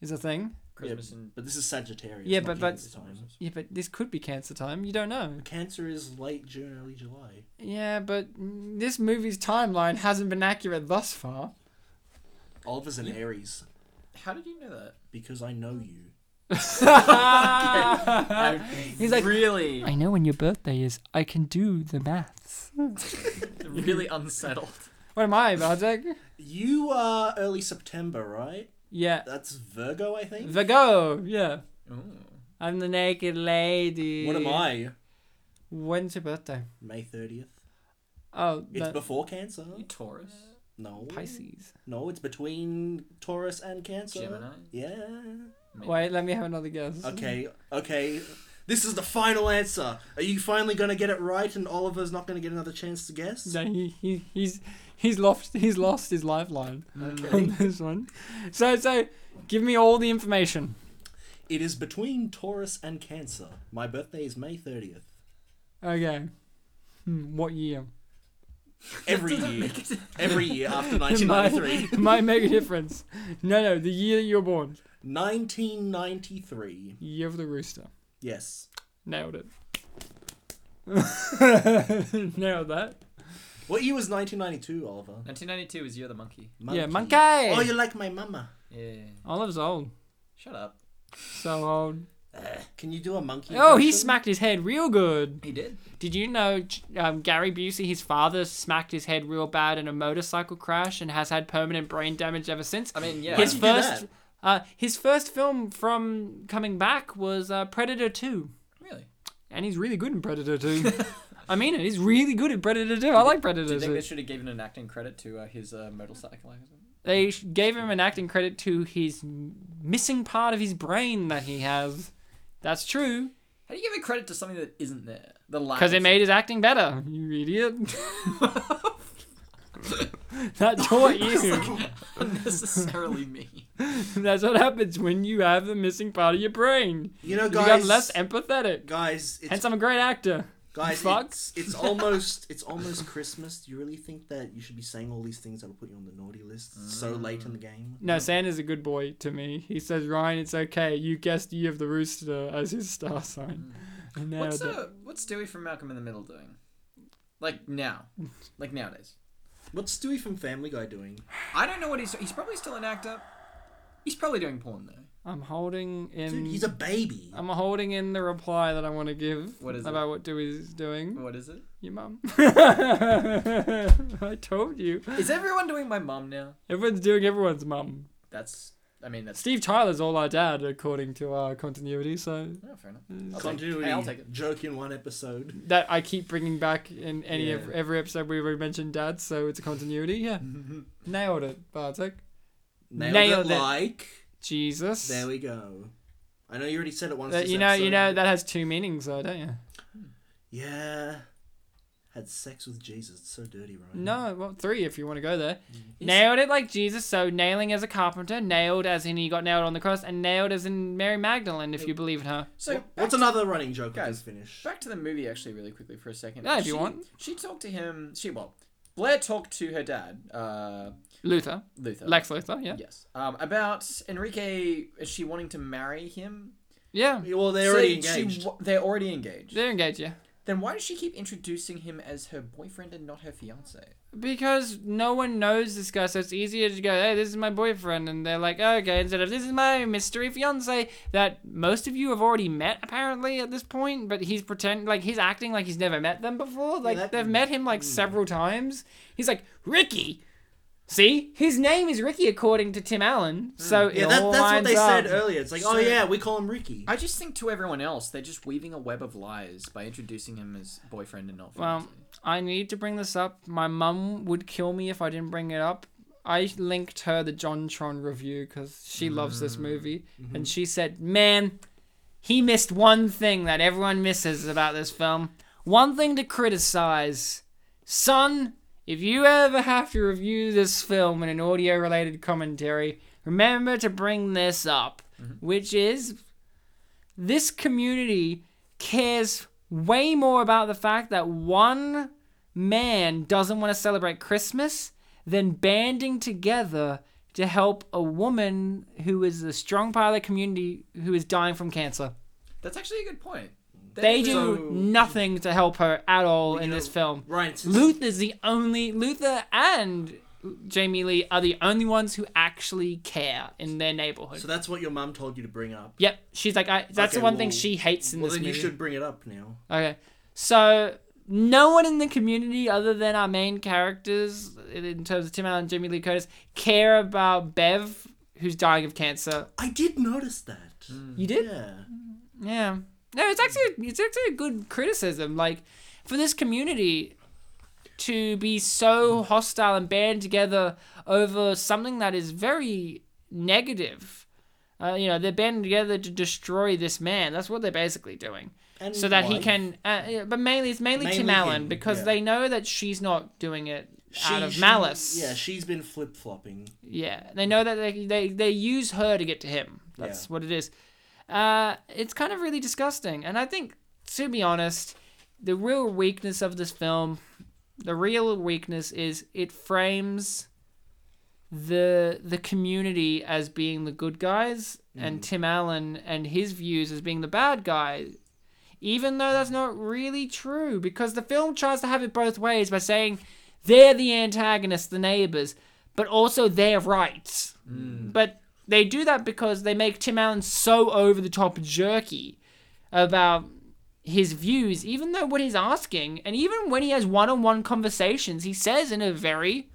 S1: is a thing.
S3: Christmas
S2: yeah,
S3: and
S2: but this is Sagittarius.
S1: Yeah,
S2: not
S1: but
S2: Cancer
S1: that's-
S2: time.
S1: Yeah, but this could be cancer time. You don't know.
S2: Cancer is late June, early July.
S1: Yeah, but mm, this movie's timeline hasn't been accurate thus far.
S2: Oliver's an Aries
S3: How did you know that?
S2: because I know you.
S1: <laughs> Uh, He's like,
S3: Oh,
S1: <laughs>
S3: really,
S1: I know when your birthday is. I can do the maths.
S3: really unsettled.
S1: What am I, Bartek?
S2: You are early September, right?
S1: Yeah.
S2: That's Virgo, I think.
S1: Virgo, yeah.
S3: <laughs> Ooh.
S1: I'm the naked lady.
S2: What am I?
S1: When's your birthday?
S2: May thirtieth.
S1: Oh,
S2: It's
S1: that-
S2: before Cancer.
S3: You Taurus,
S2: No.
S1: Pisces.
S2: No, it's between Taurus and Cancer.
S3: Gemini.
S2: Yeah.
S3: Maybe.
S1: Wait, let me have another guess.
S2: Okay. Okay. This is the final answer. Are you finally gonna get it right, and Oliver's not gonna get another chance to guess?
S1: No, he, he, he's he's lost he's lost his lifeline on this one. So so, give me all the information.
S2: It is between Taurus and Cancer. My birthday is May thirtieth.
S1: Okay. Hmm, what year? <laughs>
S2: Every year. Every year after 1993.
S1: Might make a difference. No, no, the year that you were born.
S2: 1993.
S1: Year of the rooster.
S2: Yes.
S1: Nailed it. <laughs> Nailed that.
S2: What year was 1992, Oliver?
S3: 1992 is Year of the Monkey.
S1: Yeah, monkey.
S2: Oh, you're like my mama.
S3: Yeah.
S1: Olive's old.
S3: Shut up.
S1: So old.
S2: Can you do a monkey?
S1: Oh, he
S2: impression?
S1: smacked his head real good.
S3: He did.
S1: Did you know um, Gary Busey, his father, smacked his head real bad in a motorcycle crash and has had permanent brain damage ever since?
S3: I mean, Oh, yeah.
S2: Why
S1: his
S2: did you do
S1: first, uh, his first film from coming back was uh, Predator Two,
S3: Really?
S1: and he's really good in Predator
S3: <laughs>
S1: Two. I mean it. He's really good in Predator Two. I like
S3: Do
S1: Predator
S3: you think they
S1: Two.
S3: should have given an acting credit to uh, his uh, motorcycle accident?
S1: They sh- gave him an acting credit to his m- missing part of his brain that he has. That's true.
S3: How do you give a credit to something that isn't there?
S1: <laughs>
S3: The
S1: Because it made his acting better, you idiot. <laughs> that taught
S2: <laughs>
S1: you.
S3: <laughs> unnecessarily me.
S1: That's what happens when you have the missing part of your brain.
S2: You know,
S1: You
S2: guys.
S1: become less empathetic.
S2: guys, it's
S1: Hence, I'm a great actor.
S2: Guys,
S1: Fuck.
S2: it's, it's almost it's almost Christmas. Do you really think that you should be saying all these things that'll put you on the naughty list so
S1: Mm.
S2: late in the game?
S1: No, Santa's a good boy to me. He says, Ryan, it's okay. You guessed Ye of the Rooster as his star sign.
S2: Mm.
S1: And now
S3: What's
S1: that-
S3: uh, what's Dewey from Malcolm in the Middle doing?
S1: <laughs>
S3: Like now, like nowadays.
S2: What's Stewie from Family Guy doing?
S3: I don't know what he's. He's probably still an actor. He's probably doing porn though.
S1: I'm holding in.
S2: Dude, he's a baby.
S1: Um, I'm holding in the reply that I want to give
S3: What is it? Mm.
S1: about what Dewey's doing.
S3: What is it?
S1: Your mum. <laughs> I told you.
S3: Is everyone doing my mum now?
S1: Everyone's doing everyone's mum.
S3: That's. I mean, that's.
S1: Steve Tyler's all our dad, according to our continuity. So
S3: Oh, fair
S1: Mm,
S3: enough. I'll take-
S2: Continuity
S3: Hey, I'll take it.
S2: joke in one episode.
S1: that I keep bringing back in any
S3: Yeah.
S1: of every episode we ever mentioned dad. So it's a continuity. Yeah, nailed it, Bartek.
S2: Nailed,
S1: Nailed
S2: it,
S1: it.
S2: Like
S1: Jesus.
S2: there we go. I know you already said it once.
S1: That-
S2: this
S1: you know, you
S2: episode.
S1: know that has two meanings, though, don't you?
S2: Yeah. Had sex with Jesus. It's so dirty, right?
S1: No, well, three if you want to go there. Mm-hmm. Nailed it like Jesus. So nailing as a carpenter, nailed as in he got nailed on the cross, and nailed as in Mary Magdalene, if you believe in her.
S3: So back
S2: What's
S3: to-
S2: another running joke I
S3: Guys,
S2: just finished?
S3: Back to the movie, actually, really quickly for a second.
S1: Yeah, if you
S3: She-
S1: want.
S3: She talked to him. She well, Blair talked to her dad, uh,
S1: Luther,
S3: Luther.
S1: Lex Luther. Yeah,
S3: Yes. Um, about Enrique. Is she wanting to marry him?
S1: yeah.
S2: Well, they're
S3: So
S2: already
S3: she
S2: engaged.
S3: wa- they're already engaged.
S1: They're engaged. Yeah.
S3: Then why does she keep introducing him as her boyfriend and not her fiance?
S1: Because no one knows this guy, so it's easier to go, hey, this is my boyfriend, and they're like, "Oh, okay, instead of this is my mystery fiance that most of you have already met apparently at this point, but he's pretending like he's acting like he's never met them before. Like
S2: that-
S1: they've met him like several times. He's like, Ricky. See, his name is Ricky according to Tim Allen, so it
S2: Hmm. yeah, that,
S1: all
S2: that's what
S1: lines
S2: they
S1: up.
S2: said earlier. It's like, oh
S3: So-
S2: yeah, we call him Ricky.
S3: I just think to everyone else, they're just weaving a web of lies by introducing him as boyfriend and not
S1: Well,
S3: fiance.
S1: I need to bring this up. My mum would kill me if I didn't bring it up. I linked her the John Tron review because she loves this movie, and she said, "Man, he missed one thing that everyone misses about this film. One thing to criticize, son. If you ever have to review this film in an audio-related commentary, remember to bring this up, which is this community cares way more about the fact that one man doesn't want to celebrate Christmas than banding together to help a woman who is a strong part of the community who is dying from cancer.
S3: That's actually a good point.
S1: They
S3: So-
S1: do nothing to help her at all in
S2: know,
S1: this film.
S2: Right. since-
S1: Luther's the only Luther and Jamie Lee are the only ones who actually care in their neighborhood.
S2: So that's what your mum told you to bring up.
S1: yep, she's like I, that's the
S2: Okay,
S1: one thing
S2: well-
S1: she hates in
S2: Well,
S1: this
S2: then
S1: movie.
S2: you should bring it up now.
S1: Okay. So no one in the community other than our main characters in- in terms of Tim Allen and Jamie Lee Curtis care about Bev who's dying of cancer.
S2: I did notice that.
S1: You did?
S2: Yeah.
S1: Yeah. No, it's actually it's actually a good criticism like for this community to be so hostile and band together over something that is very negative. Uh, you know, they're banding together to destroy this man. That's what they're basically doing.
S2: And
S1: so that he
S2: wife.
S1: can. Uh, yeah, but mainly it's mainly, Tim
S2: Mainly
S1: Allen
S2: him,
S1: because
S2: yeah.
S1: they know that she's not doing it
S2: She-
S1: out of
S2: she-
S1: malice.
S2: Yeah, she's been flip flopping.
S1: Yeah, they know that they they, they use her to get to him. That's what it is. Uh, it's kind of really disgusting, and I think to be honest, the real weakness of this film, the real weakness is it frames the the community as being the good guys
S2: Mm.
S1: and Tim Allen and his views as being the bad guy even though that's not really true because the film tries to have it both ways by saying
S2: Mm.
S1: they're the antagonists the neighbors but also they're right but they do that because they make Tim Allen so over the top jerky about his views, even though what he's asking, and even when he has one on one conversations, he says in a very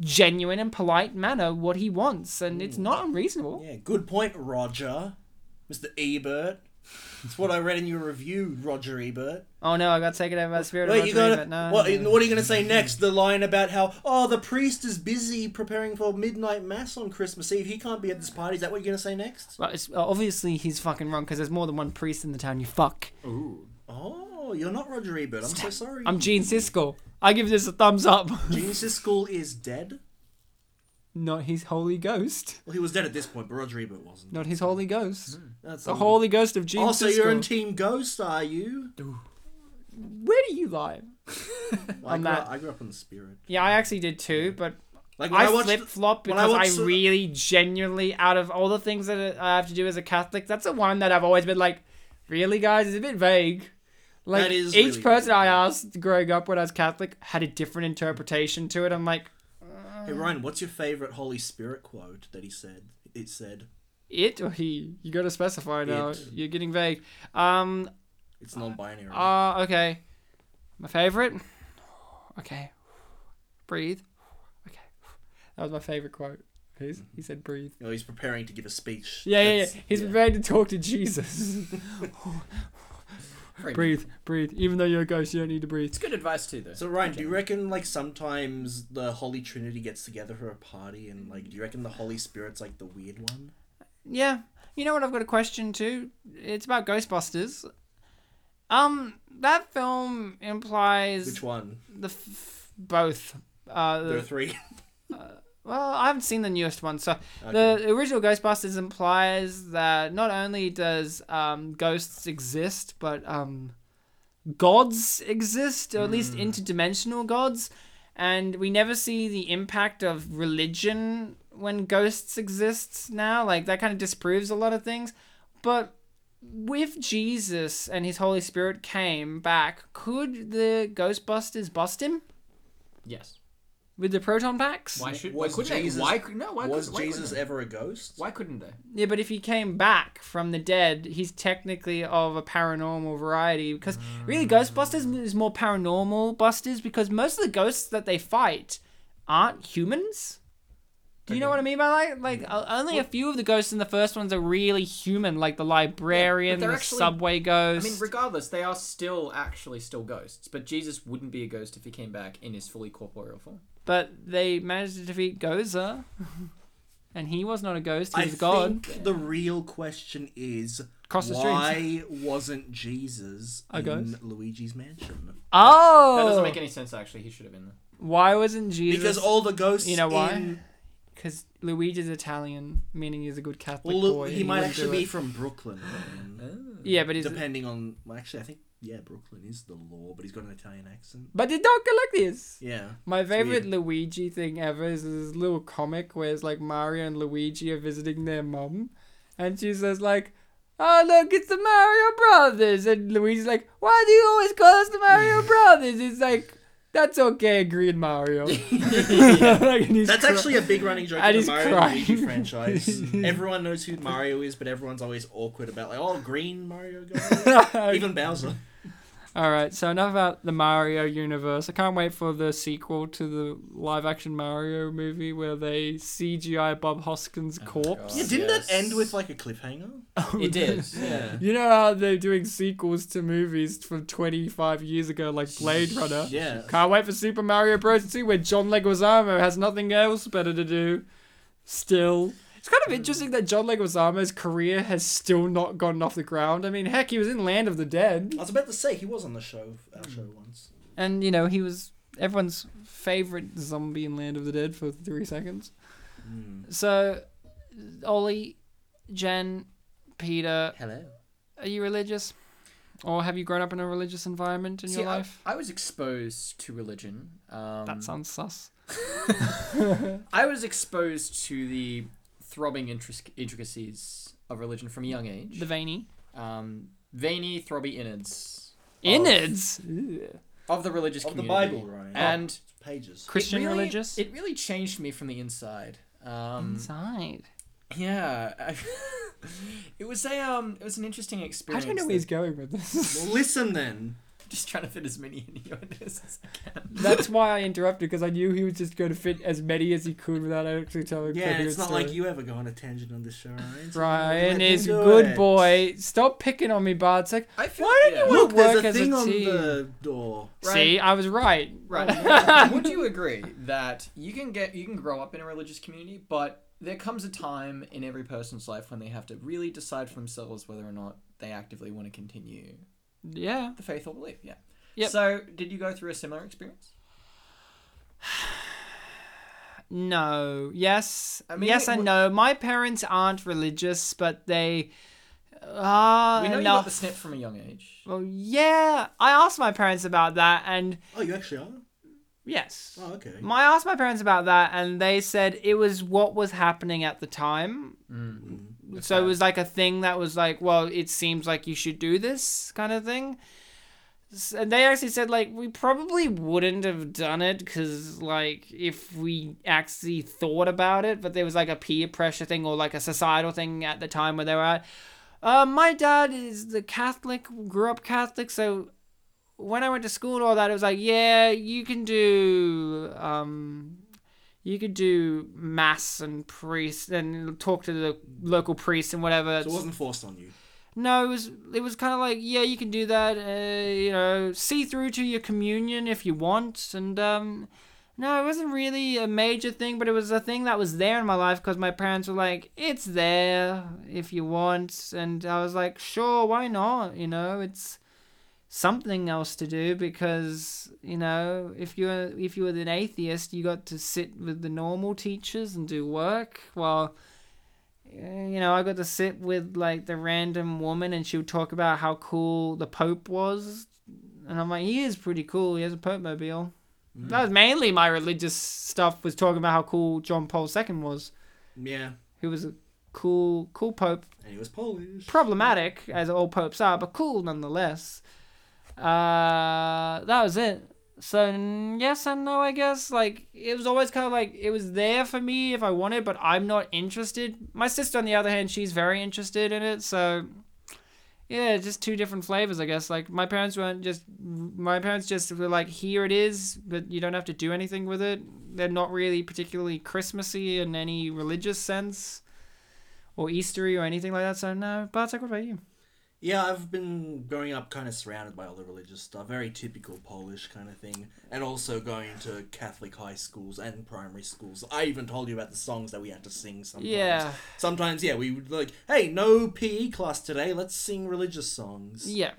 S1: genuine and polite manner what he wants, and it's not unreasonable.
S2: Yeah, good point, Roger. Mr. Ebert. That's what I read in your review, Roger Ebert.
S1: Oh no, I got taken over by the spirit
S2: Wait,
S1: of
S2: you
S1: Roger
S2: gotta,
S1: Ebert. No,
S2: what,
S1: no, no.
S2: what are you going to say next? The line about how, oh, the priest is busy preparing for midnight mass on Christmas Eve. He can't be at this party. Is that what you're going to say next?
S1: Well, it's, uh, obviously he's fucking wrong because there's more than one priest in the town. You fuck.
S3: Ooh.
S2: Oh, you're not Roger Ebert. I'm so sorry.
S1: I'm Gene Siskel. I give this a thumbs up. <laughs>
S2: Gene Siskel is dead.
S1: not his Holy Ghost.
S2: Well, he was dead at this point, but Roger Ebert wasn't.
S1: Not his Holy Ghost.
S2: That's
S1: The
S2: all.
S1: Holy Ghost of Gene
S2: Oh,
S1: Siskel.
S2: so Hmm. you're in Team Ghost, are you?
S1: Where do you
S2: <laughs>
S1: lie?
S2: I grew,
S1: that.
S2: up, I grew up on the spirit.
S1: Yeah, I actually did too, but
S2: Like when I,
S1: I
S2: watched
S1: flip flop
S2: when I
S1: because I,
S2: watched the-
S1: really genuinely, out of all the things that I have to do as a Catholic, that's the one that I've always been like, really, guys, it's a bit vague. Like
S2: That is
S1: each
S2: really
S1: person
S2: vague,
S1: I
S2: yeah.
S1: asked growing up when I was Catholic had a different interpretation to it. I'm like,
S2: Hey Ryan, what's your favorite Holy Spirit quote that he said? It said,
S1: it or he? You got to specify now.
S2: It.
S1: You're getting vague. Um.
S2: "It's non-binary."
S1: Uh. Okay. My favorite. Okay. Breathe. Okay. That was my favorite quote. His, he said, "Breathe."
S2: you know, he's preparing to give a speech.
S1: Yeah, yeah, yeah.
S2: That's-
S1: He's prepared to talk to Jesus. <laughs>
S3: Very
S1: breathe, breathe. Even though you're a ghost, you don't need to breathe.
S3: It's good advice too, though.
S2: So Ryan, do you reckon like sometimes the Holy Trinity gets together for a party, and like, do you reckon the Holy Spirit's like the weird one?
S1: Yeah. You know what? I've got a question too. It's about Ghostbusters. Um, that film implies
S2: Which one?
S1: the f- both. Uh,
S2: There are
S1: the,
S2: three.
S1: well, I haven't seen the newest one, so the original Ghostbusters implies that not only does um, ghosts exist, but um, gods exist, or at least interdimensional gods, and we never see the impact of religion when ghosts exist now. Like that kind of disproves a lot of things, but if Jesus and his Holy Spirit came back, could the Ghostbusters bust him
S3: Yes.
S1: with the proton packs?
S3: Why should?
S2: Was
S3: why couldn't
S2: Jesus-
S3: they? Why could no? Why
S2: was
S3: could, why
S2: Jesus
S3: couldn't they?
S2: ever a ghost?
S3: Why couldn't they?
S1: Yeah, but if he came back from the dead, he's technically of a paranormal variety because really
S3: Mm.
S1: Ghostbusters is more paranormal busters because most of the ghosts that they fight aren't humans. Do you know what
S3: Okay.
S1: I mean by that? Like o- only a few of the ghosts in the first ones are really human, like the librarian,
S3: they're
S1: the
S3: actually-
S1: subway
S3: I
S1: ghost.
S3: mean, regardless, they are still actually still ghosts. But Jesus wouldn't be a ghost if he came back in his fully corporeal form.
S1: but they managed to defeat Gozer, <laughs> and he was not a ghost; he
S2: I
S1: was a god.
S2: think the real question is
S1: Cross the streams.
S2: why wasn't Jesus
S1: A
S2: in
S1: ghost?
S2: Luigi's mansion?
S1: Oh,
S3: That doesn't make any sense. Actually, he should have been there.
S1: why wasn't Jesus?
S2: Because all the ghosts
S1: You know why?
S2: in-
S1: Because Luigi's Italian, meaning he's a good Catholic
S2: Well,
S1: boy.
S2: he, might
S1: wouldn't
S2: actually be
S1: do
S2: from Brooklyn. Ryan.
S1: it. Yeah, but he's.
S2: Depending on, well, actually, I think yeah, Brooklyn is the law, but he's got an Italian accent.
S1: But they don't go like this.
S2: Yeah,
S1: My
S2: weird.
S1: favorite Luigi thing ever is this little comic where it's like Mario and Luigi are visiting their mom, and she says like, "Oh look, it's the Mario Brothers," and Luigi's like, "Why do you always call us the
S2: <laughs>
S1: Mario Brothers?" It's like, "That's okay, Green Mario."
S2: <laughs>
S1: <laughs> Like, and he's
S2: that's
S1: cry-
S2: actually a big
S1: <laughs>
S2: running joke
S1: And
S2: in the
S1: he's
S2: Mario
S1: crying.
S2: and
S1: <laughs>
S2: Luigi franchise. everyone knows who Mario is, but everyone's always awkward about like, oh, green Mario
S1: <laughs> Oh,
S2: guy, even Bowser.
S1: All right, so enough about the Mario universe. I can't wait for the sequel to the live-action Mario movie where they CGI Bob Hoskins' corpse.
S2: Yeah, didn't
S3: Yes.
S2: that end with like a cliffhanger?
S3: It is. Yeah.
S1: <laughs> You know how they're doing sequels to movies from 25 years ago, like Blade Runner.
S2: Yeah.
S1: Can't wait for Super Mario Bros. 2, where John Leguizamo has nothing else better to do. Still. It's kind of interesting that John Leguizamo's career has still not gotten off the ground. I mean, heck, he was in Land of the Dead.
S2: I was about to say he was on the show, our show once.
S1: And you know, he was everyone's favorite zombie in Land of the Dead for three seconds. So, Ollie, Jen, Peter,
S3: Hello.
S1: are you religious, or have you grown up in a religious environment in
S3: See,
S1: your
S3: I-
S1: life?
S3: I, was exposed to religion. Um,
S1: that sounds sus.
S3: I was exposed to the throbbing intric- intricacies of religion from a young age.
S1: The veiny
S3: um, veiny, throbby innards
S1: innards.
S3: of the religious
S2: Of the
S3: community.
S2: Bible, Ryan.
S3: And
S2: Oh, Pages.
S1: Christian
S3: it really,
S1: religious
S3: It really changed me from the inside. Um,
S1: inside.
S3: Yeah. <laughs> it was a um it was an interesting
S1: I
S3: experience.
S1: don't know where
S3: that-
S1: he's going with this. <laughs>
S2: Well, listen then.
S3: <laughs> just trying to fit as many innuendos as I can.
S1: That's why I interrupted because I knew he was just going to fit as many as he could without actually telling. a
S2: Yeah, and
S1: coherent
S2: it's not
S1: story.
S2: like you ever go on a tangent on this show, right?
S1: Brian is a good boy. Stop picking on me, Bart. It's like,
S3: I feel
S1: Why don't
S3: yeah.
S1: you
S2: Look, there's
S1: Work
S2: a
S1: as a
S2: thing on
S1: team.
S2: the door.
S3: Right.
S1: see, I was right.
S3: <laughs> Right. Would you agree that you can get you can grow up in a religious community, but there comes a time in every person's life when they have to really decide for themselves whether or not they actively want to continue
S1: Yeah.
S3: the faith or belief. Yeah.
S1: Yep.
S3: So, did you go through a similar experience?
S1: No. Yes.
S3: I mean,
S1: yes
S3: we-
S1: and no. My parents aren't religious, but they are
S3: we know you got
S1: enough.
S3: the snip from a young age.
S1: Uh, well, yeah. I asked my parents about that, and
S2: Oh, you actually are?
S1: yes.
S2: Oh, okay.
S1: I asked my parents about that, and they said it was what was happening at the time. so it was like a thing that was like, well, it seems like you should do this kind of thing. S- And they actually said like we probably wouldn't have done it because like if we actually thought about it, but there was like a peer pressure thing or like a societal thing at the time where they were at. Uh, my dad is the Catholic, grew up Catholic, so when I went to school and all that, it was like, yeah, you can do, um, you could do mass and priest and talk to the local priest and whatever.
S2: So it wasn't forced on you.
S1: no, it was it was kind of like, yeah, you can do that. Uh, you know, see through to your communion if you want, and um. No, it wasn't really a major thing, but it was a thing that was there in my life because my parents were like, "It's there if you want," and I was like, "Sure, why not?" You know, it's something else to do because you know if you're if you were an atheist you got to sit with the normal teachers and do work while eh, you know i got to sit with like the random woman and she would talk about how cool the pope was and i'm like he is pretty cool he has a pope mobile that was mainly my religious stuff was talking about how cool john paul ii was
S2: Yeah.
S1: who was a cool cool pope
S2: And he was Polish.
S1: problematic as all popes are, but cool nonetheless. Uh, that was it. So n- yes and no, I guess. Like it was always kind of like it was there for me if I wanted, but I'm not interested. My sister, on the other hand, she's very interested in it. So yeah, just two different flavors, I guess. Like my parents weren't just my parents just were like, here it is, but you don't have to do anything with it. They're not really particularly Christmassy in any religious sense or Eastery or anything like that. So no, Bartek, what about you?
S2: Yeah, I've been growing up kind of surrounded by all the religious stuff, very typical Polish kind of thing, and also going to Catholic high schools and primary schools. I even told you about the songs that we had to sing sometimes.
S1: Yeah.
S2: Sometimes, yeah, we would like, hey, no PE class today, let's sing religious songs
S1: Yeah,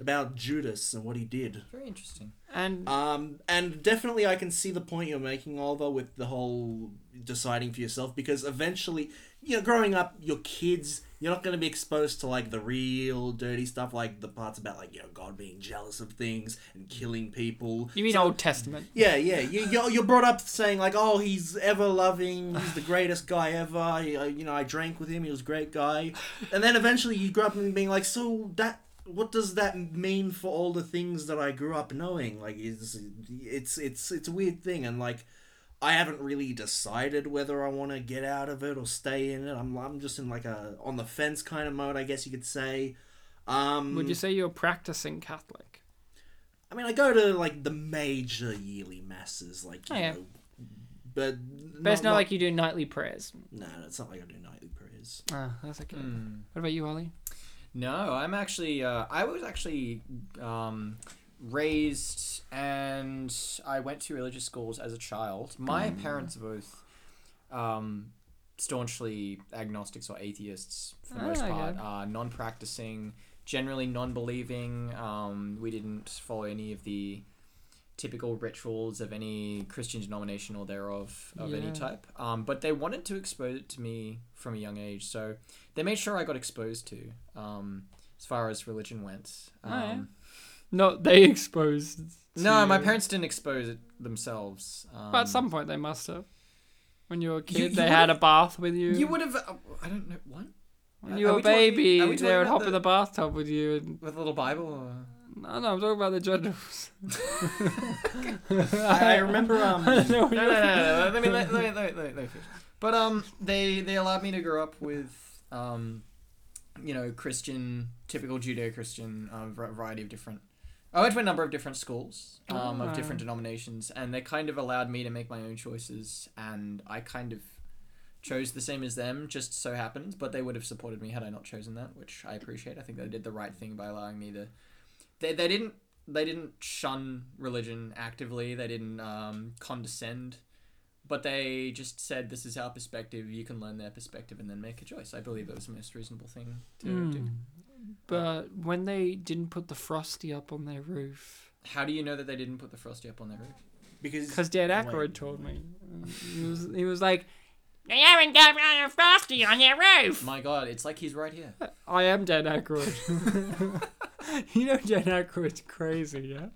S2: about Judas and what he did.
S3: Very interesting. Uh,
S1: and
S2: Um, and definitely, I can see the point you're making, Oliver, with the whole deciding for yourself because eventually, you know, growing up, your kids, you're not going to be exposed to like the real dirty stuff, like the parts about like you know God being jealous of things and killing people.
S1: you mean Old Testament?
S2: Yeah, yeah. You, you're, you're brought up saying, like, oh, he's ever loving. He's the greatest guy ever. I, I, you know, I drank with him. He was a great guy. And then eventually you grow up and being like, so that. What does that mean for all the things that I grew up knowing? Like, it's it's it's it's a weird thing, and like, I haven't really decided whether I want to get out of it or stay in it. I'm I'm just in like a on the fence kind of mode, I guess you could say. Um,
S1: Would you
S3: mm.
S1: say you're practicing Catholic?
S2: I mean, I go to like the major yearly masses, like you
S1: Oh, yeah.
S2: know, but
S1: But it's not, like you do nightly prayers.
S2: no, it's not like I do nightly prayers.
S1: Ah, that's okay.
S3: Mm.
S1: What about you, Ollie?
S3: No, I'm actually. Uh, I was actually um, raised, and I went to religious schools as a child. My parents are both um, staunchly agnostics or atheists for the most
S1: Ah,
S3: part,
S1: good.
S3: uh, non-practicing, generally non-believing. Um, we didn't follow any of the typical rituals of any Christian denomination or thereof of any
S1: Yeah.
S3: type. Um, but they wanted to expose it to me from a young age, so they made sure I got exposed to um, as far as religion went. Um,
S1: Oh, yeah. No, they exposed.
S3: No,
S1: to-
S3: my parents didn't expose it themselves. Um,
S1: But at some point they must have. When you were a kid,
S3: you
S1: they had a bath with you.
S3: you would have. uh, I don't know what
S1: when
S3: are-
S1: you
S3: are
S1: were
S3: we
S1: a
S3: talking-
S1: baby,
S3: are we talking
S1: they would
S3: about
S1: hop
S3: the-
S1: in the bathtub with you. And
S3: with a little Bible.
S1: <laughs>
S3: Or... <laughs>
S1: no, no, I'm talking about the <laughs> genitals.
S2: I, I remember, um,
S1: no, <laughs>
S3: um, No, no, no, no. Let me let, let, me- let, me- let, me- let me finish. But um, they they allowed me to grow up with um, you know, Christian, typical Judeo-Christian, uh, var- variety of different. I went to a number of different schools um, of different denominations, and they kind of allowed me to make my own choices, and I kind of chose the same as them. Just so happens, but they would have supported me had I not chosen that, which I appreciate. I think they did the right thing by allowing me to. They they didn't they didn't shun religion actively. They didn't um, condescend but they just said this is our perspective you can learn their perspective and then make a choice i believe it was the most reasonable thing to
S2: Hmm.
S3: do
S1: Hmm. But when they didn't put the frosty up on their roof,
S3: how do you know that they didn't put the frosty up on their roof
S2: Because
S1: because Dan
S2: Wait.
S1: Aykroyd told me, he was, he was like, "They haven't got a frosty on their roof."
S3: my god it's like he's right here
S2: <laughs>
S1: I am Dan Aykroyd. <laughs> you know Dan Aykroyd's crazy, yeah.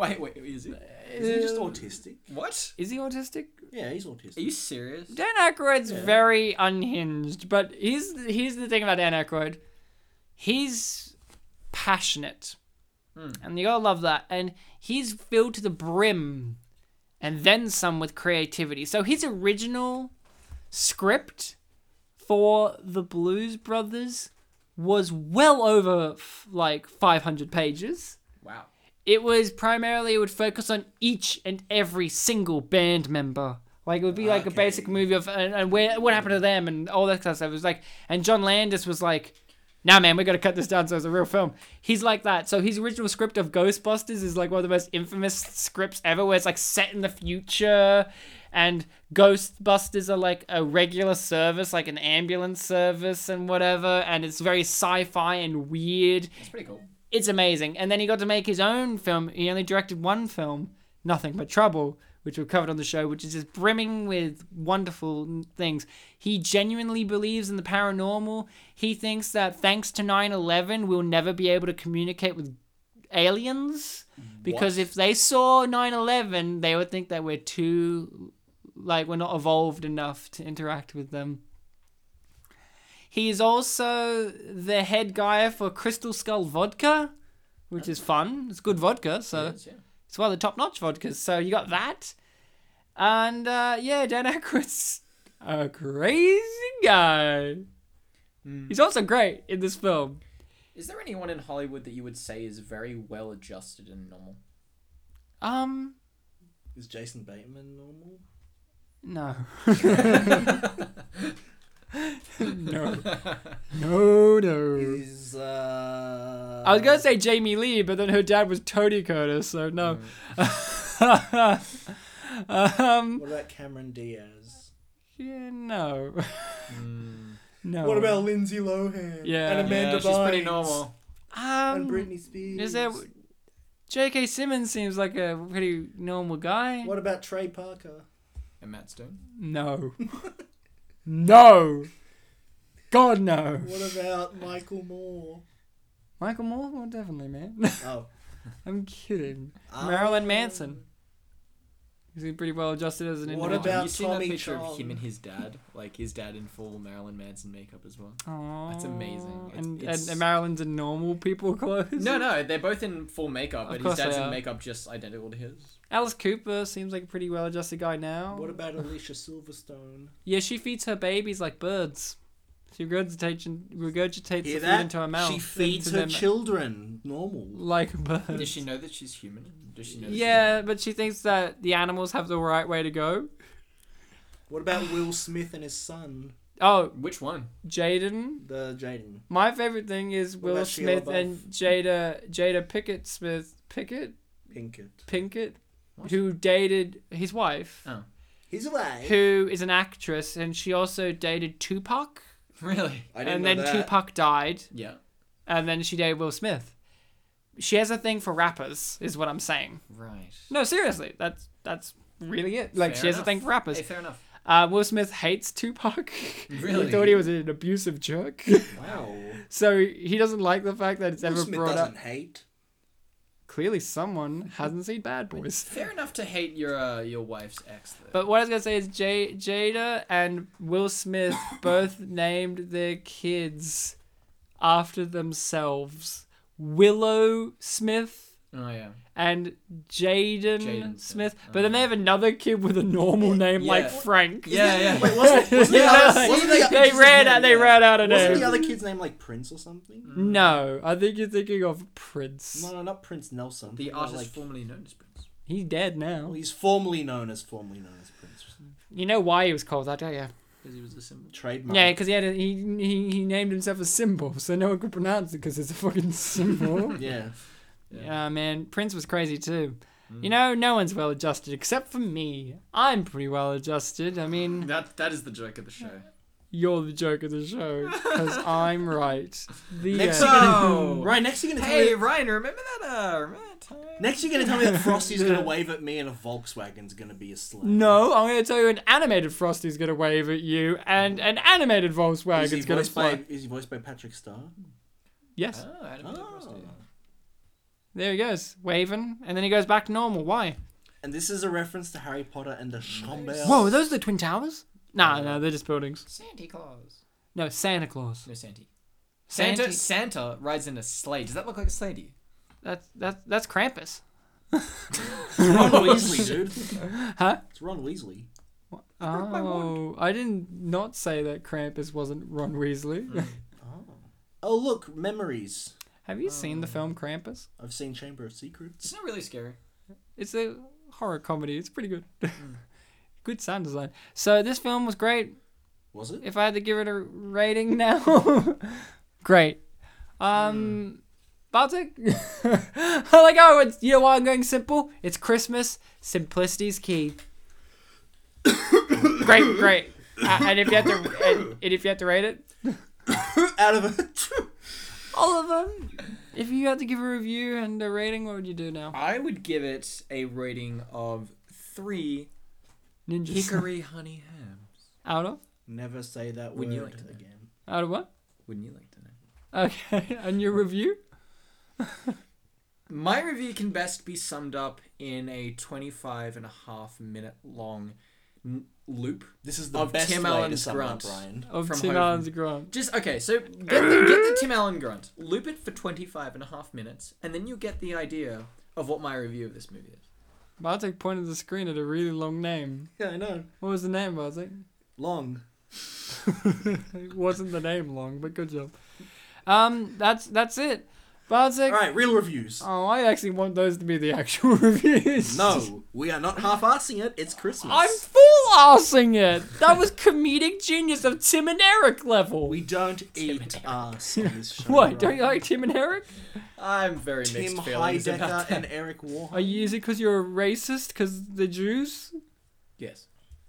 S3: wait wait is it
S2: is he just autistic?
S3: what
S1: Is he autistic?
S2: Yeah, he's
S3: are
S2: autistic.
S3: you serious
S1: Dan Aykroyd's very unhinged, but here's here's the thing about Dan Aykroyd. He's passionate, and you gotta love that. And he's filled to the brim, and then some with creativity. So his original script for the Blues Brothers was well over f- like 500 pages
S3: wow
S1: it was primarily it would focus on each and every single band member. Like it would be like a
S2: Okay.
S1: basic movie of and, and where what happened to them and all that kind of stuff. It was like and John Landis was like, "Nah, man, we got to cut this down so it's a real film." He's like that. So his original script of Ghostbusters is like one of the most infamous scripts ever, where it's like set in the future, and Ghostbusters are like a regular service, like an ambulance service and whatever, and it's very sci-fi and weird
S3: that's pretty cool
S1: it's amazing. And then he got to make his own film. He only directed one film, Nothing But Trouble, which we've covered on the show, which is just brimming with wonderful n- things. He genuinely believes in the paranormal. He thinks that thanks to 9 11, we'll never be able to communicate with aliens. Because if they saw 9 11, they would think that we're too, like, we're not evolved enough to interact with them. He's also the head guy for Crystal Skull Vodka, which is fun. It's good vodka, so
S3: It is, yeah.
S1: it's one of the top notch vodkas. So you got that. And uh, yeah, Dan Aykroyd's a crazy guy.
S3: Hmm.
S1: He's also great in this film.
S3: is there anyone in hollywood that you would say is very well adjusted and normal
S1: Um,
S2: Is Jason Bateman normal?
S3: <laughs>
S1: no. <laughs> no. No,
S3: <laughs>
S1: no.
S2: Is uh?
S1: I was gonna say Jamie Lee, but then her dad was Tony Curtis, so no.
S2: Mm.
S1: <laughs> um,
S2: What about Cameron Diaz?
S1: yeah, no, <laughs>
S2: Hmm.
S1: no.
S2: What about Lindsay Lohan?
S1: Oh. Yeah.
S2: and Amanda
S3: she's pretty
S2: Bynes?
S3: normal
S2: And
S1: um?
S2: Britney Spears.
S1: Is there? J.K. Simmons seems like a pretty normal guy.
S2: What about Trey Parker?
S3: and matt stone
S2: <laughs>
S1: No. no. God no.
S2: What about Michael Moore?
S1: Michael Moore, well, definitely, man. <laughs>
S2: Oh,
S1: I'm kidding.
S2: Um,
S1: Marilyn Manson. He's pretty well adjusted as an
S2: What
S1: individual.
S2: about
S3: have you seen that
S2: Tommy
S3: picture of
S2: Chong?
S3: him and his dad like his dad in full marilyn manson makeup as well
S1: Aww.
S3: That's amazing. It's-
S1: and,
S3: it's-
S1: and and Marilyn's in normal people <laughs> clothes.
S3: No, no, they're both in full makeup,
S1: Of
S3: but his
S1: course
S3: dad's
S1: they
S3: in
S1: are.
S3: makeup just identical to his.
S1: Alice Cooper seems like a pretty well adjusted guy now.
S2: what about Alicia Silverstone?
S1: yeah, she feeds her babies like birds. She regurgitates, regurgitates the food into her mouth.
S2: She
S1: into
S2: feeds her
S1: them
S2: children. Normal.
S1: like birds.
S3: Does she know that she's human? Does she know? that she's
S1: yeah, but she thinks that the animals have the right way to go.
S2: What about Will Smith and his son,
S1: Oh,
S3: human? Which one?
S1: Jaden.
S2: the Jaden?
S1: My favorite thing is
S2: What
S1: Will
S2: about Sheila
S1: Smith and Jada Jada Pickett Smith Pickett
S2: Pinkett.
S1: Pinkett,
S3: What?
S1: who dated his wife,
S3: Oh.
S2: He's alive.
S1: who is an actress, and she also dated Tupac,
S3: Really?
S2: I didn't
S1: and
S2: know
S1: then
S2: that.
S1: Tupac died,
S3: Yeah.
S1: and then she dated Will Smith. She has a thing for rappers, is what I'm saying.
S3: Right.
S1: No, seriously, that's that's really it. Like she has a thing for rappers.
S3: Hey, fair enough.
S1: Uh, Will Smith hates Tupac. <laughs>
S3: Really?
S1: he thought he was an abusive jerk,
S2: Wow.
S1: so he doesn't like the fact that it's
S2: Will
S1: ever
S2: Smith
S1: brought
S2: doesn't
S1: up.
S2: hate.
S1: clearly someone hasn't seen Bad Boys.
S3: <laughs> Fair enough to hate your uh, your wife's ex. Though.
S1: But what I was gonna say is J- Jada and Will Smith both named their kids after themselves. Willow Smith
S3: Oh yeah.
S1: and Jaden
S3: Jaden
S1: Smith.
S3: Smith.
S1: But then they have another kid with a normal name like
S3: Yeah.
S1: Frank. <laughs>
S3: Yeah,
S2: <laughs>
S3: yeah.
S2: Wait, wasn't, wasn't the
S1: Yeah,
S2: other-
S1: like,
S2: wasn't the-
S1: they ran out. They ran out of
S2: Wasn't the
S1: names.
S2: other kid's name like Prince or something?
S1: No, I think you're thinking of Prince.
S2: No, no, not Prince Nelson.
S3: The
S2: No,
S3: artist
S2: like-
S3: formerly known as Prince.
S1: He's dead
S2: well,
S1: now.
S2: he's formerly known as formerly known as Prince.
S1: You know why he was called that, don't you?
S3: Because he was the symbol.
S2: Trademark.
S1: Yeah, because he had a, he, he he named himself a symbol, so no one could pronounce it because it's a fucking <laughs> symbol.
S2: Yeah. Mm.
S1: Yeah, man, Prince was crazy too. You know, no one's well adjusted except for me. I'm pretty well adjusted. I mean,
S3: That that is the joke of the show.
S1: you're the joke of the show
S3: <laughs>
S1: because I'm right. The
S2: Next
S1: end.
S2: you're gonna,
S3: No.
S2: right, next you're gonna tell
S3: Hey
S2: me
S3: Ryan, remember that? Uh, remember that time?
S2: next you're gonna tell me that
S1: <laughs>
S2: Frosty's gonna wave at me and a Volkswagen's gonna be a slave.
S1: No, I'm going to tell you an animated Frosty's going to wave at you, and an animated
S2: Is he,
S1: Volkswagen's going to
S2: voiced
S1: fly.
S2: by, is he voiced by Patrick Starr?
S1: Yes,
S3: Oh, I don't
S2: Oh.
S3: know.
S1: there he goes, waving, and then he goes back to normal. Why?
S2: And this is a reference to Harry Potter and the Schomberg.
S1: Whoa, are those the Twin Towers? Nah, no, they're just buildings.
S3: Santa Claus.
S1: No, Santa Claus.
S3: No, Santa. Santa.
S1: Santa-
S3: Santa. rides in a sleigh. Does that look like a sleigh to you?
S1: That's that's that's Krampus.
S2: Ron Weasley, dude.
S1: Huh?
S2: It's Ron Weasley.
S3: broke my
S1: Oh,
S3: wand.
S1: I didn't not say that Krampus wasn't Ron Weasley.
S3: Mm.
S2: Oh look, memories.
S1: <laughs> Have you seen
S3: Oh.
S1: the film Krampus?
S2: I've seen Chamber of
S3: It's
S2: Secrets.
S3: not really scary.
S1: It's a horror comedy. It's pretty good. <laughs> good sound design. So this film was great.
S2: Was it?
S1: If I had to give it a <laughs> rating now, great. Um, Bartek, <laughs> I like how it's you know why I'm going simple. It's Christmas. Simplicity's <coughs> key. great, great. Uh, and if you have to, and, and if you have to rate it,
S2: <laughs> Out of a
S1: all of them. If you had to give a review and a rating, what would you do now?
S3: I would give it a rating of three
S1: Ninja. Star-
S3: <laughs> hickory honey hams.
S1: Out of?
S2: Never say that
S3: Wouldn't you
S2: word
S3: like to?
S2: again.
S1: Out of what?
S3: Wouldn't you like to know?
S1: Okay. <laughs> And your review?
S3: My review can best be summed up in a 25 and a half minute long n- loop.
S2: This is the
S3: Of
S2: best
S3: Tim
S2: way to
S3: Allen's
S2: sum up
S3: grunt.
S2: Ryan.
S1: Of
S3: From
S1: Tim
S3: Hoven.
S1: Allen's Grant.
S3: Just okay, so get the, get the Tim Allen grunt, loop it for 25 and a half minutes, and then you get the idea of what my review of this movie is.
S1: Bartek pointed the screen at a really long name.
S2: Yeah, I know.
S1: What was the name, Bartek?
S2: Long.
S1: <laughs> It wasn't the name long, but good job. Um, that's that's it.
S2: All
S1: Bartek.
S2: right,
S1: <laughs>
S2: real reviews.
S1: Oh, I actually want those to be the <laughs> actual reviews.
S2: No, we are not half-assing it. It's Christmas.
S1: I'm full arsing it. That was comedic genius of Tim and Eric level.
S2: We don't eat ass on this show.
S1: what? Don't
S2: Ryan.
S1: you like Tim and Eric?
S3: I'm very
S2: Tim
S3: mixed feelings about
S2: Heidecker
S3: that.
S2: and Eric
S1: Are
S2: Warhol?
S1: you, is it because you're a racist? Because the Jews?
S3: Yes.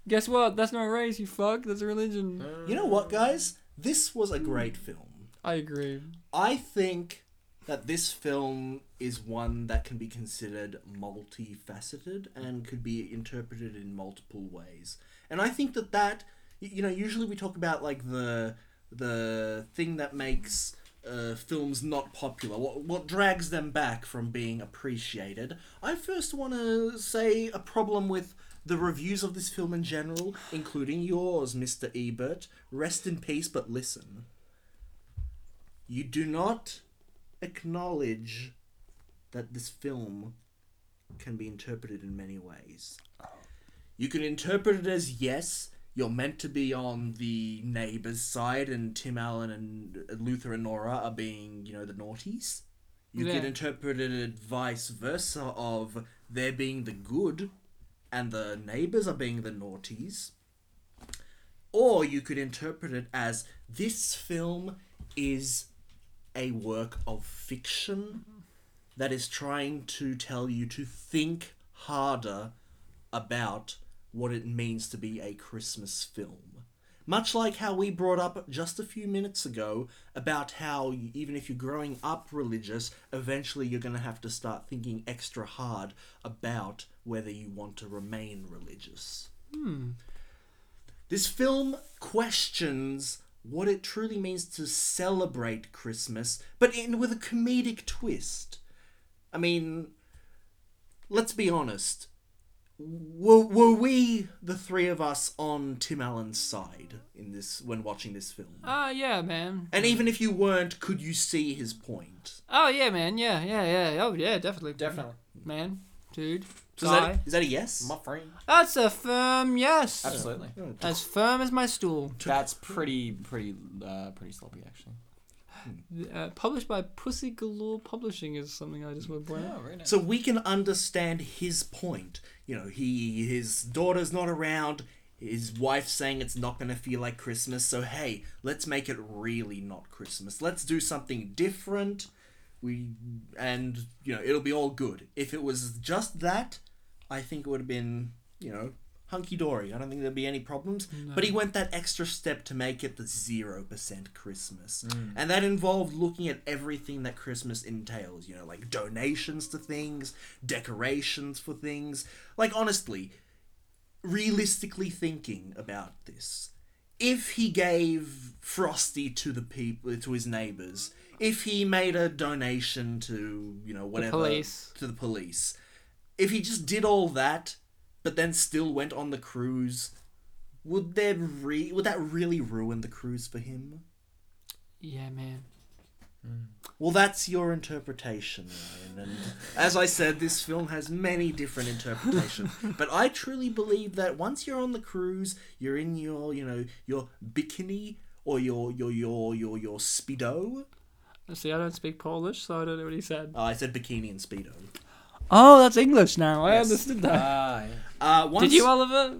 S1: Guess what? That's not a race, you fuck. That's a religion.
S2: You know what, guys? This was a great film.
S1: I agree.
S2: I think that this film is one that can be considered multifaceted and could be interpreted in multiple ways. And I think that that y- you know usually we talk about like the the thing that makes uh, films not popular, what what drags them back from being appreciated. I first want to say a problem with the reviews of this film in general, including yours, Mr. Ebert. Rest in peace, but listen you do not acknowledge that this film can be interpreted in many ways. You can interpret it as yes, you're meant to be on the neighbor's side, and Tim Allen and Luther and Nora are being, you know, the naughties. You
S1: Yeah.
S2: can interpret it vice versa of they're being the good, and the neighbors are being the naughties. Or you could interpret it as this film is a work of fiction that is trying to tell you to think harder about what it means to be a Christmas film. Much like how we brought up just a few minutes ago about how, y- even if you're growing up religious, eventually you're going to have to start thinking extra hard about whether you want to remain religious. This film questions what it truly means to celebrate Christmas, but in with a comedic twist. I mean, let's be honest. were, were we the three of us on Tim Allen's side in this when watching this film?
S1: Oh yeah, man.
S2: and even if you weren't, could you see his point?
S1: Oh yeah, man. Yeah, yeah, yeah. Oh yeah, definitely.
S3: Definitely.
S1: man, dude.
S2: So is that,
S1: guy.
S2: is that a yes?
S3: My friend.
S1: That's a firm yes.
S3: Absolutely.
S1: As firm as my stool.
S3: That's pretty, pretty, uh, pretty sloppy actually.
S1: Uh, published by Pussy Galore Publishing is something I just want to point out.
S3: <laughs> very nice.
S2: So we can understand his point. You know, he his daughter's not around. His wife saying it's not going to feel like Christmas. So hey, let's make it really not Christmas. Let's do something different. We and you know it'll be all good. If it was just that, I think it would have been you know hunky dory. I don't think there'd be any problems. But he went that extra step to make it the zero percent Christmas, and that involved looking at everything that Christmas entails. You know, like donations to things, decorations for things. Like honestly, realistically thinking about this, if he gave Frosty to the people to his neighbors, if he made a donation to you know whatever
S1: police.
S2: to the police, if he just did all that, but then still went on the cruise, would there re- would that really ruin the cruise for him?
S1: Yeah, man.
S2: Well, that's your interpretation, Ryan. And as I said, this film has many different
S1: <laughs>
S2: interpretations. but I truly believe that once you're on the cruise, you're in your, you know, your bikini or your your your your your speedo.
S1: See, I don't speak Polish, so I don't know what he said.
S2: Uh, I said bikini and speedo.
S1: Oh, that's English now. I understood that.
S3: Ah, yeah.
S2: Uh, once,
S1: Did you, Oliver?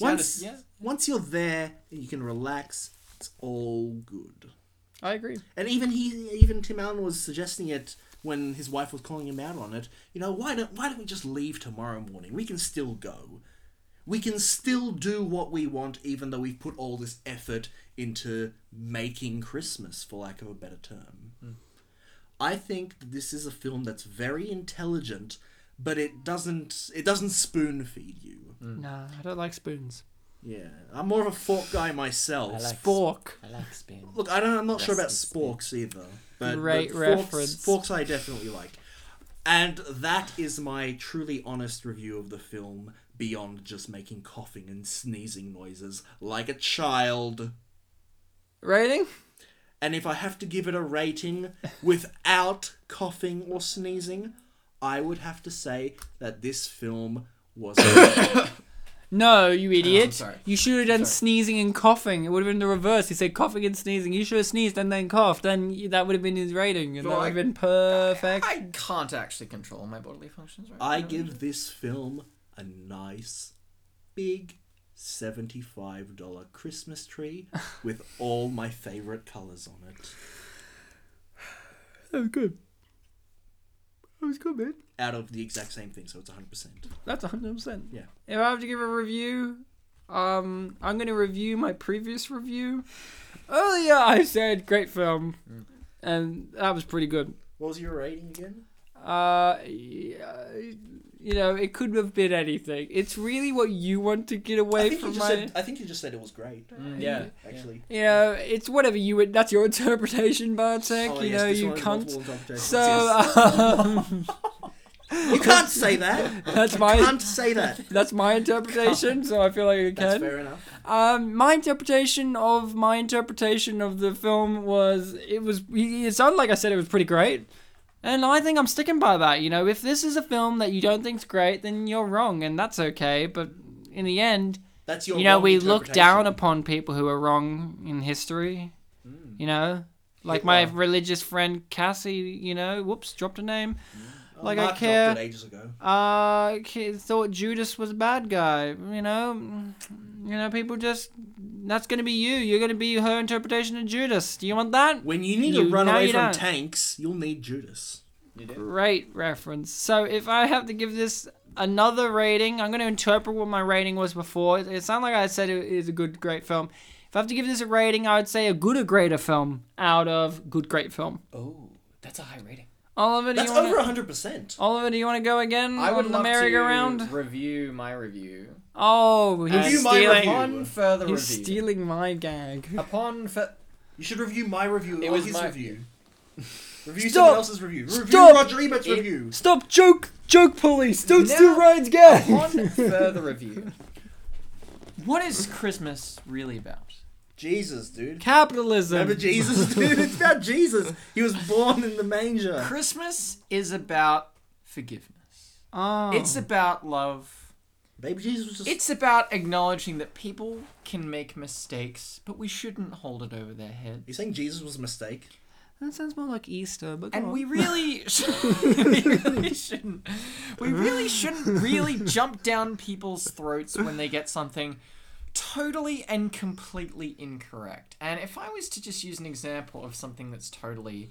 S2: once,
S3: Sounded- yeah.
S2: once you're there, you can relax. It's all good.
S1: I agree.
S2: And even he, even Tim Allen was suggesting it when his wife was calling him out on it. You know, why don't why don't we just leave tomorrow morning? We can still go. We can still do what we want, even though we've put all this effort into making Christmas, for lack of a better term. I think that this is a film that's very intelligent, but it doesn't it doesn't spoon feed you.
S1: Nah, I don't like spoons.
S2: Yeah, I'm more of a fork guy myself.
S1: Fork.
S3: I like spin.
S2: Look, I don't. I'm not sure about
S3: Rest in
S2: sporks either, but
S1: Great
S2: but
S1: reference.
S2: Forks, forks, I definitely like, and that is my truly honest review of the film. Beyond just making coughing and sneezing noises like a child,
S1: Rating?
S2: and if I have to give it a rating without coughing or sneezing, I would have to say that this film was.
S1: No, you idiot.
S3: sorry.
S1: You should have done sneezing and coughing. It would have been the reverse. He said coughing and sneezing. You should have sneezed and then coughed. Then y- that would have been his rating, and
S3: So
S1: that would
S3: I-
S1: have been perfect.
S3: I can't actually control my bodily functions right
S2: I
S3: now.
S2: give this film a nice big $75
S1: <laughs>
S2: Christmas tree with all my favorite colors on it.
S1: That was good. That was good, man.
S2: Out of the exact same thing, so it's 100%.
S1: That's 100%.
S2: Yeah.
S1: If I have to give a review, um, I'm going to review my previous review. Earlier, I said great film, and that was pretty good.
S2: What was your rating again?
S1: Uh, yeah, you know, it could have been anything. It's really what you want to get
S2: I
S1: away
S2: think, you
S1: from
S2: just
S1: my.
S2: said, I think you just said it was great,
S1: Mm,
S3: yeah.
S2: actually.
S1: you know, it's whatever you would. That's your interpretation, Bartek. you know,
S2: Oh, this
S1: you
S2: one has
S1: cunt.
S2: multiple interpretations,
S1: So
S2: yes.
S1: <laughs> um,
S2: you can't
S1: <laughs>
S2: say that.
S1: that's
S2: You
S1: my
S2: can't
S1: <laughs>
S2: say that.
S1: that's my interpretation. So I feel like I can.
S2: That's fair enough.
S1: Um, my interpretation of my interpretation of the film was it was it sounded like I said it was pretty great, and I think I'm sticking by that. You know, if this is a film that you don't think's great, then you're wrong, and that's okay. But in the end,
S2: That's your
S1: you know,
S2: wrong
S1: we look down
S2: interpretation.
S1: upon people who are wrong in history.
S2: Mm.
S1: You know, like my
S2: Hitler.
S1: religious friend Cassie. You know, whoops, dropped a name.
S2: Oh,
S1: like, I
S2: Mark dropped
S1: care.
S2: it ages ago.
S1: Uh, ki- thought Judas was a bad guy. You know, you know, people just that's gonna be you. You're gonna be her interpretation of Judas. Do you want that?
S2: When you need to
S1: You-
S2: run
S1: no,
S2: away
S1: you
S2: from
S1: don't.
S2: tanks, you'll need Judas.
S3: You do.
S1: Great reference. So if I have to give this another rating, I'm going to interpret what my rating was before. It sounds like I said it is a good, great film. If I have to give this a rating, I would say a good or greater film out of good, great film.
S2: Oh.
S3: That's a high rating.
S1: Oliver, do
S2: That's
S1: you want
S2: over 100%.
S1: Oliver, do you want to go again
S3: I would
S1: Mm, on the
S3: love
S1: merry-go-round?
S3: to review my review.
S1: Oh,
S3: And
S1: he's
S2: Review my
S1: stealing.
S2: review.
S3: Upon further
S1: He's
S3: review.
S1: stealing my gag.
S3: Upon fur-
S1: <laughs>
S2: You should review my review.
S3: It
S2: or
S3: was
S2: his
S3: my-
S2: review. Review
S1: Stop!
S2: someone else's review. Review
S1: Stop!
S2: Roger Ebert's review.
S1: Stop joke joke police. Don't
S3: Now-
S1: steal Ryan's gas.
S3: Upon further review, what is Christmas really about?
S2: Jesus, dude.
S1: Capitalism.
S2: Remember
S1: <laughs>
S2: Jesus, dude? It's about Jesus. He was born in the manger.
S3: Christmas is about forgiveness.
S1: Oh.
S3: It's about love.
S2: Baby Jesus was just.
S3: It's about acknowledging that people can make mistakes, but we shouldn't hold it over their head.
S2: you saying Jesus was a mistake?
S1: that sounds more like Easter, but
S3: And we really, sh- <laughs> we really shouldn't. We really shouldn't really jump down people's throats when they get something totally and completely incorrect. And if I was to just use an example of something that's totally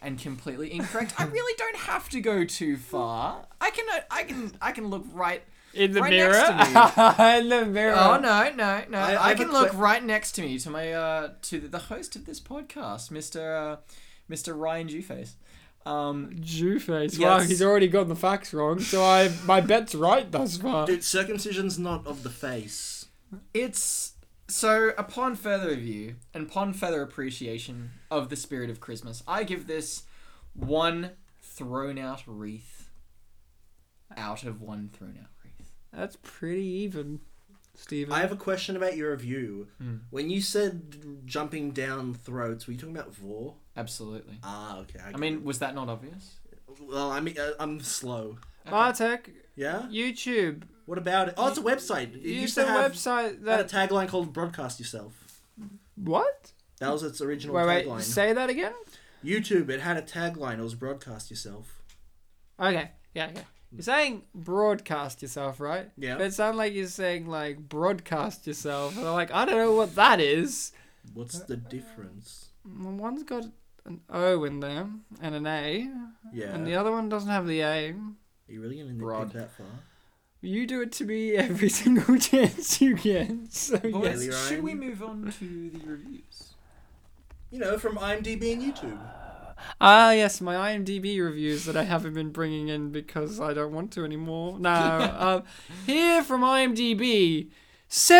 S3: and completely incorrect, I really don't have to go too far. I can uh, I can I can look right
S1: in the
S3: the right
S1: mirror.
S3: next
S1: <laughs>
S3: to
S1: in the mirror.
S3: Oh no, no, no!
S2: I- I
S3: I,
S2: have a
S3: can look
S2: que-
S3: right next to me to my uh to the, the host of this podcast, Mister uh, Mister Ryan Dewface. Um,
S1: Jew face. Wow,
S3: Yes.
S1: he's already got the facts wrong, so I my bet's right thus far.
S2: Dude, circumcision's not of the face.
S3: it's so upon further review and upon further appreciation of the spirit of Christmas, I give this one thrown out wreath out of one thrown out wreath.
S1: That's pretty even, Steven.
S2: I have a question about your review.
S1: Hmm.
S2: When you said jumping down throats, were you talking about vor?
S3: Absolutely.
S2: Ah, okay.
S3: I mean, was that not obvious?
S2: well, I mean, uh, I'm slow.
S1: Bartek,
S2: Yeah.
S1: YouTube.
S2: What about it? Oh, it's a website. It
S1: Use
S2: used
S1: the
S2: to have
S1: website
S2: had a
S1: that.
S2: tagline called "Broadcast Yourself."
S1: What?
S2: That was its original
S1: Wait, wait.
S2: tagline.
S1: Say that again.
S2: YouTube. It had a tagline. It was "Broadcast Yourself."
S1: Okay. Yeah. Okay. You're saying broadcast yourself, right?
S2: Yeah.
S1: But it sounded like you're saying like broadcast yourself, and I'm like, I don't know what that is.
S2: What's the difference?
S1: Well, One's got an O in there and an A,
S2: Yeah.
S1: and the other one doesn't have the A.
S2: Are you really gonna nitpick
S3: Broad.
S2: that far?
S1: You do it to me every <laughs> single chance you get. So yes.
S3: Boys,
S2: Really,
S3: should we
S2: Ryan?
S3: move on to the reviews?
S2: You know, from IMDb and YouTube.
S1: Ah, yes, my IMDb reviews that I haven't been bringing in because I don't want to anymore. Now, um, here from IMDb,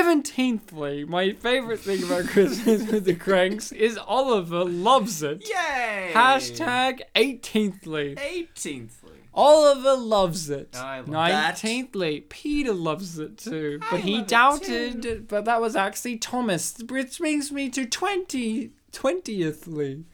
S1: 17thly, my favorite thing about <laughs> Christmas with the Cranks is Oliver loves it.
S3: Yay!
S1: Hashtag 18thly.
S3: eighteenthly.
S1: Oliver loves it.
S3: I love
S2: that.
S1: Nineteenthly, Peter loves it too,
S3: I
S1: but he
S3: love it
S1: doubted. But that was actually Thomas, which brings me to twenty twentiethly.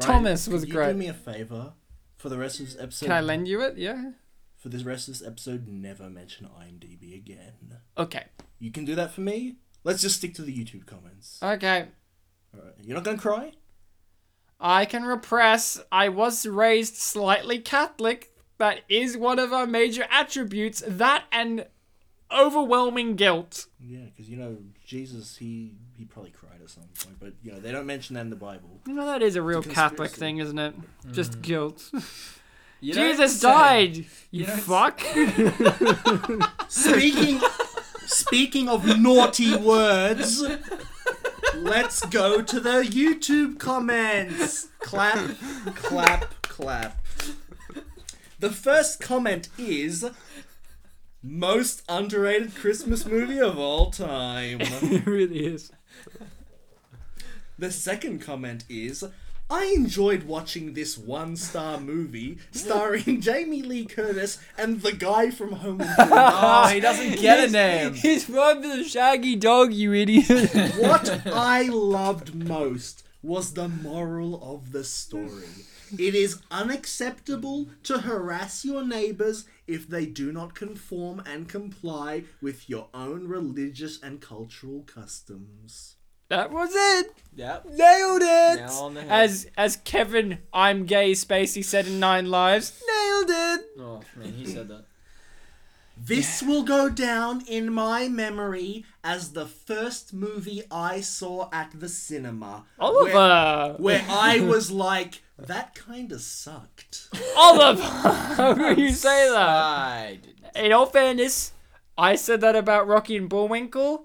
S1: Thomas was
S2: could You
S1: great.
S2: do me a favor for the rest of this episode.
S1: Can I lend you it? Yeah.
S2: For the rest of this episode, never mention IMDb again.
S1: Okay.
S2: You can do that for me. Let's just stick to the YouTube comments.
S1: Okay.
S2: All right. You're not gonna cry.
S1: I can repress. I was raised slightly Catholic. That is one of our major attributes. That and overwhelming guilt.
S2: Yeah, because you know Jesus, he he probably cried at some point, but you know they don't mention that in the Bible.
S1: You know that is a real Catholic
S2: conspiracy.
S1: thing, isn't it? Just guilt. <laughs>
S3: You don't
S1: Jesus
S3: say.
S1: died. You,
S3: don't
S1: fuck.
S2: Speaking speaking of naughty words, let's go to the YouTube comments. Clap, clap, clap. The first comment is most underrated Christmas movie of all time.
S1: <laughs> it really is.
S2: The second comment is I enjoyed watching this one star movie starring <laughs> Jamie Lee Curtis and the guy from Home Improvement.
S3: <laughs> Oh, he
S1: <laughs>
S3: doesn't get a name.
S1: He's from the shaggy dog, you idiot.
S2: what I loved most was the moral of the story. It is unacceptable to harass your neighbors if they do not conform and comply with your own religious and cultural customs.
S1: <laughs> that was it.
S3: Yep.
S1: Nailed it.
S3: Nail on the head.
S1: As as Kevin, I'm gay. Spacey said in Nine Lives. Nailed it.
S3: Oh man, he said that.
S2: This will go down in my memory as the first movie I saw at the cinema. Where,
S1: Oliver.
S2: where I was like, that kinda sucked.
S1: <laughs> Oliver. How could <laughs> you say that?
S3: I did.
S1: In all fairness, I said that about Rocky and Bullwinkle.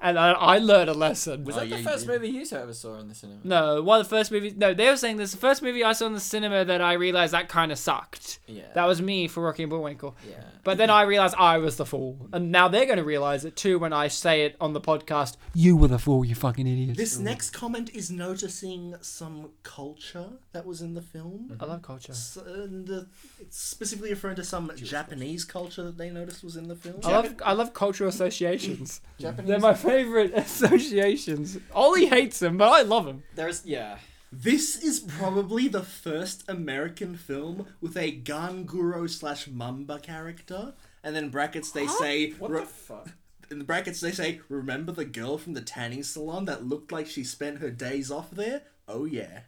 S1: and I, I learned a lesson.
S3: Was
S2: Oh,
S3: that
S2: yeah,
S3: the
S2: you
S3: first
S2: did.
S3: movie you ever saw in the cinema?
S1: No, one of the first movies. No, they were saying this is the first movie I saw in the cinema that I realized that kind of sucked.
S3: Yeah.
S1: That was me for Rocky and Bullwinkle.
S3: yeah.
S1: But then I realized I was the fool, and now they're going to realize it too when I say it on the podcast. You were the fool, you fucking idiot.
S2: This
S3: Mm-hmm.
S2: next comment is noticing some culture that was in the film.
S1: I love culture.
S3: Mm-hmm.
S2: S- and the- it's specifically referring to some Japanese culture that they noticed was in the film.
S1: I love I love cultural associations.
S3: Japanese.
S1: They're my favorite <laughs> associations. Ollie hates them, but I love them.
S3: There's yeah.
S2: This is probably the first American film with a Ganguro slash Mamba character. And then brackets they say
S3: What
S2: re-
S3: the fuck?
S2: in the brackets they say remember the girl from the tanning salon that looked like she spent her days off there? Oh yeah.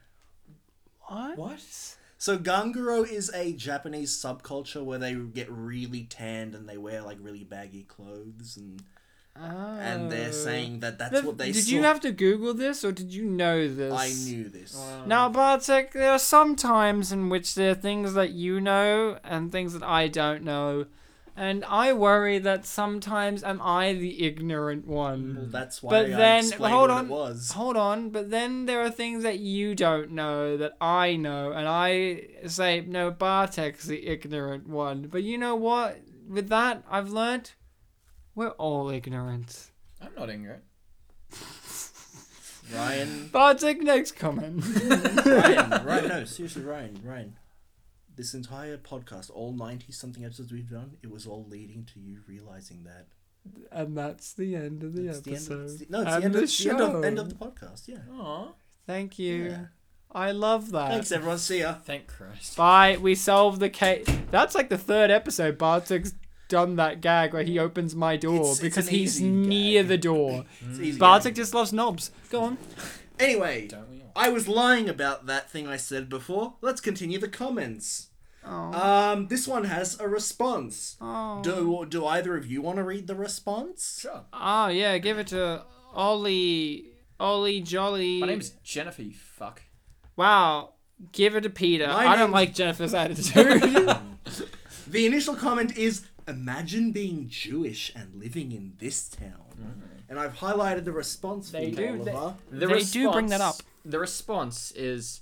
S1: What?
S3: What?
S2: So Ganguro is a Japanese subculture where they get really tanned and they wear like really baggy clothes and and they're saying that that's
S1: The-
S2: what they
S1: Oh. did
S2: saw.
S1: you have to Google this, or did you know this? Oh.
S2: I knew this.
S1: Now, Bartek, there are some times in which there are things that you know and things that I don't know. And I worry that sometimes am I the ignorant
S2: Well,
S1: one.
S2: that's why
S1: But
S2: I
S1: then-
S2: explained
S1: hold
S2: what
S1: on. Oh.
S2: it was.
S1: Hold on, but then there are things that you don't know that I know. And I say, no, Bartek's the ignorant one. But you know what? With that, I've learnt we're all ignorant.
S3: I'm not ignorant.
S1: <laughs>
S2: Ryan,
S1: Bartek, next comment. <laughs>
S2: Ryan, Ryan, no, seriously, Ryan, Ryan. This entire podcast, all 90 something episodes we've done, it was all leading to you realizing that.
S1: and that's the end of the
S2: It's the end
S1: episode.
S2: of, it's the- no, it's the
S1: And
S2: end,
S1: the
S2: of, it's the end of end
S1: show.
S2: of the podcast, yeah.
S3: Aw.
S1: Thank you.
S2: Yeah.
S1: I love that.
S2: Thanks, everyone. See ya.
S3: Thank Christ.
S1: Bye. We solved the case. That's like the third episode. Bartek's done that gag where he opens my door
S2: It's- it's
S1: because
S2: an
S1: he's
S2: easy
S1: near
S2: gag.
S1: the door.
S2: It's easy.
S1: Bartek just loves knobs. Go on.
S2: Anyway,
S3: Don't we all?
S2: I was lying about that thing I said before. Let's continue the comments. Um, this one has a response. Do do either of you want to read the response?
S3: Sure.
S1: Oh yeah, give it to Ollie. Ollie Jolly.
S3: My name's Jennifer. You fuck.
S1: Wow. Give it to Peter.
S2: My
S1: I don't
S2: name's-
S1: like Jennifer's
S2: <laughs>
S1: attitude.
S2: The initial comment is Imagine being Jewish and living in this town. And I've highlighted the response for
S1: Mm-hmm. They
S2: you,
S1: do, they-
S2: Oliver.
S3: The
S1: They do bring that
S3: response- The response is,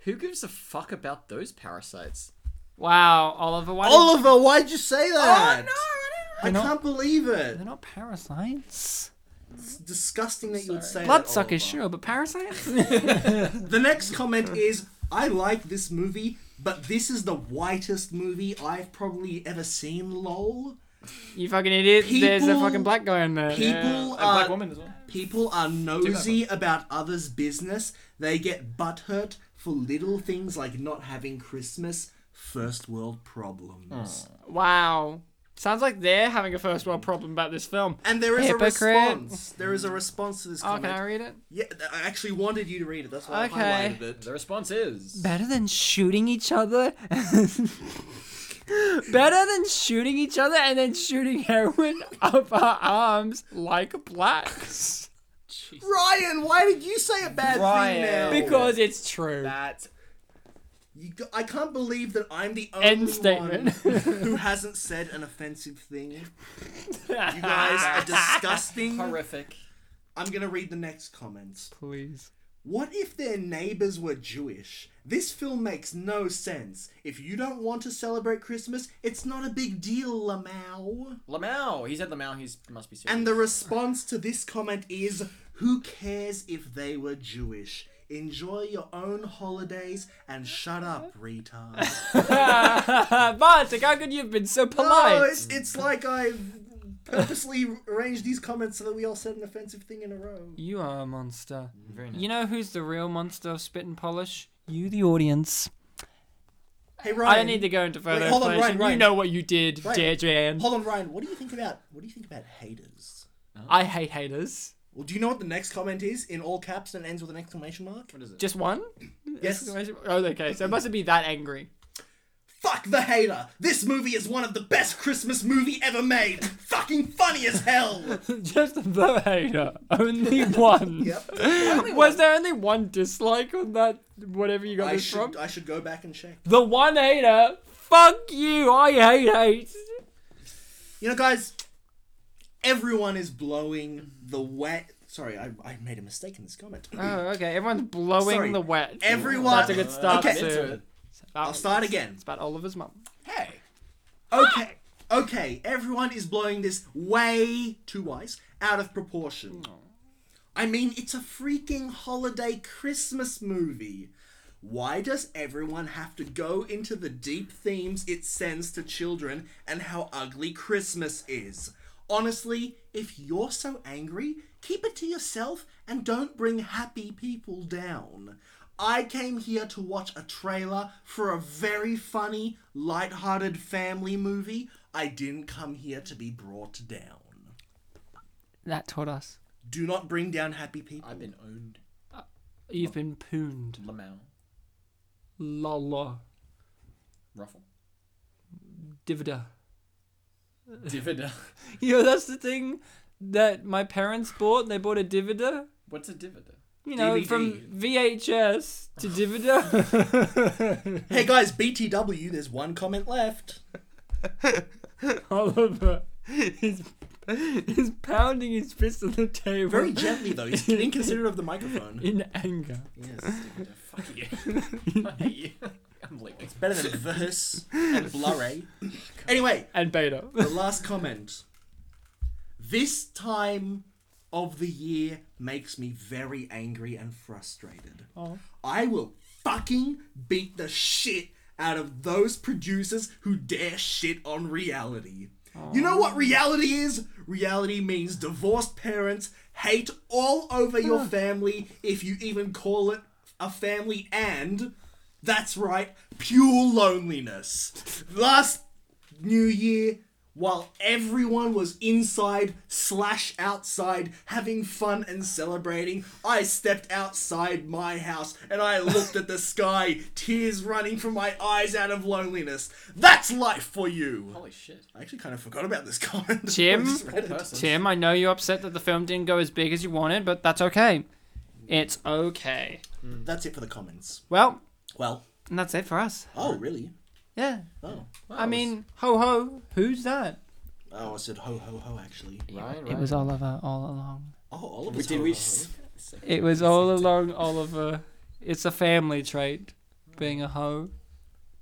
S3: who gives a fuck about those parasites?
S1: wow, Oliver. Why did-
S2: Oliver, why'd you
S1: Oh,
S2: say that? I
S1: They're not-
S2: can't believe it.
S1: They're not parasites.
S2: It's disgusting that you would say that.
S1: Bloodsuckers,
S2: Oliver.
S1: sure, but
S2: <laughs>
S1: parasites.
S2: The next comment is I like this movie, but this is the whitest movie I've probably ever seen, lol.
S1: you fucking idiot. There's a
S2: People-
S1: fucking black guy in there.
S2: People
S3: And
S2: are
S3: black woman as well.
S2: People are nosy about others' business. They get butthurt for little things like not having Christmas. First world problems.
S3: Hmm.
S1: Wow. Sounds like they're having a first world problem about this film.
S2: And there is
S1: Hypocrite.
S2: a response. There is a response to this
S1: Oh,
S2: comment.
S1: can I read it?
S2: yeah, th- I actually wanted you to read it. That's why
S1: Okay.
S2: I highlighted it.
S3: The response is.
S1: Better than shooting each other? <laughs> Better than shooting each other and then shooting heroin up our arms like
S2: <laughs>
S1: blacks.
S2: Ryan, why did you say a bad
S3: Ryan.
S2: thing now?
S1: Because it's true.
S3: That
S2: You go- I can't believe that I'm the only
S1: End statement.
S2: one who hasn't said an offensive thing. You guys
S1: <laughs>
S2: are disgusting.
S3: horrific.
S2: I'm gonna read the next comments.
S1: <laughs> Please.
S2: What if their neighbors were Jewish? This film makes no sense. If you don't want to celebrate Christmas, it's not a big deal, Lamau.
S3: Lamau. He said Lamau. He's must be serious.
S2: And the response to this comment is Who cares if they were Jewish? Enjoy your own holidays and shut up, retard.
S1: Bartek, how could you have been so
S2: no,
S1: polite?
S2: it's, it's like I've purposely arranged these comments so that we all said an offensive thing in a row.
S1: You are a monster.
S3: Very nice.
S1: You know who's the real monster of spit and polish? You, the audience.
S2: Hey, Ryan.
S1: I don't need to go into further
S2: Wait, hold on,
S1: explanation.
S2: Ryan,
S1: You
S2: Ryan.
S1: know what you did,
S2: Ryan.
S1: dear Jan.
S2: Hold on, Ryan. What do you think about what do you think about haters?
S1: I hate haters.
S2: Well, do you know what the next comment is in all caps and ends with an exclamation mark?
S3: What is it?
S1: Just
S2: <laughs>
S1: one?
S2: Yes.
S1: Exclamation- Oh, okay. So it mustn't be that angry.
S2: Fuck the hater! This movie is one of the best Christmas movie ever made! Fucking funny as
S3: <laughs>
S2: hell!
S1: <laughs> Just the hater. Only
S2: <laughs>
S1: one. <laughs> Was there only one dislike on that? Whatever you got
S2: I
S1: this
S2: should,
S1: from?
S2: I should go back and check.
S1: The one hater. Fuck you. I hate hate.
S2: You know, guys, everyone is blowing the wet. Sorry, I, I made a mistake in this comment.
S1: Oh, okay. Everyone's blowing
S2: Sorry.
S1: the wet.
S2: Everyone-
S1: That's a good start.
S2: Okay.
S1: to- it's about-
S2: I'll start again.
S1: It's about Oliver's mum.
S2: Hey. Okay. Okay. Everyone is blowing this way too wise out of proportion.
S1: Hmm.
S2: I mean, it's a freaking holiday Christmas movie. Why does everyone have to go into the deep themes it sends to children and how ugly Christmas is? Honestly, if you're so angry, keep it to yourself and don't bring happy people down. I came here to watch a trailer for a very funny, light-hearted family movie. I didn't come here to be brought down.
S1: That taught us.
S2: Do not bring down happy people.
S3: I've been owned.
S1: You've been pooned.
S3: Lamau.
S1: Lala.
S3: Ruffle.
S1: <laughs> Divida.
S3: Divida.
S1: You know, that's the thing that my parents bought. They bought a Divida.
S3: What's a divida?
S1: You know,
S2: DVD.
S1: from VHS to <laughs>
S2: <laughs>
S1: Divida.
S2: Hey guys, BTW, there's one comment left.
S1: Oliver is, is pounding his fist on the table
S2: Very gently though, he's inconsiderate of the microphone.
S1: in anger.
S2: Yes,
S3: Divida. Fuck you. I hate you. I'm leaving.
S2: better than verse and blurry. Anyway,
S1: And Beta.
S2: the last comment. This time of the year makes me very angry and frustrated. I will fucking beat the shit out of those producers who dare shit on reality. You know what reality is? Reality means divorced parents hate all over your family if you even call it a family and that's right, pure loneliness. Last New Year, while everyone was inside slash outside having fun and celebrating, I stepped outside my house and I looked at the sky, tears running from my eyes out of loneliness. That's life for you.
S3: Holy shit.
S2: I actually kind of forgot about this <laughs> comment.
S1: Jim?
S2: I just read it.
S3: Person.
S1: Tim, I know you're upset that the film didn't go as big as you wanted, but that's okay. It's okay.
S2: That's it for the comments.
S1: Well,
S2: Well,
S1: and that's it for us.
S2: oh really?
S1: Yeah.
S2: Oh,
S3: Wow,
S1: I mean, ho ho, who's that?
S2: oh, I said ho ho ho actually.
S3: Ryan,
S1: It was Oliver all along.
S2: Oh, all of
S3: We
S2: us.
S3: did
S2: ho,
S3: we
S2: ho,
S3: s-
S2: ho.
S1: It was all along Oliver. It's a family trait, being a hoe.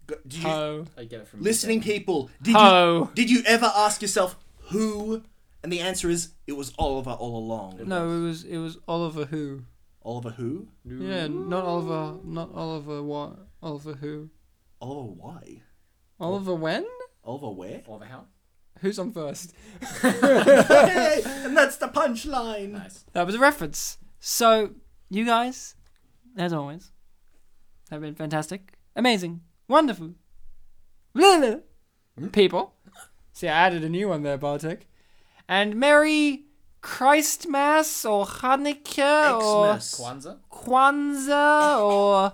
S2: Go- Did you,
S1: Ho.
S3: I get it from
S2: listening people? Did you
S1: Ho.
S2: Did you ever ask yourself who? And the answer is it was Oliver all along.
S1: No, it was it was Oliver who.
S2: Oliver who?
S1: Yeah, not Oliver, not Oliver what? Oliver who?
S2: Oliver why?
S1: Oliver when?
S2: Oliver where?
S3: <laughs> Oliver Howe.
S1: Who's on first?
S2: hey, and that's the punchline.
S3: Nice.
S1: That was a reference. So, you guys, as always, have been fantastic, amazing, wonderful people. See, I added a new one there, Bartek. And Merry Christmas or Hanukkah
S2: Xmas.
S3: Kwanzaa.
S1: or Kwanzaa or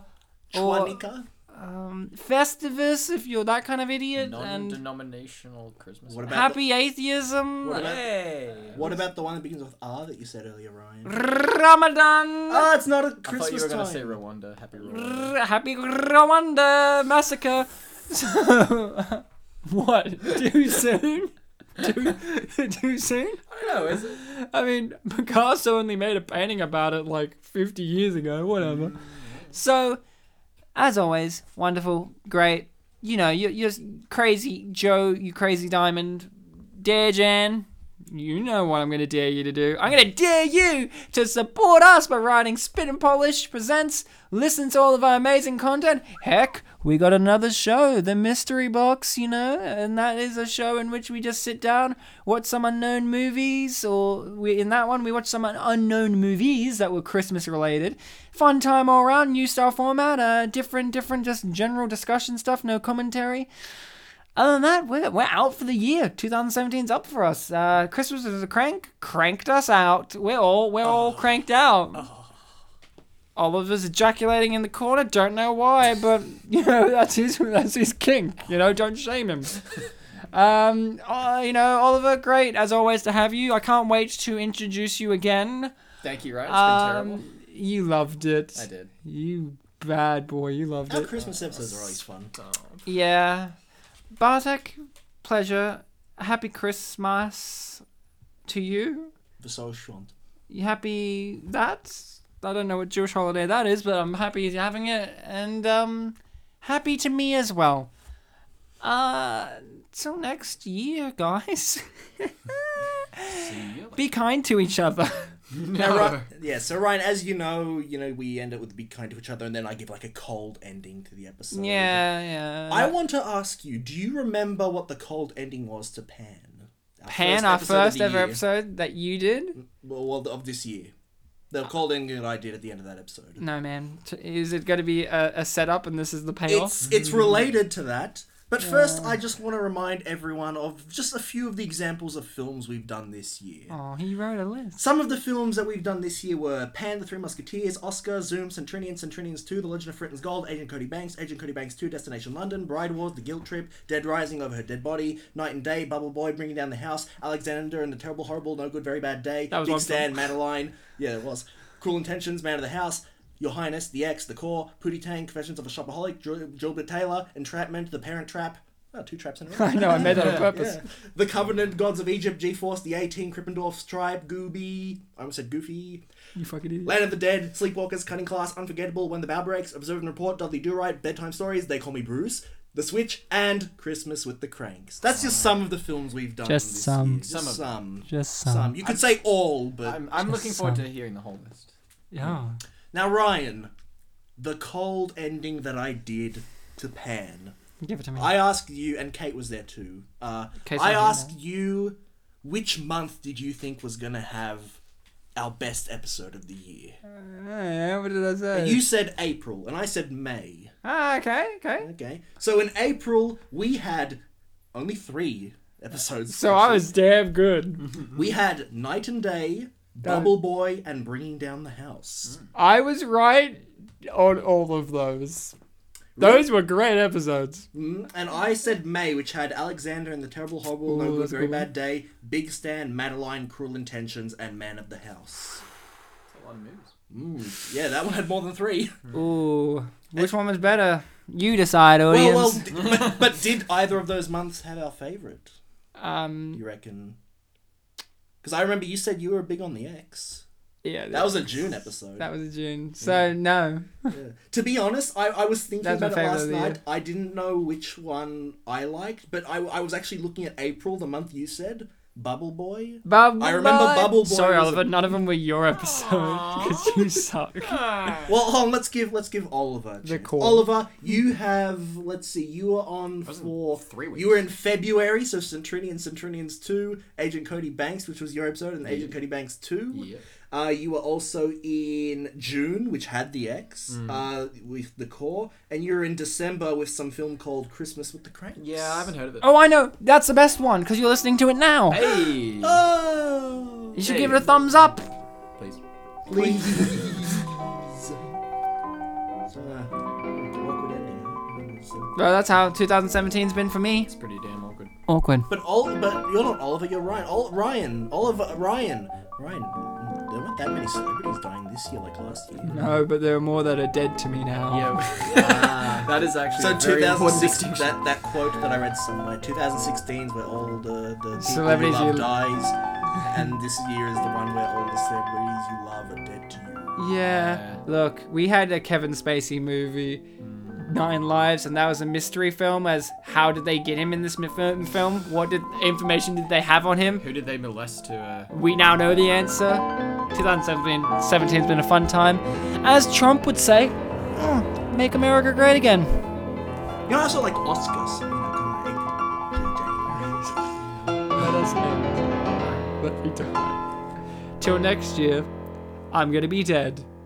S2: Chwanika.
S1: um, Festivus if you're that kind of idiot. And
S3: Non-denominational Christmas.
S2: What about
S1: Happy Atheism.
S2: What about-
S3: Hey.
S2: the, What about the one that begins with R that you said earlier, Ryan?
S1: Ramadan.
S2: Ah, it's not a
S3: I thought you
S2: Christmas
S3: were
S2: time.
S3: gonna say Rwanda. Happy Rwanda.
S1: R- Happy Rwanda massacre. So, <laughs> what? Too soon? Too, too soon?
S3: I don't know. Is it?
S1: I mean, Picasso only made a painting about it like 50 years ago, whatever. So, as always, wonderful, great. You know, you're, you're crazy, Joe, you crazy diamond. Dare Jan, you know what I'm going to dare you to do. I'm going to dare you to support us by writing Spit and Polish Presents, listen to all of our amazing content. Heck, we got another show, The Mystery Box, you know, and that is a show in which we just sit down, watch some unknown movies, or we, in that one, we watch some un- unknown movies that were Christmas related. Fun time all around, new style format, uh, different, different, just general discussion stuff, no commentary other than that, we're, we're out for the year. 2017's up for us. Uh, Christmas is a crank, cranked us out. We're all we're
S3: Oh.
S1: all cranked out. Oliver's ejaculating in the corner. Don't know why, but <laughs> you know that's his that's his kink. You know, don't shame
S3: <laughs>
S1: him. Um, uh, you know, Oliver, great as always to have you. I can't wait to introduce you again.
S3: Thank you, right? It's been terrible.
S1: Um, you loved it.
S3: I did.
S1: You bad boy, you loved
S2: Our
S1: it.
S2: Christmas episodes are always fun.
S1: Yeah. Bartek, pleasure. Happy Christmas to you.
S2: Versorgschwand.
S1: You happy that? I don't know what Jewish holiday that is, but I'm happy he's having it, and um, happy to me as well. Uh, till next year, <laughs> guys.
S3: See you later.
S1: Be kind to each other.
S2: Now, Ryan, yeah, so Ryan, as you know, you know, we end up with be kind to each other, and then I give like a cold ending to the episode.
S1: yeah, yeah.
S2: I want to ask you: Do you remember what the cold ending was to Pan? Our
S1: Pan, our
S2: episode of
S1: first
S2: the
S1: ever
S2: year.
S1: episode that you did.
S2: Well, well, of this year,
S1: Ah.
S2: the cold ending that I did at the end of that episode.
S1: No, man. T- Is it going to be a, a setup and this is the payoff?
S2: It's it's related to that. But first, I just want to remind everyone of just a few of the examples of films we've done this year.
S1: Oh, he wrote a list.
S2: Some of the films that we've done this year were Pan, The Three Musketeers, Oscar, Zoom, Centurion, Centurions 2, The Legend of Fritton's Gold, Agent Cody Banks, Agent Cody Banks 2, Destination London, Bride Wars, The Guilt Trip, Dead Rising Over Her Dead Body, Night and Day, Bubble Boy, Bringing Down the House, Alexander and the Terrible, Horrible, No Good, Very Bad Day,
S1: was
S2: Big
S1: one
S2: Stan, Madeline, yeah, it was, Cruel Intentions, Man of the House, Your Highness, The X, The Core, Pootie Tang, Confessions of a Shopaholic, Dr- Gilbert Taylor, Entrapment, The Parent Trap, oh, two traps in a row.
S1: <laughs> I know, I made that on purpose.
S2: Yeah. The Covenant, Gods of Egypt, G-Force, The 18, Krippendorf's Tribe, Gooby, I almost said Goofy,
S1: You fucking idiot.
S2: Land of the Dead, Sleepwalkers, Cutting Class, Unforgettable, When the Bow Breaks, Observe and Report, Dudley Do Right, Bedtime Stories, They Call Me Bruce, The Switch, and Christmas with the Cranks. That's just some of the films we've done.
S1: Just
S2: this
S1: some.
S2: year. Just
S3: Some
S2: some.
S3: of
S2: some.
S1: Just some.
S2: You could say all, but
S3: I'm, I'm looking forward
S1: some.
S3: to hearing the whole list.
S1: Yeah.
S2: now Ryan, the cold ending that I did to Pan.
S1: Give it to me.
S2: I asked you, and Kate was there too. Uh,
S1: Kate's
S2: I
S1: not here
S2: asked you, which month did you think was gonna have our best episode of the year?
S1: Yeah, what did I say?
S2: And you said April, and I said May.
S1: Ah, okay, okay.
S2: Okay, so in April we had only three episodes.
S1: So I was damn good.
S2: We had Night and Day, Bubble Boy, and Bringing Down the House.
S1: I was right on all of those. Those were great episodes.
S2: Mm, And I said May, which had Alexander and the Terrible Horrible, No
S1: Ooh,
S2: Good,
S1: that's a
S2: Very
S1: good one.
S2: Bad Day, Big Stan, Madeline, Cruel Intentions, and Man of the House.
S3: That's a lot of moves.
S2: Mm, yeah, that one had more than three.
S1: Ooh. Which one was better? You decide, audience.
S2: <laughs> Well, well, d- but, but did either of those months have our favorite?
S1: um,
S2: You reckon? Because I remember you said you were big on the X.
S1: yeah.
S2: That was Mm. a June episode.
S1: that was a June. So, no.
S2: Yeah. To be honest, I, I was thinking
S1: That's my
S2: about it
S1: favourite
S2: last
S1: of the
S2: night.
S1: year.
S2: I didn't know which one I liked, but I, I was actually looking at April, the month you said Bubble Boy.
S1: Bubble
S2: I remember
S1: Boy-
S2: Bubble Boy
S1: Sorry,
S2: was a-
S1: Oliver, none of them were your episode because you
S2: <laughs>
S1: suck.
S3: <laughs>
S2: Well, hold on, let's give let's give Oliver. a
S1: The
S2: chance.
S1: call.
S2: Oliver, you have let's see, you were on
S3: was in
S2: for
S3: three
S2: You were in
S3: weeks.
S2: February, so Centurion, Centurions two, Agent Cody Banks, which was your episode, and Agent Cody Banks two.
S3: Yeah.
S2: Uh, you were also in June, which had the X
S3: Mm.
S2: uh, with the core, and you were in December with some film called Christmas with the Cranks.
S3: Yeah, I haven't heard of it.
S1: Oh, I know. That's the best one because you're listening to it now.
S3: Hey!
S2: Oh,
S1: You should
S3: Hey.
S1: give it a thumbs up.
S3: Please.
S2: <laughs> please. So, uh, awkward ending, huh? uh,
S1: Well, that's how 2017's been for me.
S3: It's pretty damn awkward.
S1: Awkward.
S2: But all, but you're not Oliver. You're Ryan. Ol- Ryan. Oliver. Ryan. Ryan. There weren't that many celebrities dying this year like last year.
S1: No, but there are more that are dead to me now.
S2: <laughs>
S3: Yeah. <laughs> that is actually
S2: Oh. So
S3: a very important
S2: 2016. That
S3: distinction.
S2: that quote that I read somewhere. 2016 is where all the the people
S1: Celebrities
S2: you love
S1: you-
S2: dies, and this year is the one where all the celebrities you love are dead to you.
S1: Yeah. Look, we had a Kevin Spacey movie, Nine Lives, and that was a mystery film. As how did they get him in this mi- fil- film? What did information did they have on him?
S3: Who did they molest to? Uh...
S1: We now know the answer. 2017 17's been a fun time. As Trump would say, "Mm, make America great again.
S2: You know, also like Oscars. You know, coming out in January.
S1: Let us end. Let me die. Till next year, I'm gonna be dead.